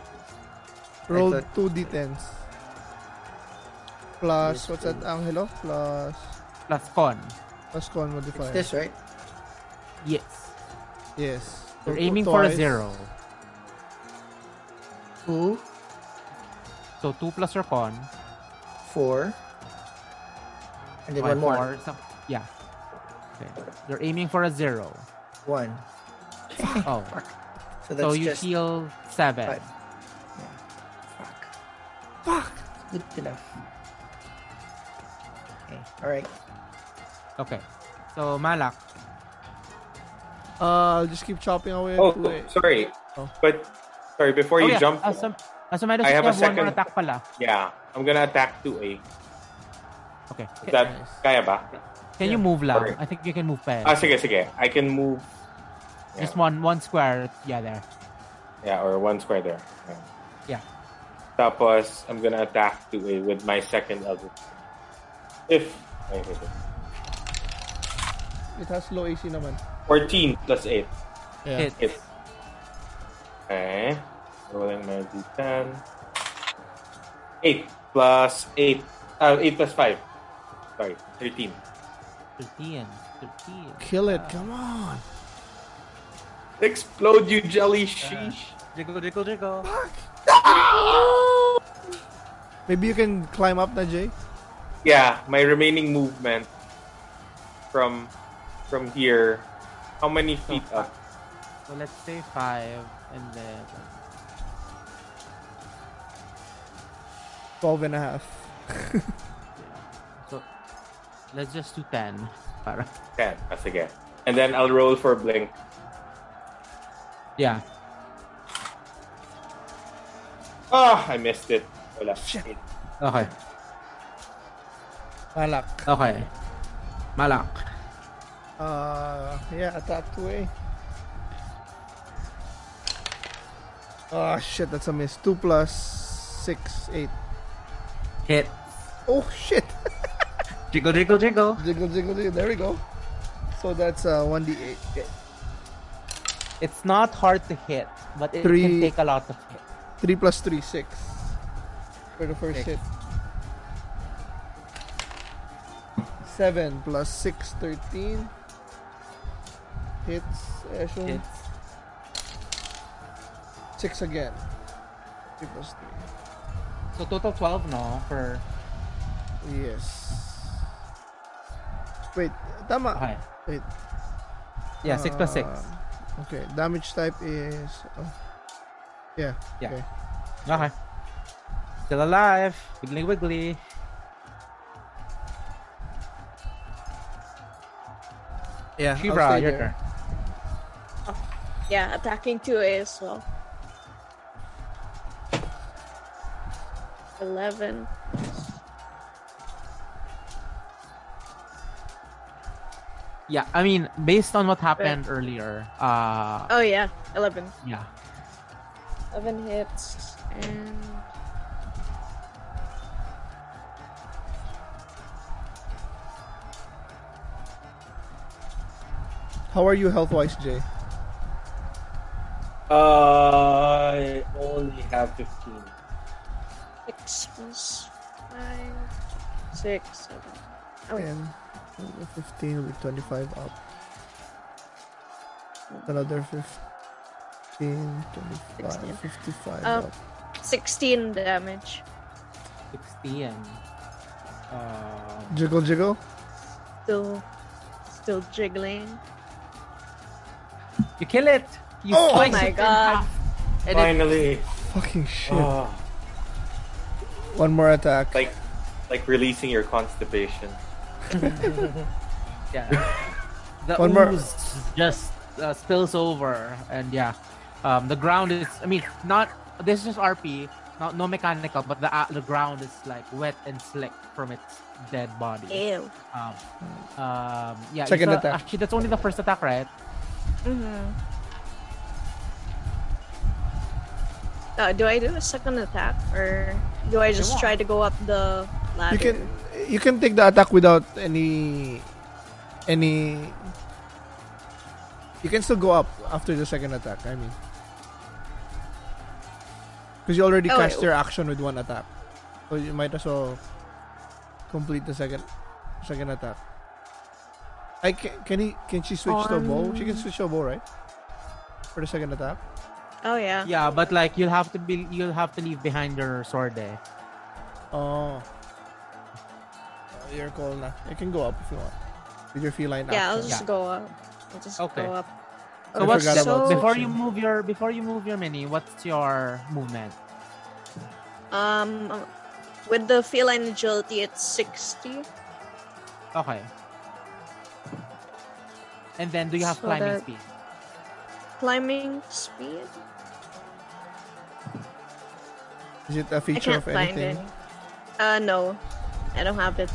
roll
I thought-
two d10s. Plus
Yes,
what's that, Angelo? Plus
Plus con.
plus con modifier.
It's this right?
Yes.
Yes.
You're
So
aiming for a
twice.
zero.
Two,
So two plus your con.
four, and then
One
one, more.
more. So, yeah. Okay. You're aiming for
[laughs]
a zero.
One.
Oh.
So that's
so you
just
heal seven.
five. Yeah. Fuck.
Fuck!
Good enough. Okay. All right.
Okay. So Malak.
Uh, I'll just keep chopping away. at
Oh,
two eh.
sorry.
Oh.
But sorry, before you
Oh, yeah.
jump
Asom- Asomedos,
I
ah, you
have a
have one more
second.
attack pala.
Yeah. I'm gonna attack 2A.
Okay.
Is that
Nice.
kaya ba?
Can you
yeah.
move lang?
Alright.
I think you can move pa. eh.
Ah sige sige. I can move
Just one one square. Yeah, there.
yeah, or one square there. Yeah.
Yeah.
Tapos I'm gonna attack 2A with my second Eldritch. If I hit it.
It has low AC naman.
Fourteen plus eight.
Yeah.
Hit.
It's okay. Rolling my d10. Eight plus eight. Uh, eight plus five. Sorry, thirteen.
13. 13.
Kill it. Come on.
Explode you jelly sheesh.
Jiggle, jiggle, jiggle.
Maybe you can climb up na, Jay?
Yeah, my remaining movement from from here. How many feet
Oh.
up?
So let's say five, and then
12 and a half.
so let's just do ten. Para
Ten. That's again. And then I'll roll for blink.
yeah.
Ah, I missed it. Wala.
Okay.
Malak.
Okay. Malak.
Uh, yeah, attack two A. Oh shit, that's a miss. Two plus six, eight.
Hit.
Oh shit! [laughs]
Jiggle, jiggle, jiggle.
jiggle, jiggle, jiggle. There we go. So that's uh, 1d8.
It's not hard to hit, but it
Three.
can take a lot of hit.
3 plus 3, 6. For the first
Six.
hit. 7 plus 6, 13. Hits, Eshon.
Hits.
6 again. 3 plus 3.
So total twelve, no? For
Yes. Wait, tama.
okay.
Wait.
Yeah, six plus six. Ah.
uh, Okay, damage type is. oh. yeah.
Yeah.
Okay. Uh,
Okay. Still alive. Wiggly, wiggly.
Yeah. I'll
Shivra,
stay
your
there.
turn.
Yeah, attacking 2A as well. 11.
Yeah, I mean, based on what happened earlier, uh,
Oh, yeah, 11.
yeah,
11 hits and.
How are you health wise, Jay?
Uh,
I only have 15.
Six plus five, six, seven. Oh, yeah.
10, 15 will be 25 up. Another 15, 25, 55
Oh.
up.
16 damage.
16. Uh,
Jiggle, jiggle.
Still, still jiggling.
you kill it. You
Oh!
slice
Oh my
it in
God.
half, and it
Finally.
Fucking shit.
Ah.
Oh,
One more attack.
like like releasing your constipation.
[laughs]
Yeah. The
One more.
ooze just uh, spills over, and yeah, um, the ground is. I mean, not this is RP, not no mechanical, but the uh, the ground is like wet and slick from its dead body.
Ew.
Um, um, yeah. you
Second
saw-
attack.
Actually, that's only the first attack, right?
Uh-huh. Uh, do I do a second attack or do I just
want.
try to go up the
you
ladder?
can you can take the attack without any any you can still go up after the second attack i mean because you already
Oh,
cast
wait.
your action with one attack so you might as well complete the second second attack i can can he can she switch to a bow she can switch to a bow right for the second attack
Oh, yeah.
Yeah, but like you'll have to be, you'll have to leave behind your sword. Eh?
oh your call na. You can go up if you want. With your feline
Yeah, I'll
action.
just
Yeah.
go up. I'll just
Okay.
go up.
I
So what's
forgot
So-
about
before
section.
you move your before you move your mini? What's your movement?
Um, with the feline agility, it's 60.
Okay. And then do you have
So
climbing
that-
speed?
Climbing speed?
Is it a
I
feature of
can't find
anything?
any. Uh, no. I don't have it.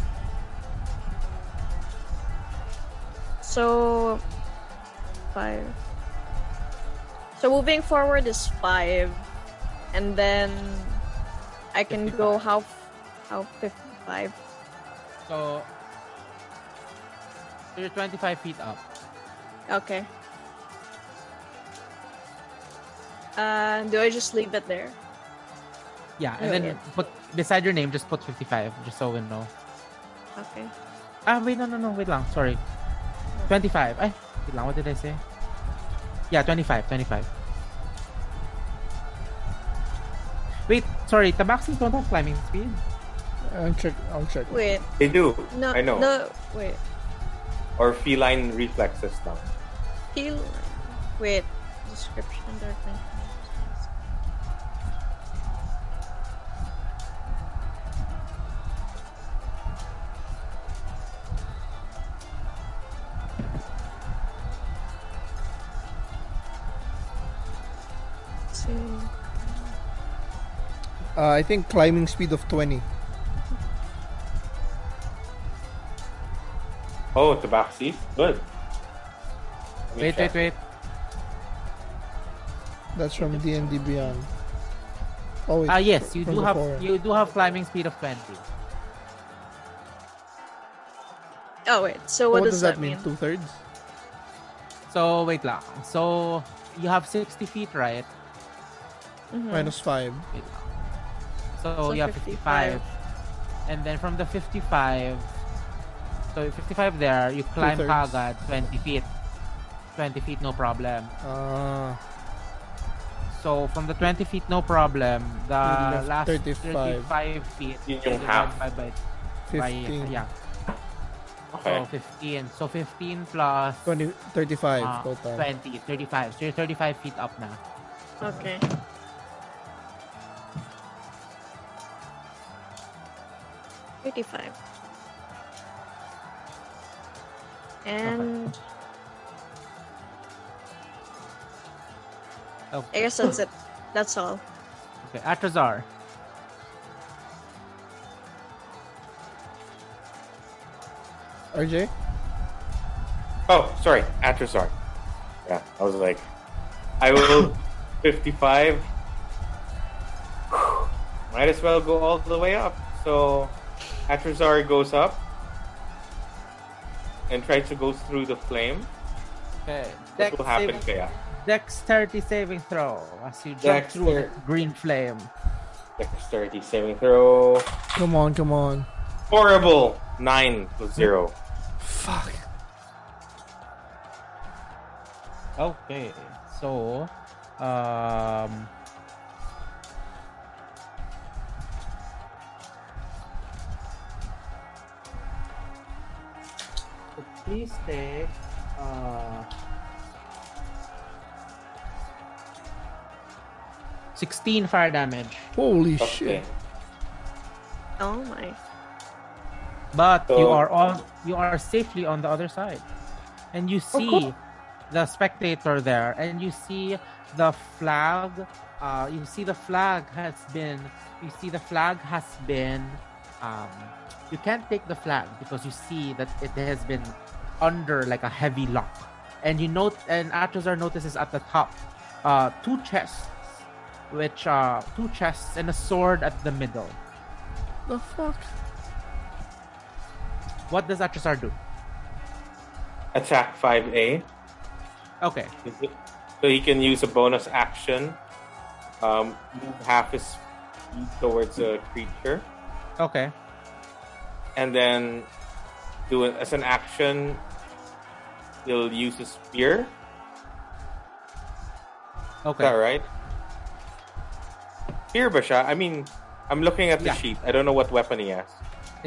So, five. So moving forward is five, and then I can go how, how fifty-five.
So, so you're 25 feet up.
Okay. Uh, do I just leave it there?
Yeah, and then put beside your name, just put 55, just so we know.
Okay.
Ah, wait, no, no, no, wait lang. Sorry. 25. Ay, wait lang, what did I say? Yeah, 25, 25. Wait, sorry, tabaxi don't have climbing speed.
I'll check. I'll check.
Wait.
They do.
No.
I know.
No. Wait.
Or feline reflexes now.
Peel. Wait. Description. document. Two.
Uh, I think climbing speed of 20.
Oh, Tabaxi. Good. Let me
Wait,
check.
wait, wait.
That's from D&D Beyond. Oh, wait.
Ah, yes, you
from
do
the
have
horror.
you do have climbing speed of 20.
Oh wait. So
So
what,
what does that mean?
mean?
Two thirds?
So, wait lang. So, you have 60 feet, right?
Mhm.
Minus five.
Wait lang. So,
So
you have 55. And then from the 55, so 55 there, you climb
Two-thirds.
kagad 20 feet. 20 feet, no problem.
Uh,
So from the 20 feet, no problem. The
You left
last
35.
35, feet,
Yun
you
yung
divide
half.
by, by, by,
15.
yeah.
Okay.
So 15. So 15 plus
20, 35
uh,
total.
20, 35. So you're 35 feet up now.
Okay. Thirty-five. And
Okay.
I guess that's it. That's all.
Okay, Atrazar.
RJ?
Oh, sorry, Atrazar. Yeah, I was like, I will 55. Might as well go all the way up. So Atrazar goes up and tries to go through the flame.
Okay.
What
Dex
will happen,
saving,
Kaya?
dexterity saving throw as you jump through a
Dexter-
green flame.
Dexterity saving throw.
Come on, come on.
Horrible! 9 plus 0.
Fuck.
Okay. So, um, so please take. Uh, 16 fire damage
Holy
Okay.
shit.
Oh my.
but you
So-
are on you are safely on the other side and you see the spectator there and you see the flag uh, you see the flag has been you see the flag has been um, you can't take the flag because you see that it has been under like a heavy lock and you note and Atrazar notices at the top uh, two chests which are two chests and a sword at the middle
The fuck?
what does Atrazar do
Attack 5A.
okay
So he can use a bonus action. Um, move half his speed towards a creature.
okay
and then do it as an action. He'll use a spear. Is
Okay.
that right? Spear ba siya? I mean, I'm looking at the
Yeah.
sheet. I don't know what weapon he has.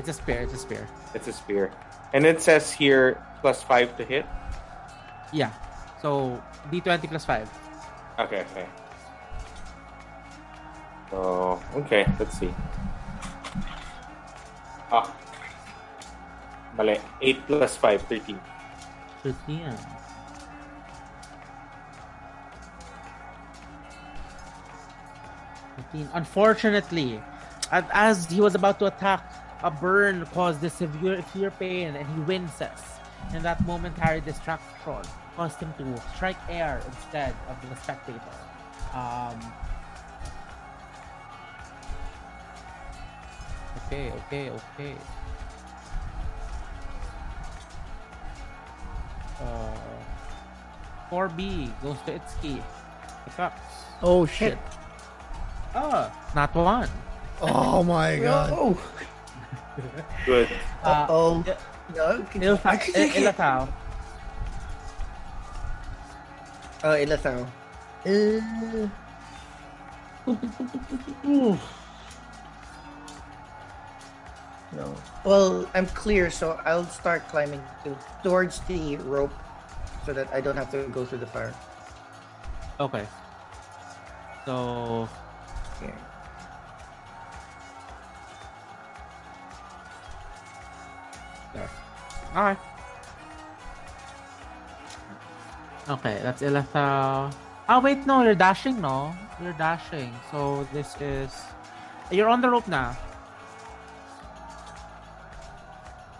It's a spear. It's a spear.
It's a spear. And it says here plus five to hit.
Yeah. So D20 plus five.
Okay, okay. So, okay, let's see. Ah. Mali. 8 plus 5, 13.
13. Unfortunately, a- as he was about to attack, a burn caused a severe, severe pain and he winces. And that momentary distraction caused him to strike air instead of the spectator. Um, okay, okay, okay. Uh, 4B goes to Itsuki. It's up.
Oh shit.
Ah.
Oh, not one.
Oh my god.
Oh,
Good.
Uh,
oh.
yeah.
No, can-
Il-
I could take
Il-
it.
Ilatao.
Oh, Ilatao. Uh, [laughs] no. Well, I'm clear, so I'll start climbing to, towards the rope so that I don't have to go through the fire.
Okay. So,
Yeah.
alright. Okay, that's Ilatao. Oh, wait, no, you're dashing, no? You're dashing. So, this is. You're on the rope now.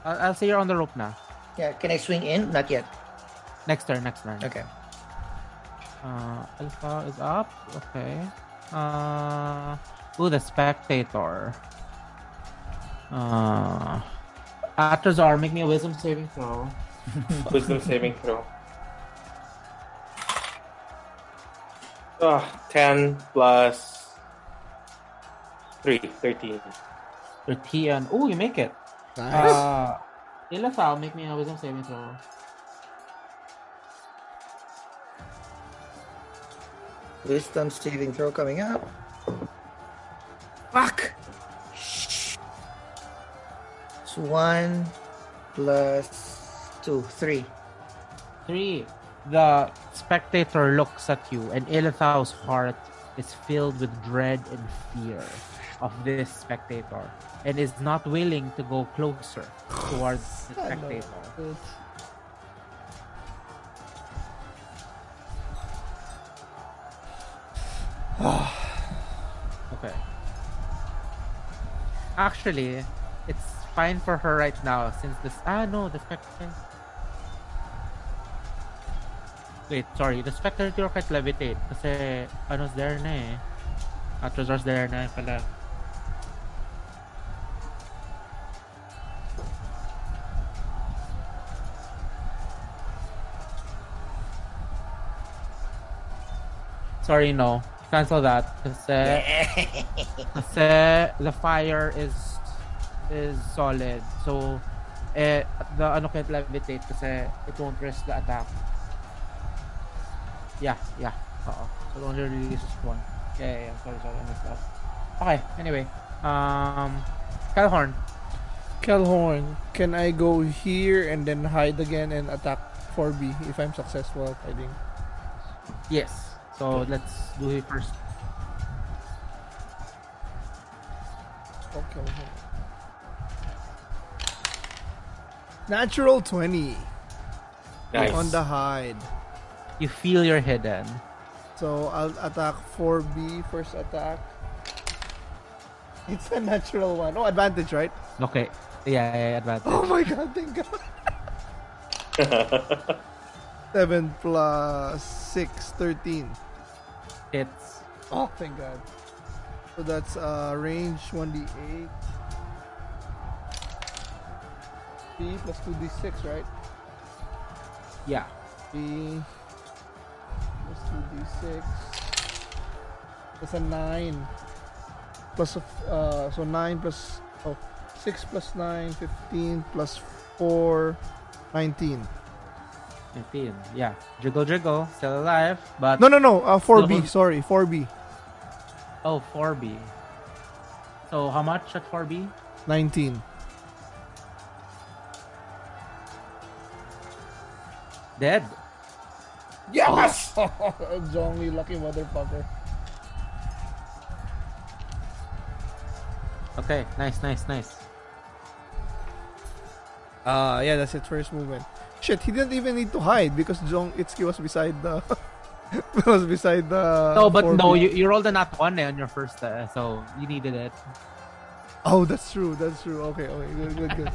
I'll, I'll say you're on the rope now.
Yeah, can I swing in? Not yet.
Next turn, next turn.
Okay.
Uh, Alpha is up. Okay. Uh, ooh, the spectator. Uh, Atrazar, make me a wisdom saving throw.
Wisdom saving throw. Ah, 10 plus 3, 13.
Your T and ooh, you make it. Uh, Ilithal, make me a wisdom saving throw.
Wisdom saving throw coming up. Fuck! Shh. It's one plus two, three.
Three. The spectator looks at you, and Ilithal's heart is filled with dread and fear of this spectator, and is not willing to go closer towards the spectator. [sighs] Okay. Actually, it's fine for her right now since this. Ah, no, the specter. Wait, sorry. The specter cure can't levitate kasi ano's there na eh. Ah, treasure's there na pala. Sorry, no. Cancel that. Kasi, kasi the fire is is solid. So, eh, the ano can't levitate kasi it won't risk the attack. Yeah, yeah. Oo. So, it only releases one. Yeah, yeah, yeah. Sorry, sorry. I messed up. Okay, anyway. Um, Calhorn.
Kelhorn, can I go here and then hide again and attack 4B if I'm successful at hiding?
Yes. So, let's do it first.
Oh, Kelhorn. Natural 20
Nice.
on the hide.
You feel you're hidden.
So I'll attack 4B first attack. It's a natural one. Oh, advantage, right?
Okay. Yeah, yeah, yeah, [gasps] advantage.
Oh my god, thank god. 7 plus 6, 13.
Hits.
Oh, thank god. So that's uh, range 1d8. B plus 2d6, right?
Yeah.
B plus 2d6. That's a 9. Plus, a f- uh, so 9 plus, oh, 6 plus 9, 15 plus 4, 19.
15. Yeah. Jiggle, jiggle. Still alive. But.
No, no, no. Uh, 4B.
No.
Sorry, 4B.
Oh, 4B. So, how much at 4B?
19.
Dead.
yes!
[laughs] Jongli, lucky motherfucker.
Okay. Nice, nice, nice.
Uh, yeah, that's his first movement. Shit, he didn't even need to hide because Jong Itsuki was beside the. [laughs] was beside the.
no, but
4B.
no, you, you rolled a nat 1 eh, on your first, uh, so you needed it.
Oh, that's true. That's true. Okay, okay, good, good, [laughs]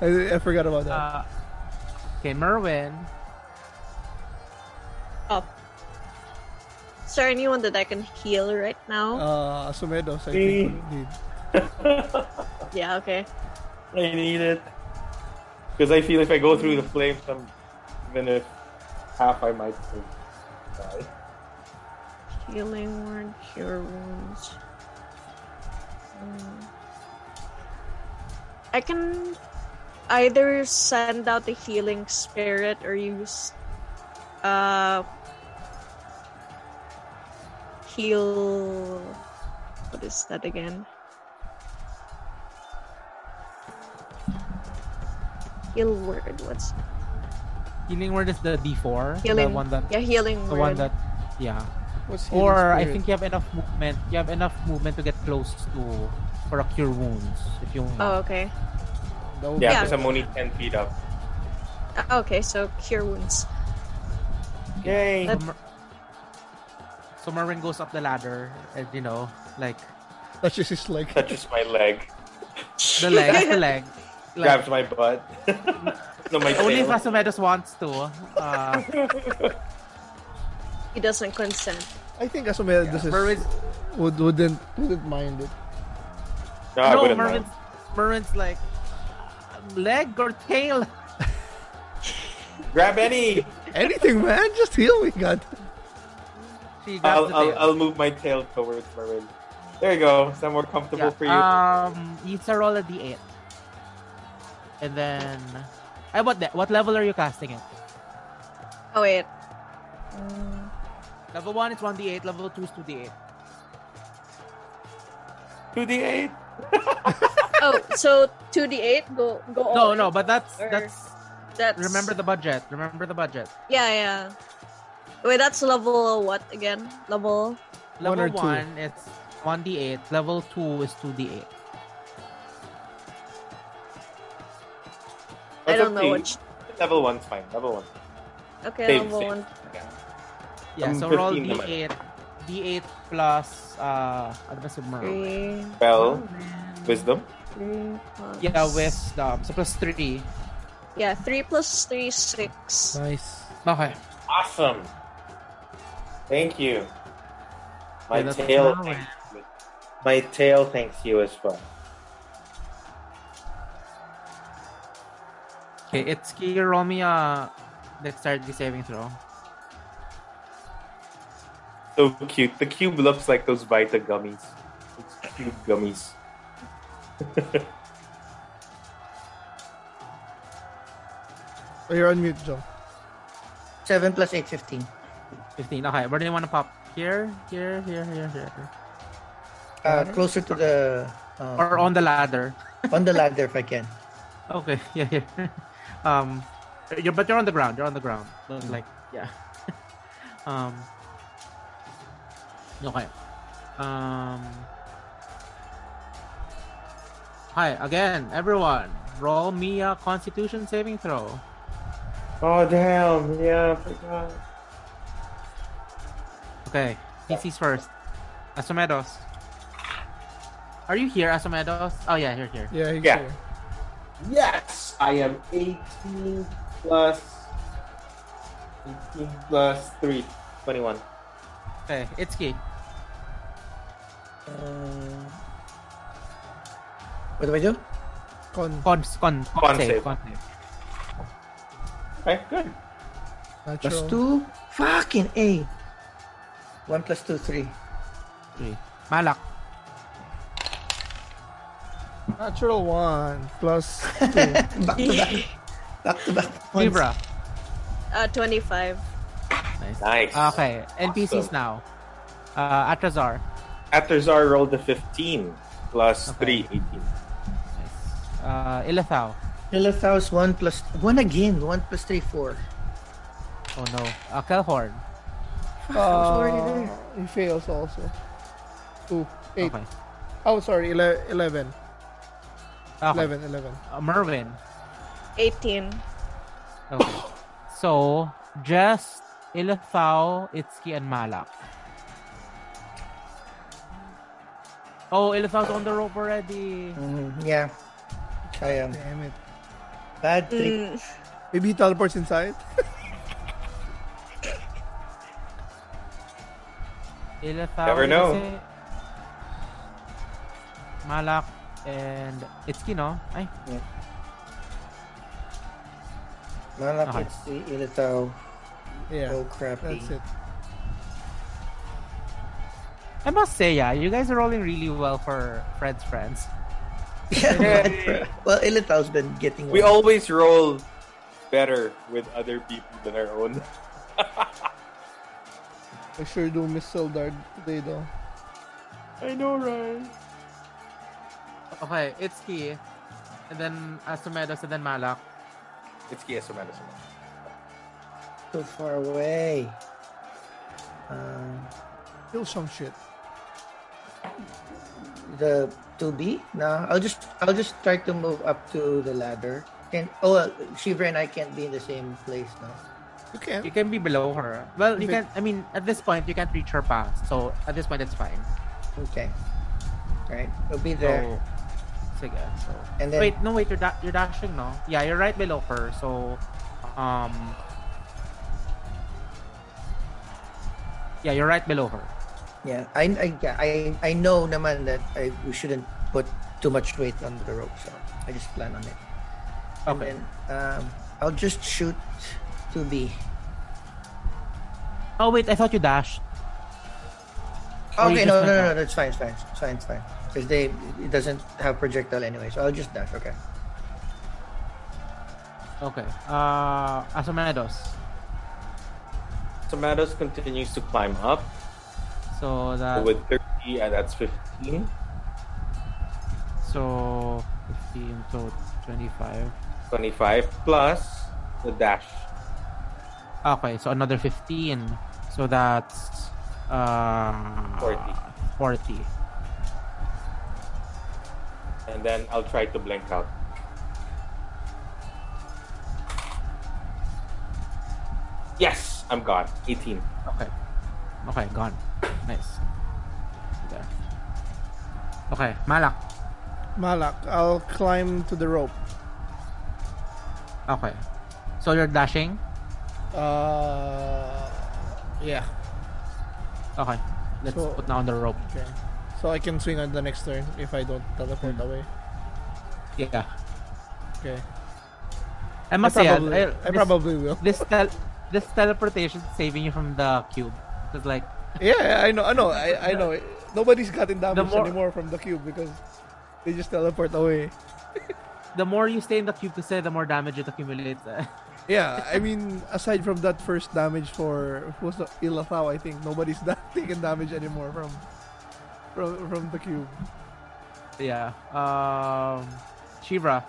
good. I, I forgot about that.
Uh, okay, Merwin.
Up. Oh. Is there anyone that I can heal right now?
Uh, Sumedos, I
Eh.
think. Indeed.
Oh. yeah, okay.
[laughs] I need it. Because I feel if I go through the flames, I'm, even if half, I might die.
Healing word, cure wounds. Mm. I can either send out the healing spirit or use uh heal what is that again? Heal word, what's
Healing word is the D4.
healing
The one that.
yeah, healing
The
word.
one that. Yeah.
What's healing
Or I
spirit?
think you have enough movement. You have enough movement to get close to for a cure wounds if you want.
oh okay.
That would
Yeah,
Yeah.
because I'm only 10 feet up.
Ah, Okay, so cure wounds.
Yay!
So, Mer- so Merwin goes up the ladder and you know, like
That's just his leg.
Touches my leg,
[laughs]
the leg, the leg. Like,
grabs my
[laughs]
butt. no, my
only if
tail.
Asomedus wants to. Uh,
He doesn't consent.
I think Asumeda
yeah.
[laughs] this is,
Merwin's,
would, wouldn't, wouldn't mind it.
No, I
no,
wouldn't
Merwin's,
mind.
Merwin's like leg or tail.
Grab any!
Anything, man. Just heal me, god.
She grabs
I'll,
the
I'll,
tail.
I'll move my tail towards Merwin. There you go. Is that more comfortable for you?
Um, it's a roll a d8, and then, I what that? What level are you casting it?
Oh wait.
Level one is one d8. Level two is two d8.
2d8?
oh, so [laughs] two d eight go go. all
No, no,
in.
but that's
Oh, Or-
that's.
that's
Remember the budget. Remember the budget.
yeah yeah. Wait, that's level what again? Level
Level
One
one,
or two?
it's one d eight. Level two is two d eight.
I
That's
don't
okay.
know which.
Level one's fine. Level one.
Okay,
Same,
level
same.
one.
Yeah,
Um,
so roll
15
d
naman.
eight. D D8 plus, uh, ano ba si Merl?
Three.
Oh,
Well,
man.
wisdom.
Three plus...
Yeah, wisdom. So plus 3.
Yeah, three plus three, six.
Nice.
Okay.
Awesome. Thank you. My
Yeah, that's
tail.
Merwin.
Thanks you. My tail thanks you as well.
Okay, it's key. Roll me a dexterity saving throw.
So cute. The cube looks like those Vita gummies. It's cube gummies.
Oh, you're on mute, Joe.
7 plus 8, 15.
15. Okay, where do you want to pop? Here, here, here, here, here.
Uh, closer to the. um,
Or on the ladder.
on the ladder if I can.
Okay, [laughs] yeah, yeah. um, you're, but you're on the ground. You're on the ground. Don't, Like, yeah. [laughs] um. Okay. Um. Hi again, everyone. Roll me a Constitution saving throw.
Oh damn! Yeah, I forgot.
Okay, PC's first. Asomedos. Are you here, Asomedos? Oh yeah, you're here.
Yeah, he's
Yeah.
here.
Yes, I am 18 plus 18 plus 3, 21.
Okay, Itsuki.
Uh, what do I do?
Con.
Con, con, con,
Con
save.
save.
Con save.
Okay, good.
Plus
Natural.
two? Fucking A. One plus two, three. [laughs]
Three. Malak.
Natural one. Plus two.
Back to back. back to back. ones.
Libra.
Uh, 25.
Nice.
Nice.
Okay, NPCs now. Uh, Atrazar.
Atrazar rolled a 15 plus
Okay.
3, 18.
Nice. Uh, Ilithau.
Lilithau's one plus one again. One plus three, four.
Oh no. Uh, Kelhorn.
Uh, he fails also. Two. Eight.
Okay.
Oh, sorry. Ele- eleven.
okay.
Eleven. Eleven.
Uh, Mervin.
18.
Okay. so, just Ilithau, Itsuki, and Malak. Oh, Ilithau's on the rope already.
Mhm, yeah. I am.
Damn it.
Bad trick.
Mm.
Maybe he teleports [laughs] inside.
Ilithau.
Never know.
Itsuki, Malak and Itsuki, no? Ay,
Malak,
Okay.
it's the Ilithau.
Yeah.
Oh, crappy.
That's
[laughs]
it.
I must say, yeah, you guys are rolling really well for Fred's friends.
Yeah, but- well, Ilithau's been getting.
We
one.
always roll better with other people than our own.
I sure do miss Sildar today though.
I know, right?
Okay, Itsuki, and then Asumedos, and then Malak.
[laughs] It's Kiesa Medicine.
so far away. Um,
Kill some shit.
the 2B? No, I'll just I'll just try to move up to the ladder. Can oh well, Shiva and I can't be in the same place now.
You can.
You can be below her. Well, you
Okay.
can. I mean, at this point, you can't reach her past. So at this point, it's fine.
Okay. All right. We'll be
So,
there.
sige, so.
And then-
wait, no, wait. You're, da- you're dashing, no? Yeah, you're right below her. So, um, yeah, you're right below her.
Yeah. I I yeah, I I know naman that I we shouldn't put too much weight on the rope, so I just plan on it. And
Okay.
then, um I'll just shoot 2B.
Oh wait, I thought you dashed. Or you
Okay, no,
just
no,
went
no, no, that's fine, it's fine, it's fine, it's fine. Because they it doesn't have projectile anyway, so I'll just dash. Okay.
Okay. Uh, Asumedos.
Tomatos continues to climb up
So that.
with 30, and that's 15.
So 15, so 25.
25 plus the dash.
Okay, so another 15. So that's uh,
40.
40.
And then I'll try to blink out. Yes, I'm gone. 18.
Okay. Okay, gone. Nice. There. Okay, Malak.
Malak, I'll climb to the rope.
Okay. So you're dashing?
Uh, yeah.
Okay. Let's
So-
put down the rope.
Okay. So I can swing on the next turn if I don't teleport
Hmm.
away.
Yeah.
Okay.
I must
I
say,
probably,
I, I-
I
this,
probably will. [laughs]
this, tel- this teleportation is saving you from the cube. Because, like,
Yeah, I know. I know. I, I know. Nobody's gotten damage
more-
anymore from the cube because they just teleport away.
the more you stay in the cube to say, the more damage it accumulates. [laughs]
Yeah, I mean, aside from that first damage for who's the Ilathao, I think nobody's [laughs] da- taking damage anymore from from from the cube.
yeah. Um, Shivra.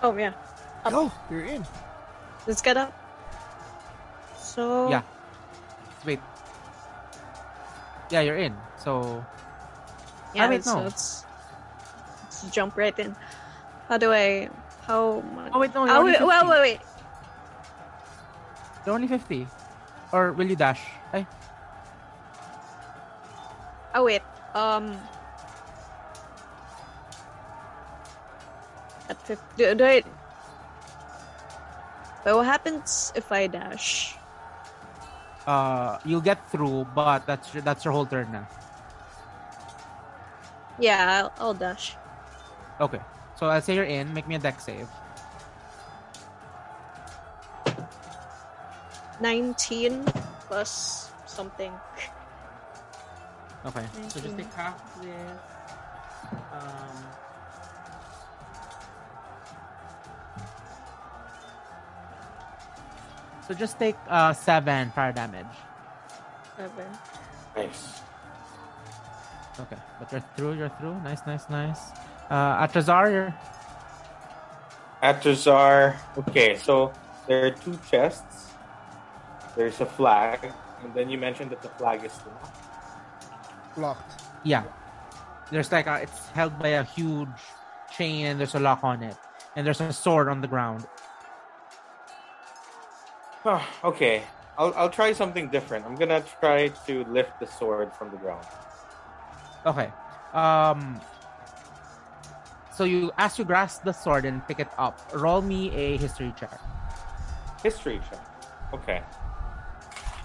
Oh yeah, Up.
Go, you're in.
let's get up. So
Yeah. Wait. Yeah, you're in. So,
yeah,
I mean,
so
no.
it's, it's jump right in. How do I? How much?
Oh, wait, no, you're
Oh,
only
wait, wait,
50.
wait, wait.
you're only 50. Or will you dash? Eh, Ay,
Oh wait. Um. At 50, do, do I? But what happens if I dash?
uh, you'll get through, but that's your, that's your whole turn now.
Yeah, I'll, I'll dash.
Okay. So I'll say you're in. Make me a deck save.
Nineteen plus something.
Okay. So just
Nineteen.
take half this. Um, so just take uh, seven fire damage.
Seven.
Nice.
Okay. But you're through. You're through. Nice. Nice. Nice. Uh, Atrazar, you're
Actors are okay. So there are two chests. There's a flag, and then you mentioned that the flag is locked. [sighs]
Locked.
Yeah. There's like a, it's held by a huge chain and there's a lock on it. And there's a sword on the ground.
Ah, okay, I'll I'll try something different. I'm gonna try to lift the sword from the ground.
Okay. Um so you as you grasp the sword and pick it up, roll me a history check.
History check. Okay.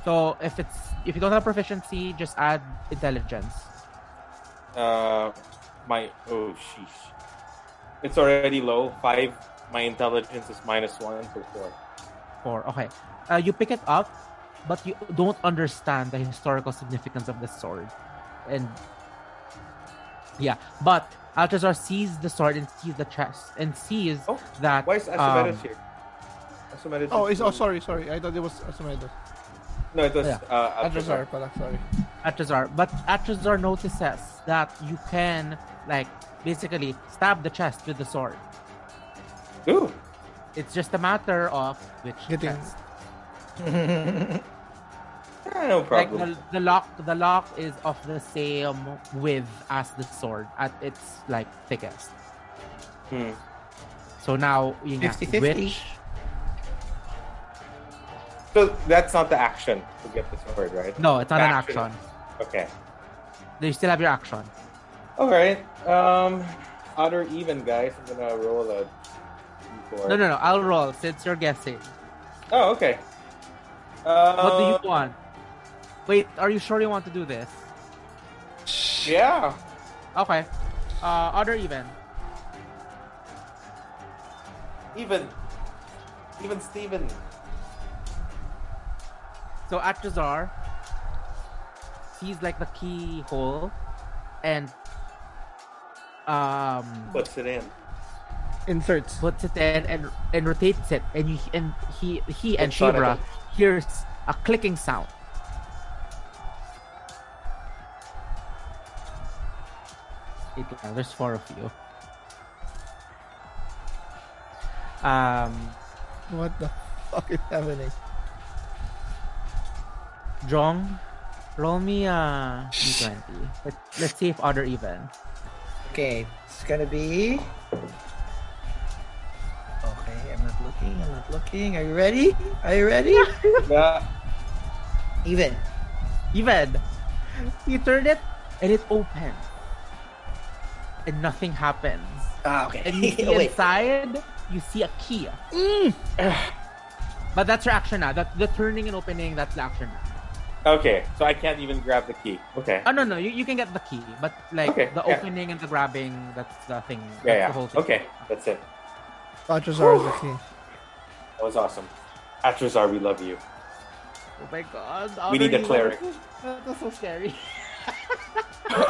So if it's if you don't have proficiency, just add intelligence.
Uh, my oh sheesh, it's already low. Five. My intelligence is minus one, so four.
Four. Okay. Uh, you pick it up, but you don't understand the historical significance of the sword. And yeah, but Altazar sees the sword and sees the chest and sees
Oh,
that
Why is Asomedus
um,
here? Asomedus.
Oh,
is-
it's, oh, sorry, sorry. I thought it was Asmedos.
No, it was
Yeah.
uh,
Sorry,
Atrazar.
pala, sorry.
Atrazar, but Atrazar notices that you can like basically stab the chest with the sword.
Ooh.
It's just a matter of which
Getting-
chest.
Ah, no
Like
problem.
the, the lock, the lock is of the same width as the sword at its like thickest.
Hmm.
So now you know
50-50.
which.
So that's not the action to get this word, right?
No, it's not an
Action.
action.
Okay.
You still have your action.
All right. Um, odd or even, guys. I'm gonna roll a d4.
No, no, no. I'll roll since you're guessing.
Oh, okay. Uh,
What do you want? Wait, are you sure you want to do this?
Yeah.
Okay. Uh, other even.
Even. Even Steven.
So Atrazar sees like the keyhole and um
puts it in.
Inserts.
puts it in and, and rotates it and you and he he and
It's not
Shivra
enough.
hears a clicking sound. Wait, uh, there's four of you. Um
What the fuck is happening?
Jong, roll me a d20. Let, let's see if odd or even.
Okay, it's gonna be. Okay, I'm not looking. I'm [laughs]
Uh,
not looking. Are you ready? Are you ready?
Yeah.
Even.
Even. You turn it and it opens. And nothing happens.
Ah, okay.
And
[laughs]
you see
Oh, [laughs] wait.
inside, you see a key.
Mm.
[sighs] but that's your action now. That, the turning and opening, that's the action now.
Okay, so I can't even grab the key. Okay.
Oh no no, you, you can get the key, but like
Okay,
the
yeah.
opening and the grabbing, that's the thing. That's
Yeah,
the
yeah.
whole thing.
Okay, that's it.
Pachazar is the king.
That was awesome. Atrazar, we love you.
Oh my god.
We need a
already-
cleric.
[laughs] That's so scary.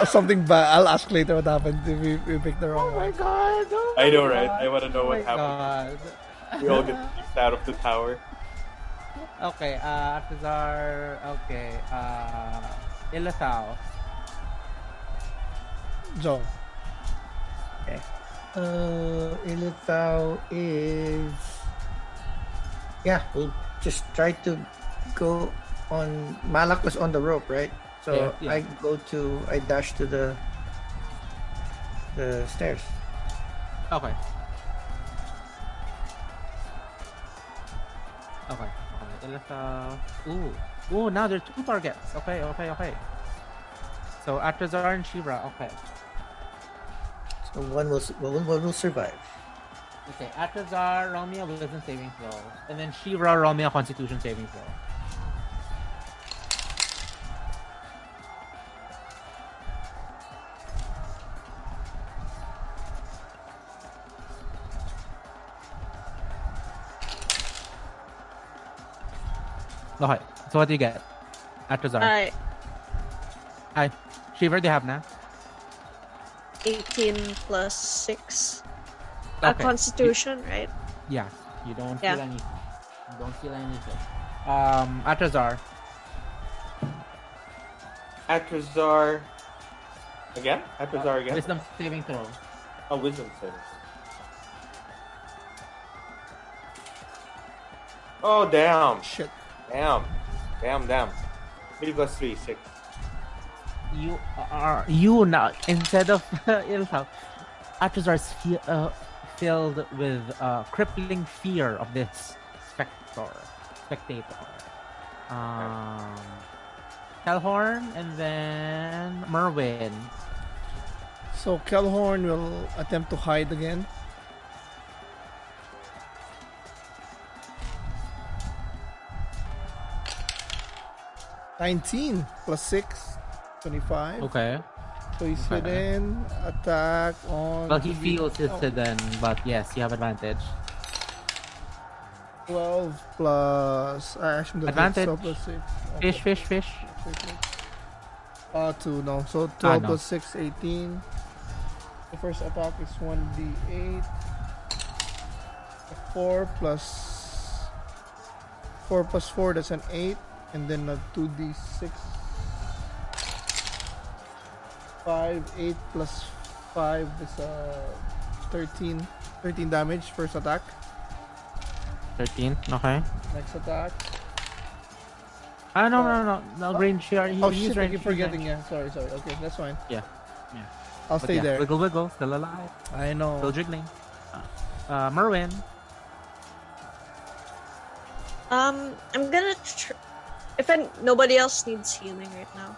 [laughs] Something bad. I'll ask later what happened if we, we picked the wrong
Oh my
one.
god. oh
I
my
know, right?
God.
I wanna know
Oh
what
my
happened.
God.
We all get kicked out of the tower.
Okay, uh Artazar okay, uh Ilithal.
Jong.
Uh, Ilithau is. Yeah, we'll just try to go on. Malak was on the rope, right? So
Yeah, yeah.
I go to. I dash to the. The stairs.
Okay. Okay. okay. Ilithal. Ooh. Ooh, now there are two targets. Okay, okay, okay. So Atrazar and Shivra, okay.
So one will. s- One will will survive.
Okay, Atrazar, roll me a wisdom saving throw. And then Shira, roll me a constitution saving throw. Okay, so what do you get? Atrazar.
I
Hi. Shiva, do you have now?
18 plus 6. A
Okay.
constitution, right?
Yeah, you don't
Yeah.
feel anything. You don't feel anything. Um, Atrazar.
Atrazar. Again? Atrazar again?
Wisdom saving throw.
Oh, wisdom saving. Oh, damn.
Shit.
Damn. Damn, damn. 3 plus 3, 6.
You are you now instead of [laughs] Ilsa, Atrazar is fe- uh, filled with uh, crippling fear of this spector, spectator. Um, Telhorn and then Merwin.
So Kelhorn will attempt to hide again. Nineteen plus six. 25.
Okay.
So he's
okay.
hidden. Attack on.
Well, he feels
it.
his hidden, but yes, you have advantage.
12 plus. I actually that's
Advantage.
12 plus 6. Oh,
Fish, fish, fish.
six, six. Uh, 2, no. So 12
Ah, no.
plus 6, 18. The first attack is 1d8. 4 plus. 4 plus 4, that's an 8. And then a 2d6. 5, 8 plus 5 is uh, 13. 13 damage, first attack.
Thirteen. Okay.
Next attack.
Ah no no no no green she are he,
Oh
he's
shit, I
range,
keep
he's
forgetting.
range.
Yeah, sorry, sorry. Okay, that's fine.
Yeah.
I'll
But
stay
yeah,
there.
Wiggle wiggle, still alive,
I
still
know.
jiggling. Uh, Merwin.
Um, I'm gonna. Tr- if I- nobody else needs healing right now,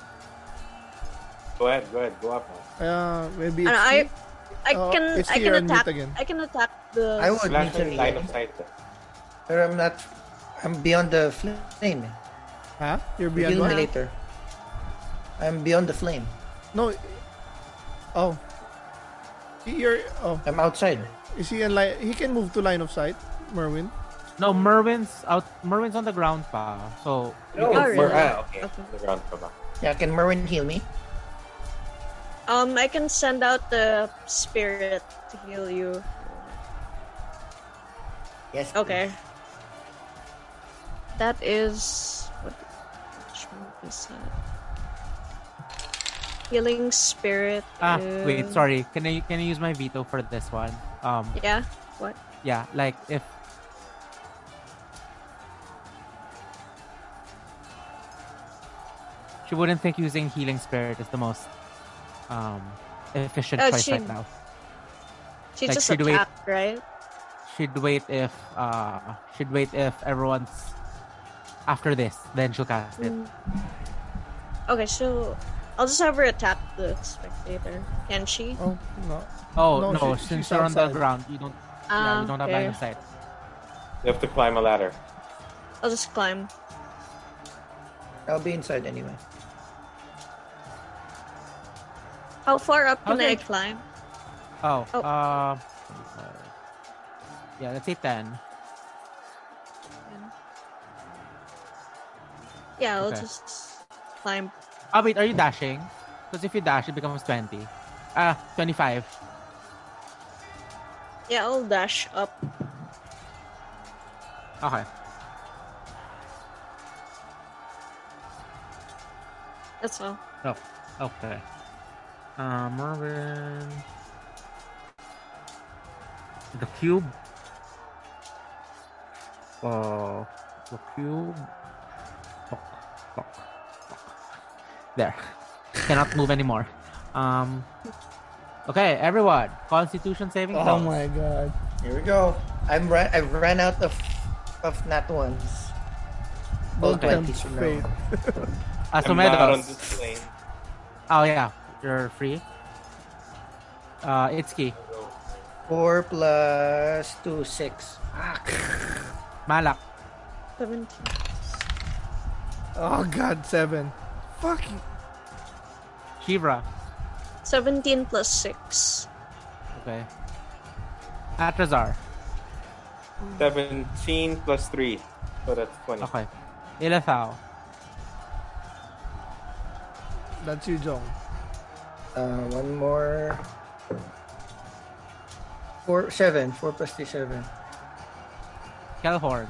Go ahead, go ahead, go up now.
Uh, maybe
and
it's
I,
me.
I
Oh,
can,
it's
I
here
can
and mute
attack.
again.
I can attack the.
I
Oh,
would
Flash
need to
line of
read,
sight. there.
but I'm not. I'm beyond the flame.
Huh? You're beyond
Heal me
what?
later. I'm beyond the flame.
No. Oh. You're. Oh.
I'm outside.
Is he in line? He can move to line of sight, Merwin.
No, Merwin's out. Merwin's on the ground pa. So you
Oh,
can-
Oh,
we're-
really?
ah, okay.
Okay.
The ground come up.
Yeah, can Merwin heal me?
Um, I can send out the spirit to heal you.
Yes.
Okay. That is what? Which one is that? Healing spirit.
ah
is-
wait, sorry. Can I can I use my veto for this one? Um
Yeah. What?
yeah, like if she wouldn't think using healing spirit is the most um efficient
Oh,
choice
she-
right now.
She
Like,
just
should we-
attacked, right?
should wait if uh should
Mm.
wait if everyone's after this then she'll cast it
Okay, so I'll just have her attack the spectator. Can she?
Oh, no.
Oh
No,
no,
she-
since
she's
you're on the
outside.
ground, you don't
Ah,
yeah, you don't have line of sight.
You have to climb a ladder.
I'll just climb.
I'll be inside anyway.
How far up can
Okay.
I climb?
Oh,
Oh.
uh, yeah, let's say ten.
Yeah, I'll
Okay.
just climb.
Oh wait, are you dashing? Because if you dash, it becomes twenty. Ah, twenty-five.
Yeah, I'll dash up.
Okay.
That's all.
Oh, okay. Uh, Mervin. The cube. Oh, the cube. Fuck, fuck, fuck. There. Cannot move anymore. Um. Okay, everyone. Constitution saving
Oh
throw.
my god.
Here we go. I'm ran. I've ran out of of nat ones. All
Okay.
twenties from
Faith.
now. on.
Uh, so
I'm not
medals.
on this plane.
Oh yeah, you're free. Uh, it's key.
Four plus two, six. Fuck.
Malak.
17.
Oh god, seven. Fuck you.
Shivra.
17 plus 6.
Okay. Atrazar.
17 plus 3. So that's 20.
Okay. Ilathao.
That's you, Jong.
Uh, one more. Four, seven. Four plus three, seven.
Kelhorn.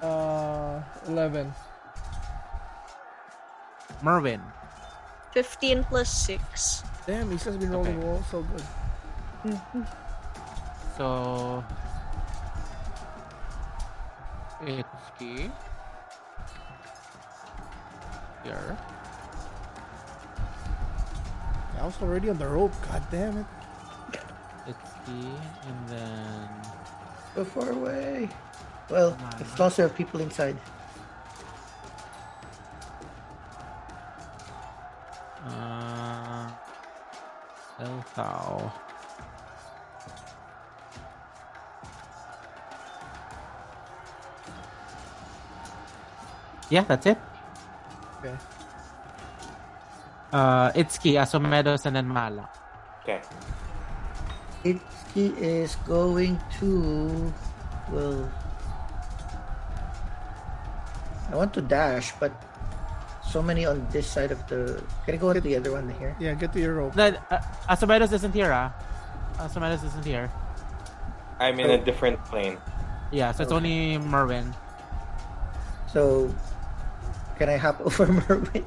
Uh, 11.
Merwin.
15 plus 6.
Damn, he's just been rolling
Okay.
all so good.
So Itsuki. Here.
I was already on the rope. God damn it.
Itsuki and then
So far away. Well, as long as there are people inside.
uh Elthao. Yeah, that's it.
Okay.
Uh, Itsuki, Asomedos, and then Mala.
Okay.
Itsuki is going to. Well. I want to dash, but so many on this side of the. Can I go on the other one here?
Yeah, get to your rope.
Then uh, Asomedos isn't here, ah. Asomedos isn't here.
I'm in a different plane.
Yeah, so it's only Merwin.
So, can I hop [laughs] over Merwin?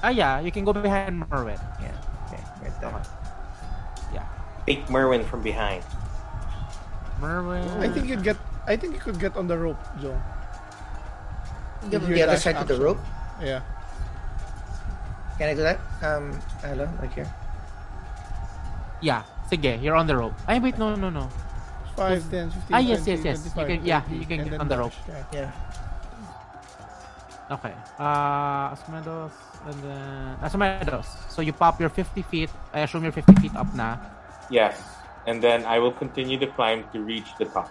Ah, yeah, you can go behind Merwin.
Yeah, okay, right there.
Uh-huh.
Yeah,
Take Merwin from behind.
Merwin.
I think you'd get. I think you could get on the rope, Jong.
The,
Your
the other
dash
side of the
action.
rope.
Yeah.
Can I do that? Um, hello, like here.
Yeah, sige, you're on the rope. Ay, wait, no, no, no.
5, 10, 15,
Ah, yes,
20,
yes, yes. You
25,
can- yeah,
30,
you can
and
get
then
on the
dash.
rope.
Yeah.
Yeah.
Okay. Uh, Asmedos, and then... Asmedos. So you pop your 50 feet. I assume you're 50 feet up na.
Yes. And then I will continue to climb to reach the top.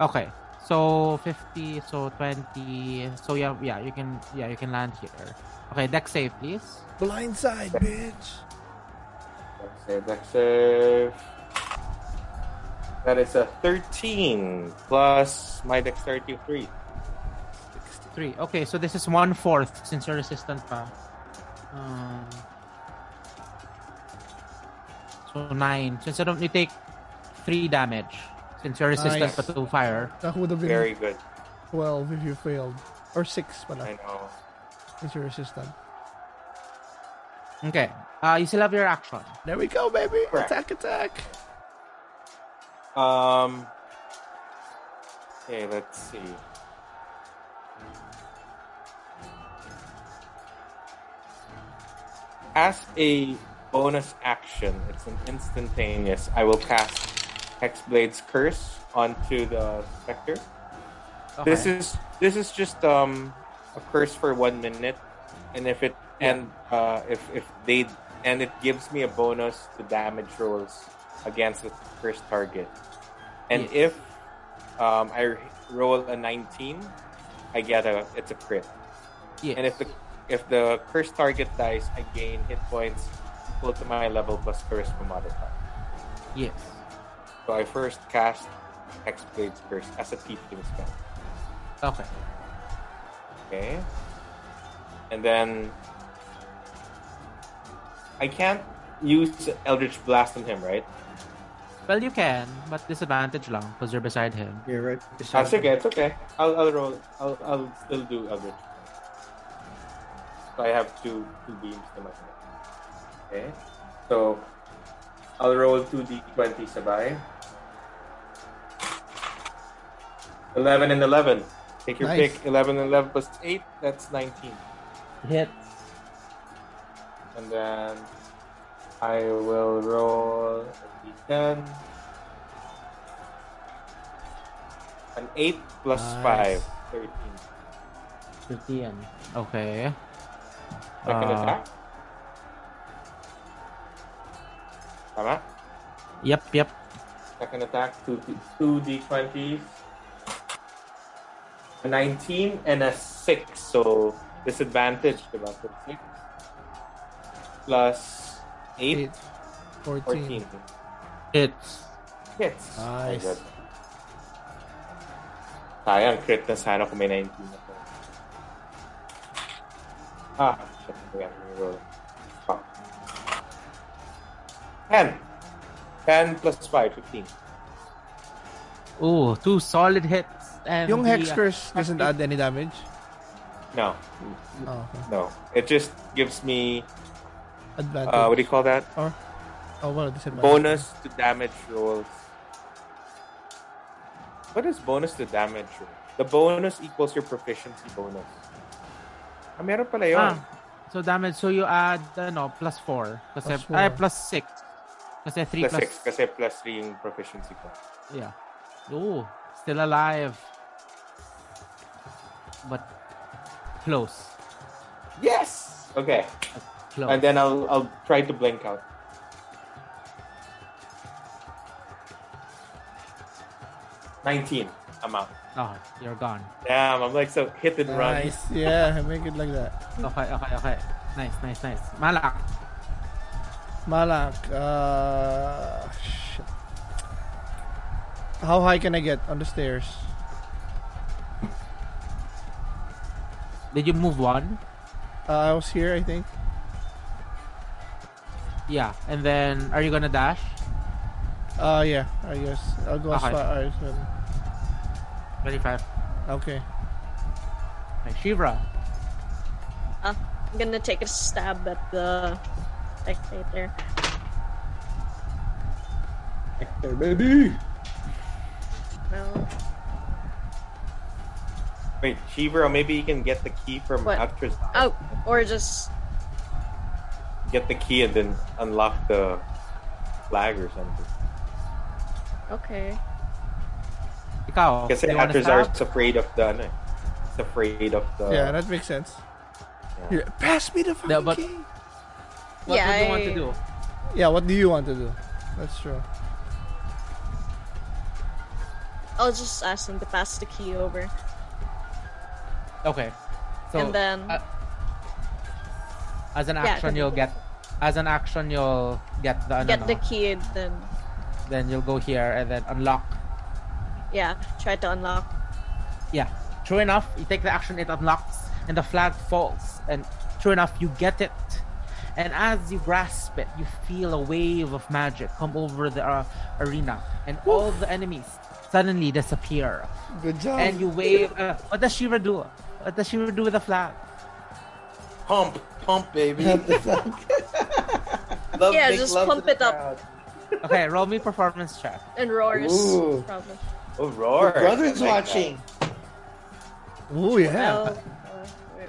Okay. So 50, so 20. So yeah, yeah, you can yeah, you can land here. Okay, deck save, please.
Blindside, bitch.
Dex save, dex save. That is a 13 plus my dexterity of 3.
Three. Okay, so this is one fourth since you're resistant pa. Um, so nine. So instead of you take three damage since you're resistant
Nice.
but to fire.
That would have been
Very good.
12 if you failed. Or 6 pala.
I know.
Is your resistant.
Okay. Uh, you still have your action.
There we go, baby.
Correct.
Attack, attack.
Um. Okay, let's see. As a bonus action, it's an instantaneous. I will cast Hexblade's Curse onto the Spectre. This is this is just um a curse for one minute, and if it and uh, if if they and it gives me a bonus to damage rolls against the first target, and if um, I roll a nineteen, I get a it's a crit,
Yes.
and if the if the cursed target dies, I gain hit points equal to my level plus curse modifier.
yes.
So I first cast Hexblade's Curse as a teaching spell.
Okay.
Okay. And then I can't use Eldritch Blast on him, right?
Well, you can, but disadvantage lang because you're beside him.
You're right.
That's okay. It's okay. I'll, I'll roll. I'll, I'll still do Eldritch. So I have two two beams to my head. Okay. So I'll roll two d20 sabay. 11 and 11. Take your
Nice.
pick. 11 and 11 plus 8, that's 19.
Hits.
And then I will roll a d10. An 8 plus
Nice.
5, 13.
15.
Okay.
Second
Uh,
attack. Tama?
Yep, yep.
Second attack, 2 two d20s. A 19 and a 6, so disadvantage, diba? So 6 plus 8, 14.
14.
It's
Hits.
Nice.
Very good. Sayang, crit na sana kung may 19 ako. Ah, shit. Wait, let me roll. Fuck. 10. 10 plus 5, 15.
ooh, two solid hits and
Yung
the,
Hex
uh,
Curse doesn't add any damage.
No,
Oh, okay.
no. It just gives me,
Advantage.
uh, what do you call that?
Or, oh, well, disadvantage.
Bonus to damage rolls. What is bonus to damage roll? The bonus equals your proficiency bonus. Ah, meron pala yun.
Ah, so damage. So you add ano plus four. Kasi
Plus four.
ay plus six. Kasi three
plus
plus,
6 kasi plus 3 yung proficiency ko.
Yeah. Ooh, still alive. But close.
Yes! Okay.
Close.
And then I'll I'll try to blink out. Nineteen. I'm out.
Okay, you're gone.
Damn, I'm like so hit and run.
Nice. Yeah, [laughs] make it like that.
Okay, okay, okay. Nice, nice, nice. Malak.
Malak. Uh, shit. How high can I get on the stairs?
Did you move one?
Uh, I was here, I think.
Yeah. And then are you gonna dash?
Uh, yeah, I guess. I'll go as
Okay.
far as. well.
Twenty-five.
Okay.
Okay, Shivra.
Ah, I'm gonna take a stab at the spectator.
There, baby.
Well,
Wait, Cheever, or maybe you can get the key from
What?
Actress.
oh, or just
Get the key and then unlock the flag or something.
okay.
Ikaw.
Kasi
you wanna
Actress
stab?
are afraid of the ano, eh, it's afraid of the
yeah, that makes sense.
Yeah.
Yeah, Pass me the fucking
No, but-
key.
What
Yeah,
would you want
I-
to do?
Yeah, what do you want to do? That's true.
I'll just ask him to pass the key over,
Okay. So
and then
uh, as an
Yeah,
action
then-
you'll get as an action you'll get the ano,
get the
no?
key. and Then
then you'll go here and then unlock.
yeah, try to unlock.
Yeah. True enough, you take the action, it unlocks, and the flag falls. And true enough, you get it. And as you grasp it, you feel a wave of magic come over the uh, arena, and all the enemies suddenly disappear.
Good job.
And you wave. Uh, what does Shiva do? What does Shiva do with the flag?
pump, pump, [laughs] baby.
[laughs]
Love,
Yeah,
make
just
love to
pump
the
it up.
crowd.
Okay, roll me performance check.
And roars
Ooh.
probably.
oh,
Your
roar!
brother's
I like that.
watching.
oh, yeah.
Well, uh, wait.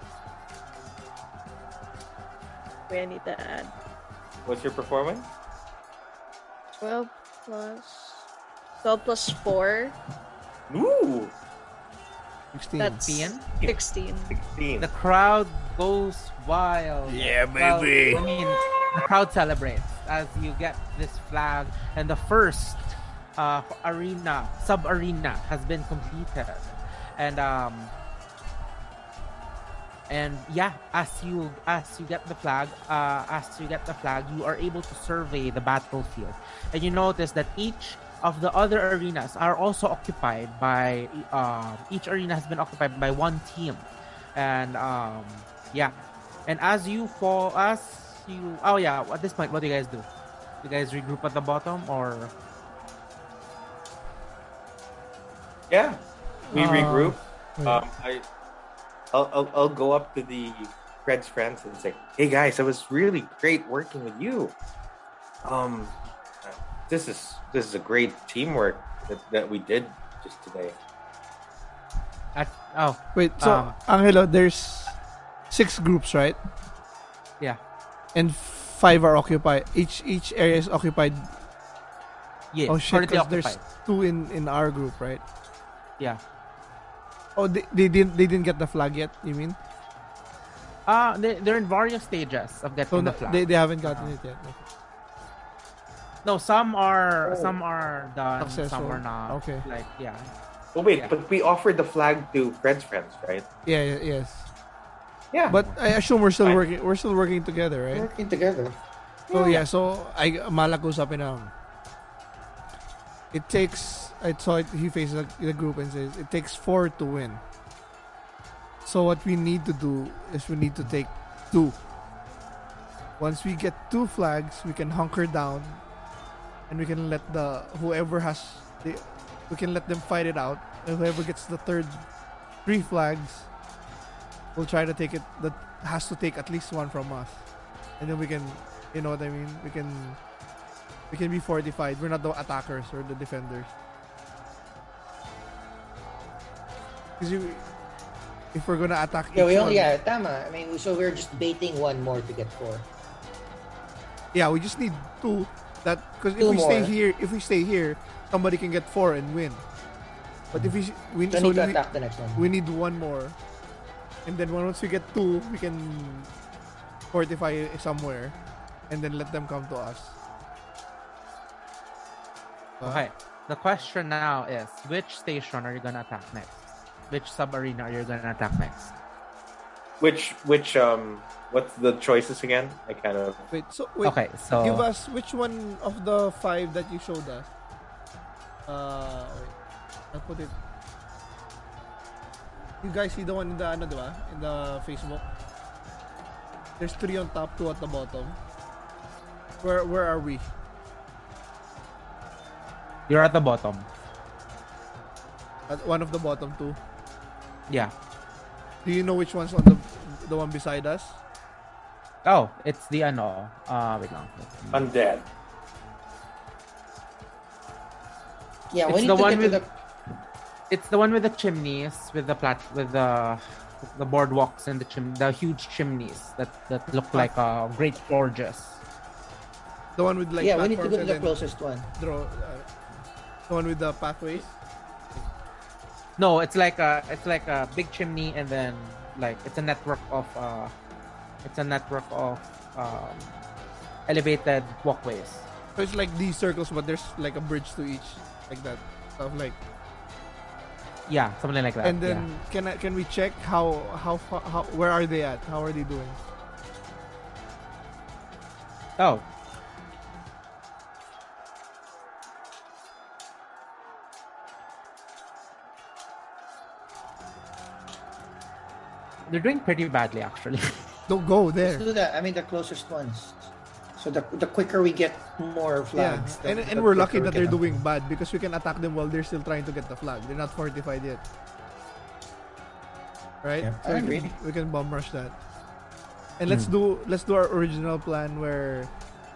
Wait, I need to add
What's your performance?
12 plus 12 plus 4
Ooh,
16.
That's
Ian?
16.
16.
The crowd goes wild.
Yeah,
Well,
baby.
I mean, the crowd celebrates as you get this flag, and the first uh, arena, sub arena, has been completed. And um, and yeah, as you as you get the flag, uh, as you get the flag, you are able to survey the battlefield, and you notice that each of the other arenas are also occupied by uh, each arena has been occupied by one team, and um, yeah, and as you fall, as you oh yeah, at this point, what do you guys do? You guys regroup at the bottom or
yeah, we
Uh,
regroup.
yeah.
Um, I, I'll, I'll, I'll go up to the Fred's friends and say, "Hey guys, it was really great working with you. Um, this is this is a great teamwork that, that we did just today.
at oh
Wait, so
Um,
Angelo, there's six groups, right?
Yeah.
And five are occupied. Each each area is occupied.
yeah,
oh shit,
currently
'cause there's
occupied.
two in in our group, right?
Yeah.
Oh, they, they didn't they didn't get the flag yet. You mean?
Uh, they, they're in various stages of getting
So
the
no-
flag. Uh-huh.
they, they haven't gotten it yet.
No, some are some are done,
Oh.
some
Successful.
are not.
Okay.
Like yeah,
Oh wait,
Yeah.
but we offered the flag to Fred's friends, right?
Yeah, yeah, yes.
Yeah,
But I assume we're still
Fine.
working. We're still working together, right?
Working together.
So Oh, yeah, so I malak usapin na. It takes I saw it, he faces the, the group and says it takes four to win. So what we need to do is we need to take two. Once we get two flags, we can hunker down, and we can let the whoever has the we can let them fight it out. And whoever gets the third three flags, will try to take it. That has to take at least one from us, and then we can you know what I mean? We can we can be fortified. We're not the attackers or the defenders. Because you, if we're gonna attack,
Yeah, we
each
only,
one-
yeah, tama. I mean, so we're just baiting one more to get four.
yeah, we just need two. That because if
Two
we stay
more.
here, if we stay here, somebody can get four and win. But if we s- we
So,
so
need to
we,
attack the next one.
we need one more, and then once we get two, we can fortify somewhere, and then let them come to us.
Okay. The question now is which station are you gonna attack next? Which sub arena are you gonna attack next?
which which um, what's the choices again? I kind of
Wait, so wait,
okay, so
Give us which one of the five that you showed us. Uh, wait. I'll put it. You guys see the one in the ano, di ba? In the Facebook. There's three on top, two at the bottom. Where where are we?
you're at the bottom.
At one of the bottom two.
Yeah.
Do you know which one's on the the one beside us?
Oh, it's the ano. Uh wait lang.
undead.
yeah,
it's
we need
the
to
one
get
with-
to the
It's the one with the chimneys, with the plat with the the boardwalks and the chim the huge chimneys that that look like uh great gorges.
The one with like
yeah, we need to go to
platforms
the
and then
closest one.
Draw, uh, the one with the pathways.
No, it's like a it's like a big chimney and then like it's a network of uh it's a network of um elevated walkways.
So it's like these circles, but there's like a bridge to each, like that. Stuff like.
Yeah, something like that.
and then can I, can we check how how fa- how where are they at? How are they doing?
yeah. oh, they're doing pretty badly actually. [laughs]
Don't go
Let's
there.
do that. I mean, the closest ones. So the the quicker we get more
Yeah,
flags. the-
and,
the
and we're lucky
quicker
that
we
they're
get
doing bad because we can attack them while they're still trying to get the flag. They're not fortified yet, right?
Yeah, I
we can-
agree. Hmm.
We can bomb rush that, and let's do let's do our original plan where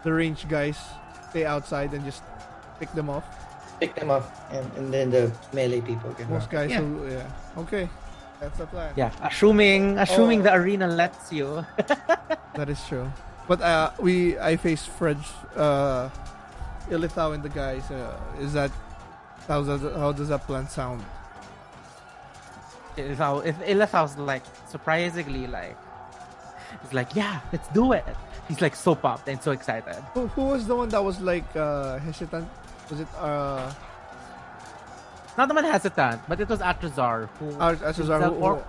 the range guys stay outside and just pick them off.
them. Pick them up, and, and then the melee people can.
Most
run.
guys,
Yeah.
will- yeah. Okay, that's the plan.
yeah, assuming assuming
Oh.
the arena lets you.
That is true. But uh, we, I face French, uh, Ilithau and the guys. Uh, is that how does how does that plan sound?
Ilasao, Ilasao's like surprisingly like he's like, yeah, let's do it. He's like so pumped and so excited.
Who, who was the one that was like uh, hesitant? Was it uh,
Not naman hesitant, but it was Atrazar who
Ar- Atrazar
the
who-
or-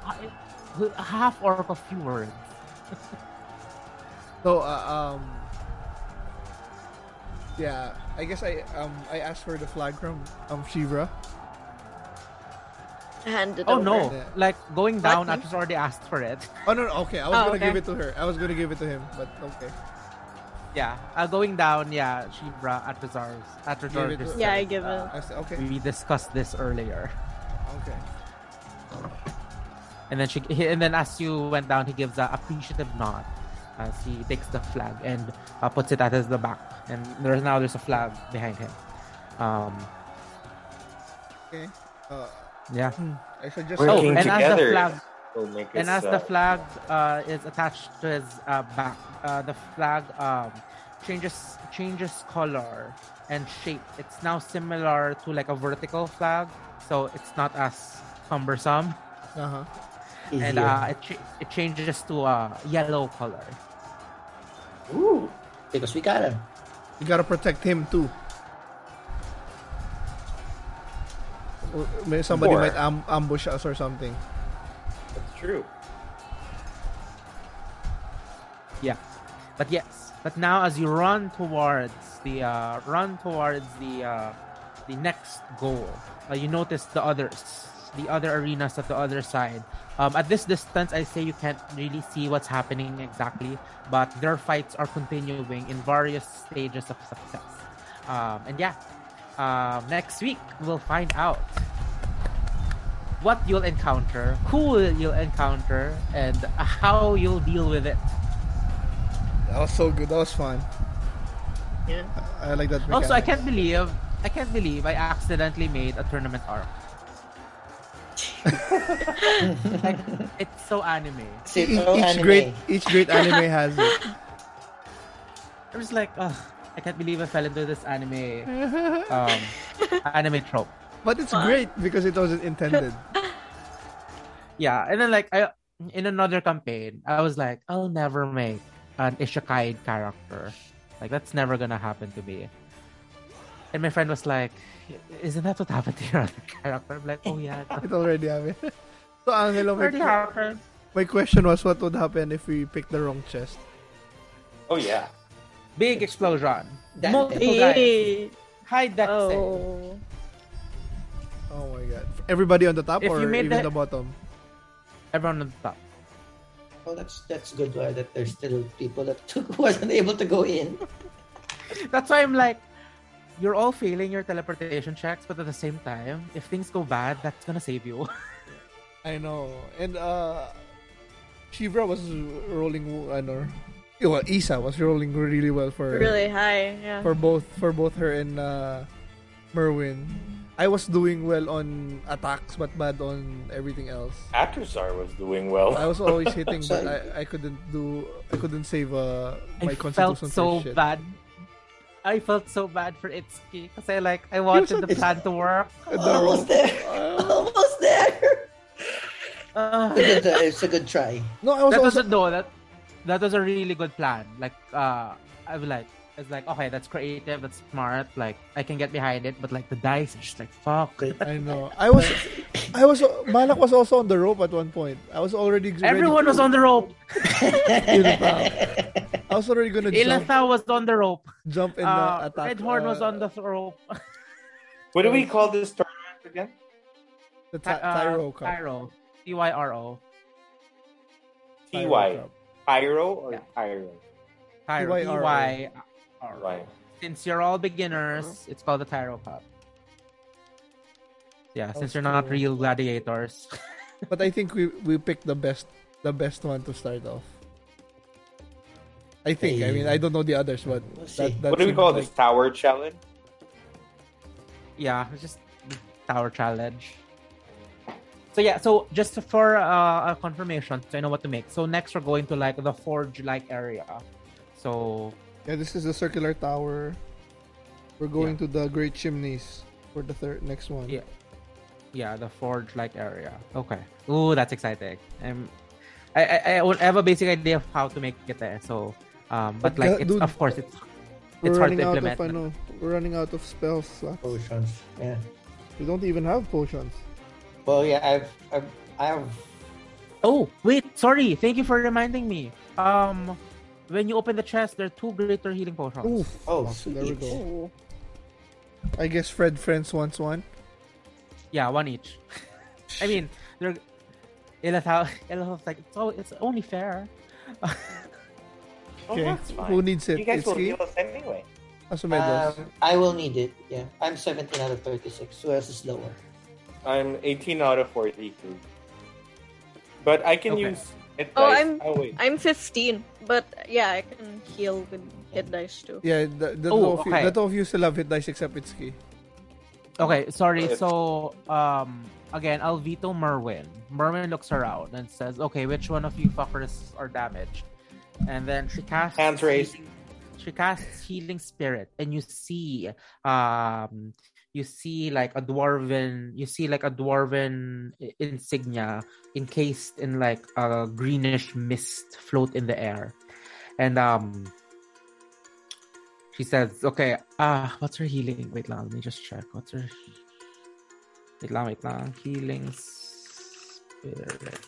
who- half orc of few words.
no? Uh, um, yeah, I guess I um I asked for the flag from um Shivra.
Handed
Oh
over.
no!
Yeah.
Like going down,
Lucky.
Atrazar already asked for it. [laughs]
Oh no, no okay, I was
Oh,
gonna
okay.
give it to her. I was gonna give it to him, but okay.
Yeah, uh, going down. Yeah, Shivra, Atrazar's, Atrazar.
Give it to-
just
Yeah, I
said,
give
uh,
I said okay,
We discussed this earlier,
okay.
and then she, he, and then as you went down, he gives an appreciative nod as he takes the flag and uh, puts it at his the back. And there's now there's a flag behind him. Um,
Okay. Uh,
yeah.
I should just.
Oh,
Working
and as the
together
flag-
will make
and
us,
as the
uh,
flag uh, is attached to his uh, back, uh, the flag um, changes changes color and shape. It's now similar to like a vertical flag, so it's not as cumbersome,
Uh huh.
and uh, it, ch- it changes to a yellow color.
Ooh.
Because we got him.
You gotta protect him too. Or- Oh, may- Somebody
Or-
might am- ambush us or something.
That's true.
Yeah, but yes, but now as you run towards the uh, run towards the uh, the next goal, uh, you notice the others, the other arenas at the other side. Um, at this distance, I say you can't really see what's happening exactly, but their fights are continuing in various stages of success. Um, and yeah, um, next week we'll find out what you'll encounter, who you'll encounter, and how you'll deal with it.
That was so good. That was fun.
Yeah.
I like that.
Also, I
mechanic.
can't believe I can't believe I accidentally made a tournament arc. [laughs] like, it's so anime.
E-
It's
Each,
so anime.
great, each
[laughs]
great anime has it.
I was like, oh, I can't believe I fell into this anime [laughs] um, anime trope.
But it's great because it wasn't
[laughs]
intended.
Yeah, and then like I in another campaign, I was like, I'll never make an Ishikai character. Like that's never gonna happen to me. And my friend was like, "Isn't that what happened to your other character?" I'm like, "Oh [laughs] yeah, it
It [laughs] already happened. So, Angelo, my,
already happened."
my question was what would happen if we pick the wrong chest?
Oh yeah.
Big explosion.
Dante.
Multiple guys.
Hey.
High deck save.
Oh.
Oh my god. Everybody on the top
If
or
you made
even the
that-
bottom?
Everyone on the top.
Well, that's that's good uh, that there's still people that [laughs] took, wasn't able to go in.
That's why I'm like, you're all failing your teleportation checks, but at the same time, if things go bad, that's gonna save [laughs] you.
I know. And uh Shivra was rolling I know. Well, Isa was rolling really well for
Really high. Yeah.
for both for both her and uh Merwin. I was doing well on attacks but bad on everything else.
Atrazar was doing well.
I was always hitting but
Sorry.
I, I couldn't do I couldn't save uh my
I felt
constitution
so
for shit.
bad. I felt so bad for Itsuki because I like I wanted the plan to work.
Oh.
Almost there. [laughs] Almost there.
Uh,
It's a good, uh, it's a good try.
No, I was
that was
also
a no. That that was a really good plan. Like uh, I was like, it's like okay, that's creative, that's smart. Like I can get behind it, but like the dice are just like fuck.
I know. I was, I was. Malak was also on the rope at one point. I was already. ready-
Everyone was on the rope.
[laughs]
I was already gonna jump,
Ilatha was on the rope.
jump and uh,
Uh,
attack.
Redhorn was
uh,
on the rope.
what do we call this tournament again?
the ty-
Ty- uh,
Tyro cup.
Tyro. T-Y-R-O.
Tyro
TY.
cup.
Pyro or
Yeah.
Tyro?
Tyro.
T-Y-R-O.
T-Y-R-O.
Right.
Since you're all beginners,
Uh-huh.
it's called the Tyro Cup. Yeah, since you're not
Okay.
real gladiators. [laughs]
But I think we we picked the best the best one to start off. I think. I mean, I don't know the others, but
We'll see.
that, that
What do we
seems
call
like-
this? Tower challenge?
yeah, it's just Tower Challenge. So yeah, so just for uh, a confirmation, so I know what to make. So next we're going to like the Forge-like area. So
Yeah, this is the circular tower. We're going to the great chimneys for the third next one.
Yeah. yeah, the forge like area. Okay. Ooh, that's exciting. Um, I, I I would have a basic idea of how to make it there. So, um, but
But
like
that-
it's
dude,
of course it's
We're
it's hard
running
to
out of I
implement.
know. We're running out of spells. Slack.
Potions. Yeah.
We don't even have potions.
Well, yeah, I've, I've, I have.
Oh wait, sorry. Thank you for reminding me. Um, when you open the chest, there are two greater healing potions.
Oof.
Oh,
there we
sweet.
go.
Um,
I guess Fred Friends wants one.
Yeah, one each. [laughs] I mean, they're. Elithal, Elithal's like it's, all, it's only fair.
Oh,
Okay.
that's fine.
Who needs it?
You guys
It's
will
he?
heal us anyway.
Uh,
Asumedos.
Um, I will need it. Yeah, I'm 17 out of 36. Who else is lower?
I'm 18 out of 42. But I can
Okay.
use it.
Oh,
twice.
I'm-
Oh, wait.
I'm 15, but yeah, I can heal with hit dice too.
yeah, the, the,
Oh,
two of you,
okay.
the two of you still have hit dice except Itsuki.
Okay, sorry.
Go ahead.
So, um, again, I'll veto Merwin. Merwin looks around and says, "Okay, which one of you fuckers are damaged?" And then she casts
Hands raised.
healing- She casts healing spirit, and you see, um, you see like a dwarven, you see like a dwarven i- insignia encased in like a greenish mist float in the air, and um, she says, okay, ah, what's her healing? Wait, lang, let me just check. What's her Wait lang, wait lang. Healing spirit.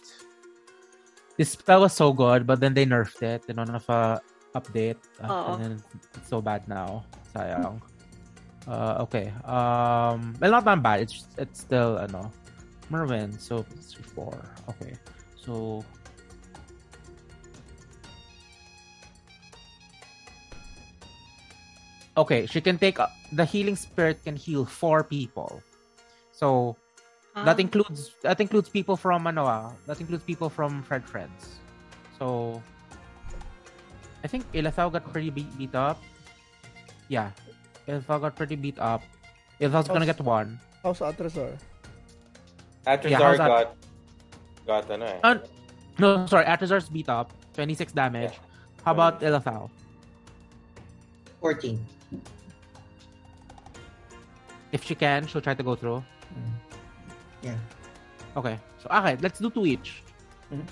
This spell was so good, but then they nerfed it. They don't have a update.
Oo.
Ah, and then it's so bad now. Sayang. Uh, okay. Um, well, not that bad. It's it's still ano. Merwin, so it's four. Okay. So Okay, she can take uh, the healing spirit can heal four people. So that
Ah.
includes that includes people from ano, ah, that includes people from Fred Friends. So I think Ilathao got pretty beat, beat up. Yeah. Ilathao got pretty beat up. Ilathao's gonna get one.
How's Atrasar?
Atrazar
Yeah, how's that?
got got an eye.
Uh, no, sorry, Atrazar's beat up. 26 damage. How about Ilathao?
14.
If she can, she'll try to go through.
Mm-hmm. Yeah.
Okay. So, okay, let's do two each.
Mm-hmm.
Mhm.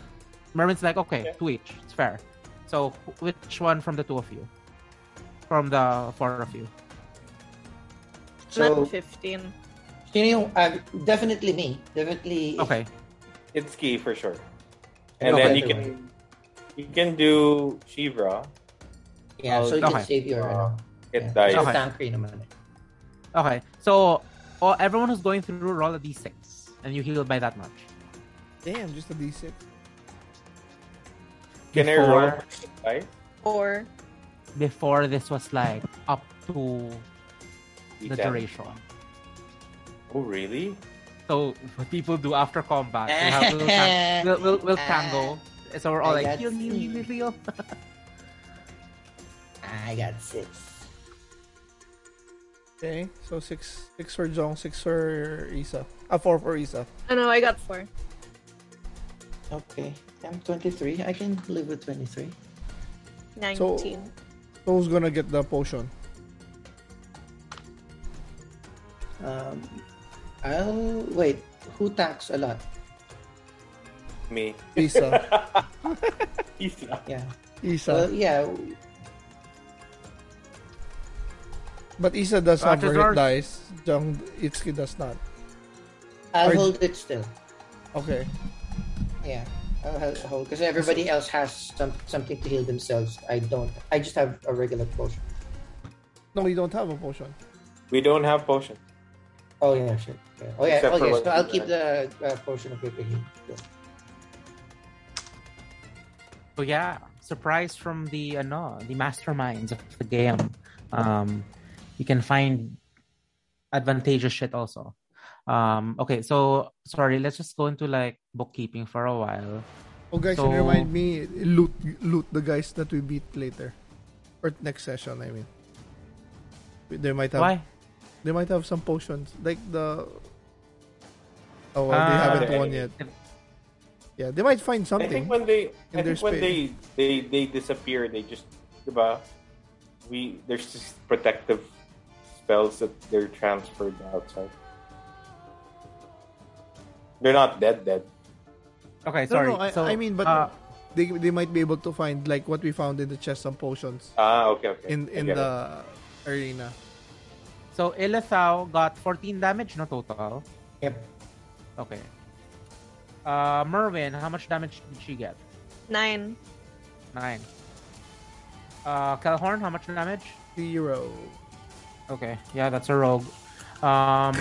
Merwin's like, okay,
Okay.
two each. It's fair. So, wh- which one from the two of you? From the four of you?
So,
I'm at 15.
you know, uh, definitely me. Definitely.
Okay.
It's key for sure. And
Okay.
then you can you can do Shivra.
Yeah, so you
Okay.
can save your.
Uh, It
yeah,
dies.
so
Okay.
tankery naman. eh.
Okay. So, oh, everyone who's going through, roll a d6. And you heal by that much.
Damn, just a D6.
Can I roll
before,
dice?
Or
Before this was like up to the
D10?
duration.
Oh really?
So, what people do after combat, we'll, have,
[laughs]
we'll, tang- we'll, we'll, we'll tango. So, we're all
I
like,
got
heal, heal, heal, heal.
I got six.
Okay, so six, six for Jong, six for Isa. Ah, four for Isa.
I know Oh, I got four.
Okay. I'm 23. I can live with 23.
19.
So- So who's gonna get the
[laughs]
potion?
Um, I'll. Wait. Who tanks a lot?
Me. [laughs]
Isa.
Isa.
Yeah. Well,
Isa.
yeah.
But Isa does have her
Atrasar-
hit dice. Jong Itsuki does not.
I'll
Are-
hold it still.
Okay.
Yeah. I'll ho- hold because everybody else has some, something to heal themselves. I don't. I just have a regular potion.
No, you don't have a potion.
We don't have potion.
Oh yeah, sure. Yeah. Oh yeah.
Except for
okay,
what
so
you
I'll keep
did.
the uh, portion of paper here. Yeah.
So yeah, surprise from the uh, no, the masterminds of the game. Um, you can find advantageous shit also. Um, okay, so sorry, let's just go into like bookkeeping for a while.
Oh guys, can you
So-
remind me loot loot the guys that we beat later, or next session. I mean, they might have
Why?
they might have some potions like the. Oh well, they
Ah.
haven't won yet. Yeah, they might find
I think
something.
when they I
their
think when
space.
they, they they disappear, they just diba, we there's just protective spells that they're transferred outside. They're not dead, dead.
No,
Okay, sorry.
no, I,
so,
I mean, but
uh,
they, they might be able to find like what we found in the chest, some potions
Ah, okay, okay.
in in
I get it.
the arena.
so Ilithau got 14 damage no total.
Yep.
Okay. Uh, Merwin, how much damage did she get?
Nine.
Nine. Uh, Kelhorn, how much damage?
Zero.
Okay, yeah, that's a rogue. Um,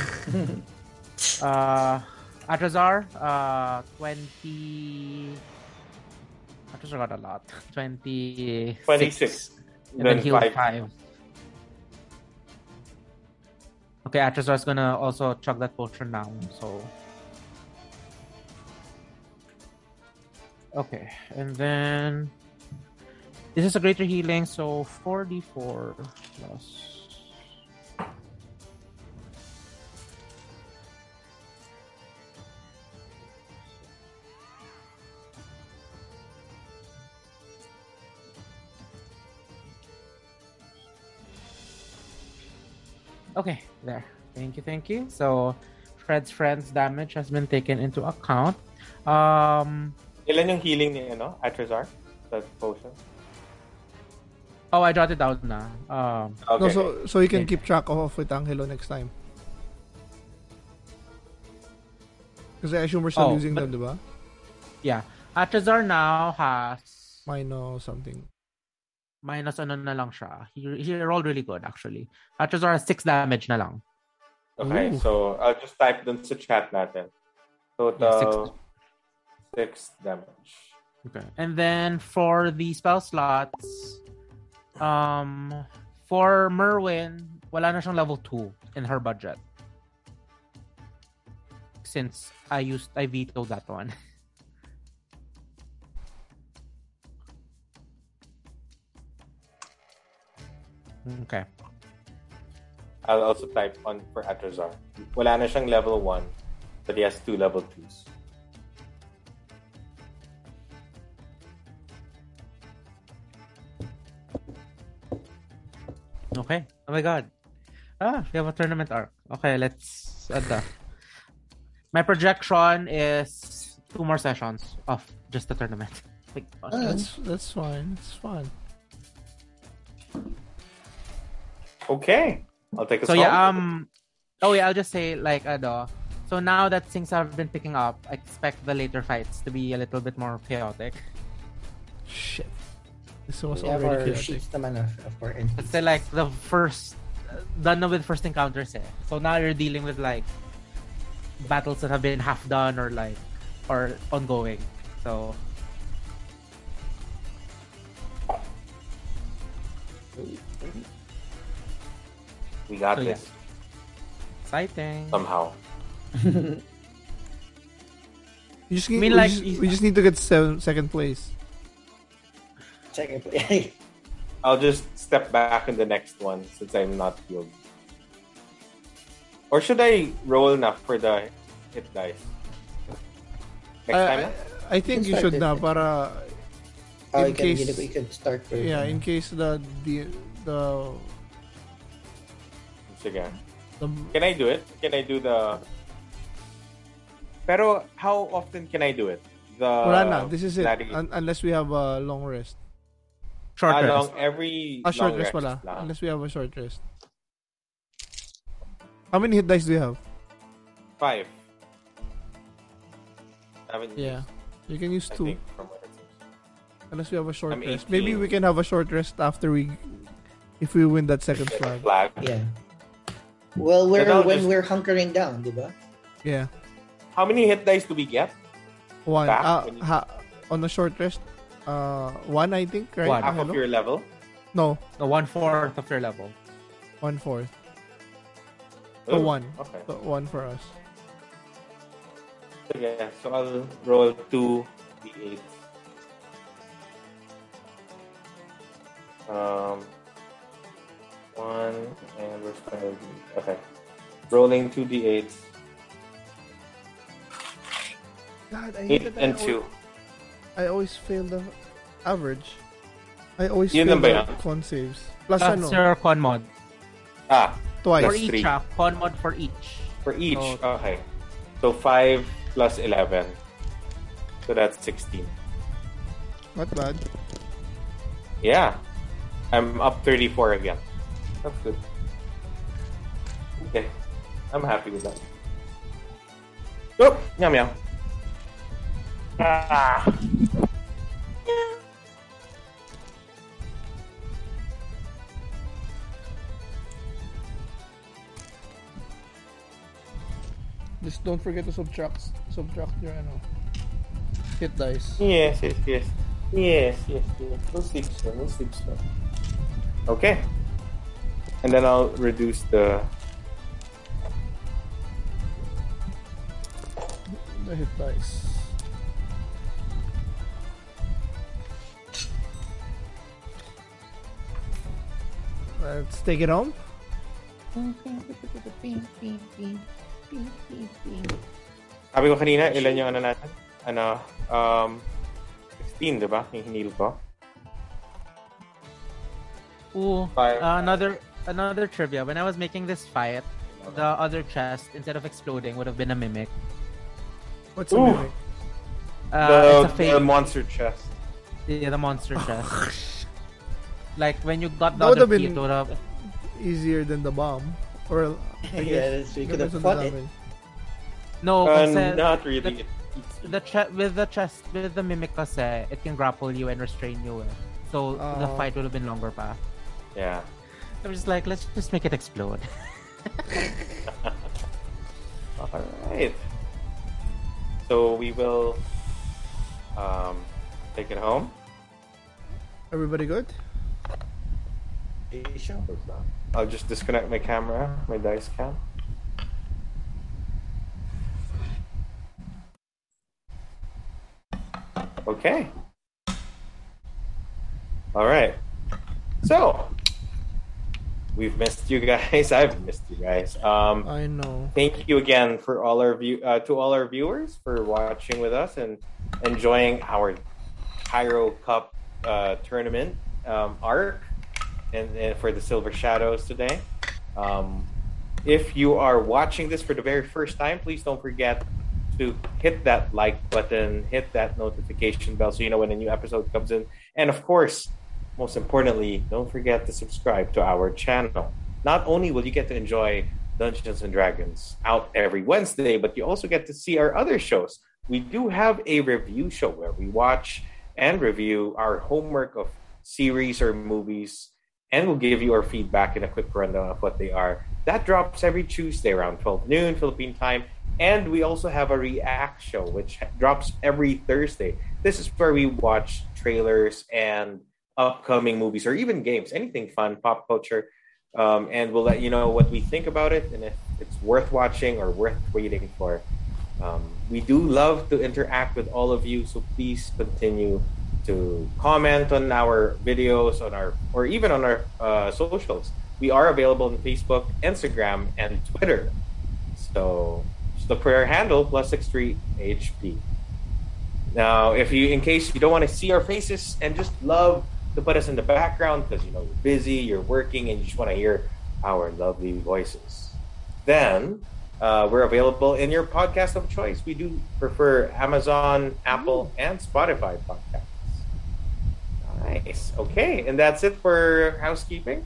uh, Atrazar, uh, 20. Atrazar got a lot. 26.
26.
And then, healed
five.
five. Okay, Atrazar's gonna also chug that potion now, so. Okay, and then. This is a greater healing, so 4d4 plus. Okay, there. Thank you, thank you. So, Fred's friend's damage has been taken into account. Um,
Ilan yung healing ni ano? Atrazar? That potion?
oh, I jotted down na. Um,
Okay.
No, so so you can
Okay.
keep track of with Angelo next time. Because I assume we're still
Oh,
using
but-
them, diba?
yeah. Atrazar now has
Mino something.
minus ano na lang siya. He, he rolled really good, actually. Atrazar has 6 damage na lang.
okay,
Ooh.
so I'll just type dun sa chat natin. Total six. damage.
Okay. And then for the spell slots, um, for Merwin, wala na siyang level 2 in her budget. Since I used, I vetoed that one. [laughs] Okay.
I'll also type on for Atrazar. Wala na siyang level 1, but he has two level 2s.
Okay. Oh my god. Ah, we have a tournament arc. Okay, let's add that. My projection is two more sessions of just the tournament. [laughs] Like,
Ah, that's that's fine. It's fine.
Okay. I'll take a
so yeah, um oh yeah, I'll just say like ano. So now that things have been picking up, I expect the later fights to be a little bit more chaotic.
Shit. This was
We have our
already chaotic.
sheets naman of, of our entities.
[laughs]
Let's say like the first done na with first encounters eh. So now you're dealing with like battles that have been half done or like or ongoing. So
we got
so, yeah.
this
exciting.
somehow.
We just need,
mean,
we
like,
just-
you-
we just need to get seven, second place.
Check it.
[laughs]
Hey,
I'll just step back in the next one since I'm not healed. Or should I roll now for the hit dice? Next
I,
time?
I,
na?
I think
You
you should na
started it.
para
oh,
In
you can,
case-
you, you can start with.
yeah in case the the the,
Sige.
the
Can I do it? Can I do the? Pero how often can I do it? The
wala na, this is it
bloody-
Un- unless we have a long rest
Short
Ah,
rest.
long- every
a short
long
rest wala
lang.
unless we have a short rest how many hit dice do you have
five. I mean,
yeah you can use
I
two
think from what it seems.
unless we have a short
I'm
rest
18.
maybe we can have a short rest after we if we win that
[laughs]
second flag
Flag.
Yeah. Well, we're
Without
when
just-
we're hunkering down,
[laughs]
di ba?
yeah
How many hit dice do we get?
one
Back
Ah,
when you-
ha, on a short rest uh one i think right
One.
Half
Hello?
of your level.
no
the one fourth of your level.
one fourth so
Ooh,
one
Okay.
so one for us
Yeah, so I'll roll two d8. Um, one and where's my other d8? Okay, rolling two d8,
God, I hate
eight
that I
and
al-
two.
I always fail the average. I always
Yun
fail
lang ba
the
yan?
con saves. Plus
That's
ano,
your con mod.
Ah,
For
twice.
Plus
each,
three.
ah, con mod for each.
Oh,
for each.
So-
Okay, So 5 plus 11. So that's 16.
Not bad.
Yeah. I'm up 34 again. That's good. Okay. I'm happy with that. Oh, yum yum. Ah.
Yeah.
Just don't forget to subtract subtract your ano, hit dice.
Yes, yes, yes. Yes, yes, yes. No sleep spell, no sleep spell. Okay. And then I'll reduce the.
The hit dice. Let's take it home.
Sabi ko kanina, ilan yung ano natin? Ano, um, 16, di ba? Yung hinil ko.
Ooh,
Fire.
uh, another another trivia. When I was making this fight, the other chest instead of exploding would have been a mimic.
What's a
Ooh.
mimic?
Uh,
the,
it's a
the
fake.
monster chest.
yeah, the monster chest. Like when you got the
Oh, That would have
other
been-
key, it would have-
Easier than the bomb, or
[laughs]
I
yeah,
guess
that's, we could
depends on
have
the
fought it.
damage.
no.
Uh,
kasi
not really.
the che- with the chest with the mimic, kasi, it can grapple you and restrain you. eh. So the
Oh.
fight would have been longer, pa.
Yeah.
I'm just like, let's just make it explode. [laughs]
All right. So we will um, take it home.
Everybody good?
Hey, sure.
I'll just disconnect my camera, my dice cam. Okay. All right. So we've missed you guys. [laughs] I've missed you guys. Um,
I know.
thank you again for all our view uh, to all our viewers for watching with us and enjoying our Cairo Cup uh, tournament um, arc and, and for the Silver Shadows today. Um, if you are watching this for the very first time, please don't forget to hit that like button, hit that notification bell so you know when a new episode comes in, and of course, most importantly, don't forget to subscribe to our channel. Not only will you get to enjoy Dungeons and Dragons out every Wednesday, but you also get to see our other shows. We do have a review show where we watch and review our homework of series or movies, and we'll give you our feedback in a quick rundown of what they are. That drops every Tuesday around 12 noon Philippine time. And we also have a react show, which drops every Thursday. This is where we watch trailers and upcoming movies or even games, anything fun, pop culture. Um, and we'll let you know what we think about it and if it's worth watching or worth waiting for. Um, we do love to interact with all of you, so please continue to comment on our videos, on our or even on our uh, socials. We are available on Facebook, Instagram, and Twitter. So just look for our handle plus six three HP. Now, if you, in case you don't want to see our faces and just love to put us in the background because you know you're busy, you're working, and you just want to hear our lovely voices, then uh, we're available in your podcast of choice. We do prefer Amazon, Apple, and Spotify podcasts. Nice. Okay, and that's it for housekeeping.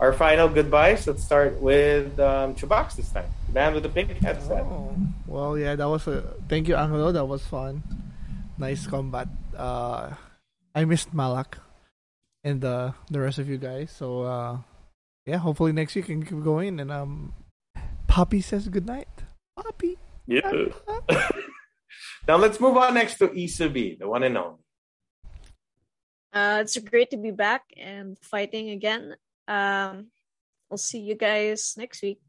Our final goodbyes. Let's start with um, Chubox this time. The man with the pink headset.
Oh. Well, yeah, that was a thank you, Angelo. That was fun. Nice combat. Uh, I missed Malak and uh, the rest of you guys. So uh, yeah, hopefully next year can keep going. And um, Poppy says good night. Poppy.
now let's move on next to Issa B, the one and only.
Uh, it's great to be back and fighting again. Um, I'll see you guys next week.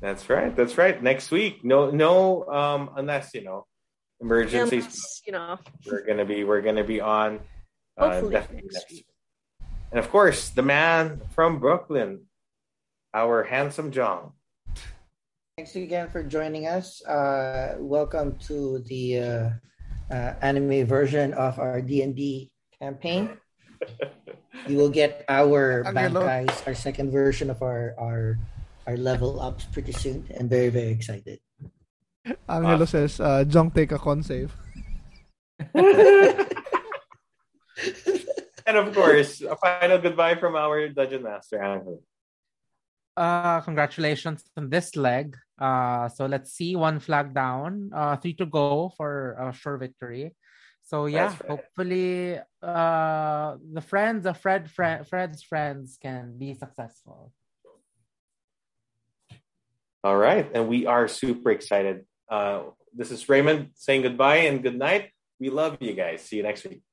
That's right. That's right. Next week. No, no. Um, unless you know, emergencies.
Unless, you know,
We're gonna be. We're gonna be on. uh,
Hopefully next week.
And of course, the man from Brooklyn, our handsome John.
Thanks again for joining us. Uh, welcome to the uh, uh, anime version of our D and D campaign. You will get our
Ang galaw.
Bankai's, our second version of our our our level ups pretty soon and very, very excited.
Angelo says, uh, Jong, take a con save.
And of course, a final goodbye from our Dungeon Master, Angelo.
Uh, congratulations on this leg. Uh, so let's see, one flag down, uh, three to go for a sure victory. So yeah,
That's right.
hopefully, uh, the friends of Fred, Fred, Fred's friends can be successful.
All right. And we are super excited. Uh, this is Raymond saying goodbye and good night. We love you guys. See you next week.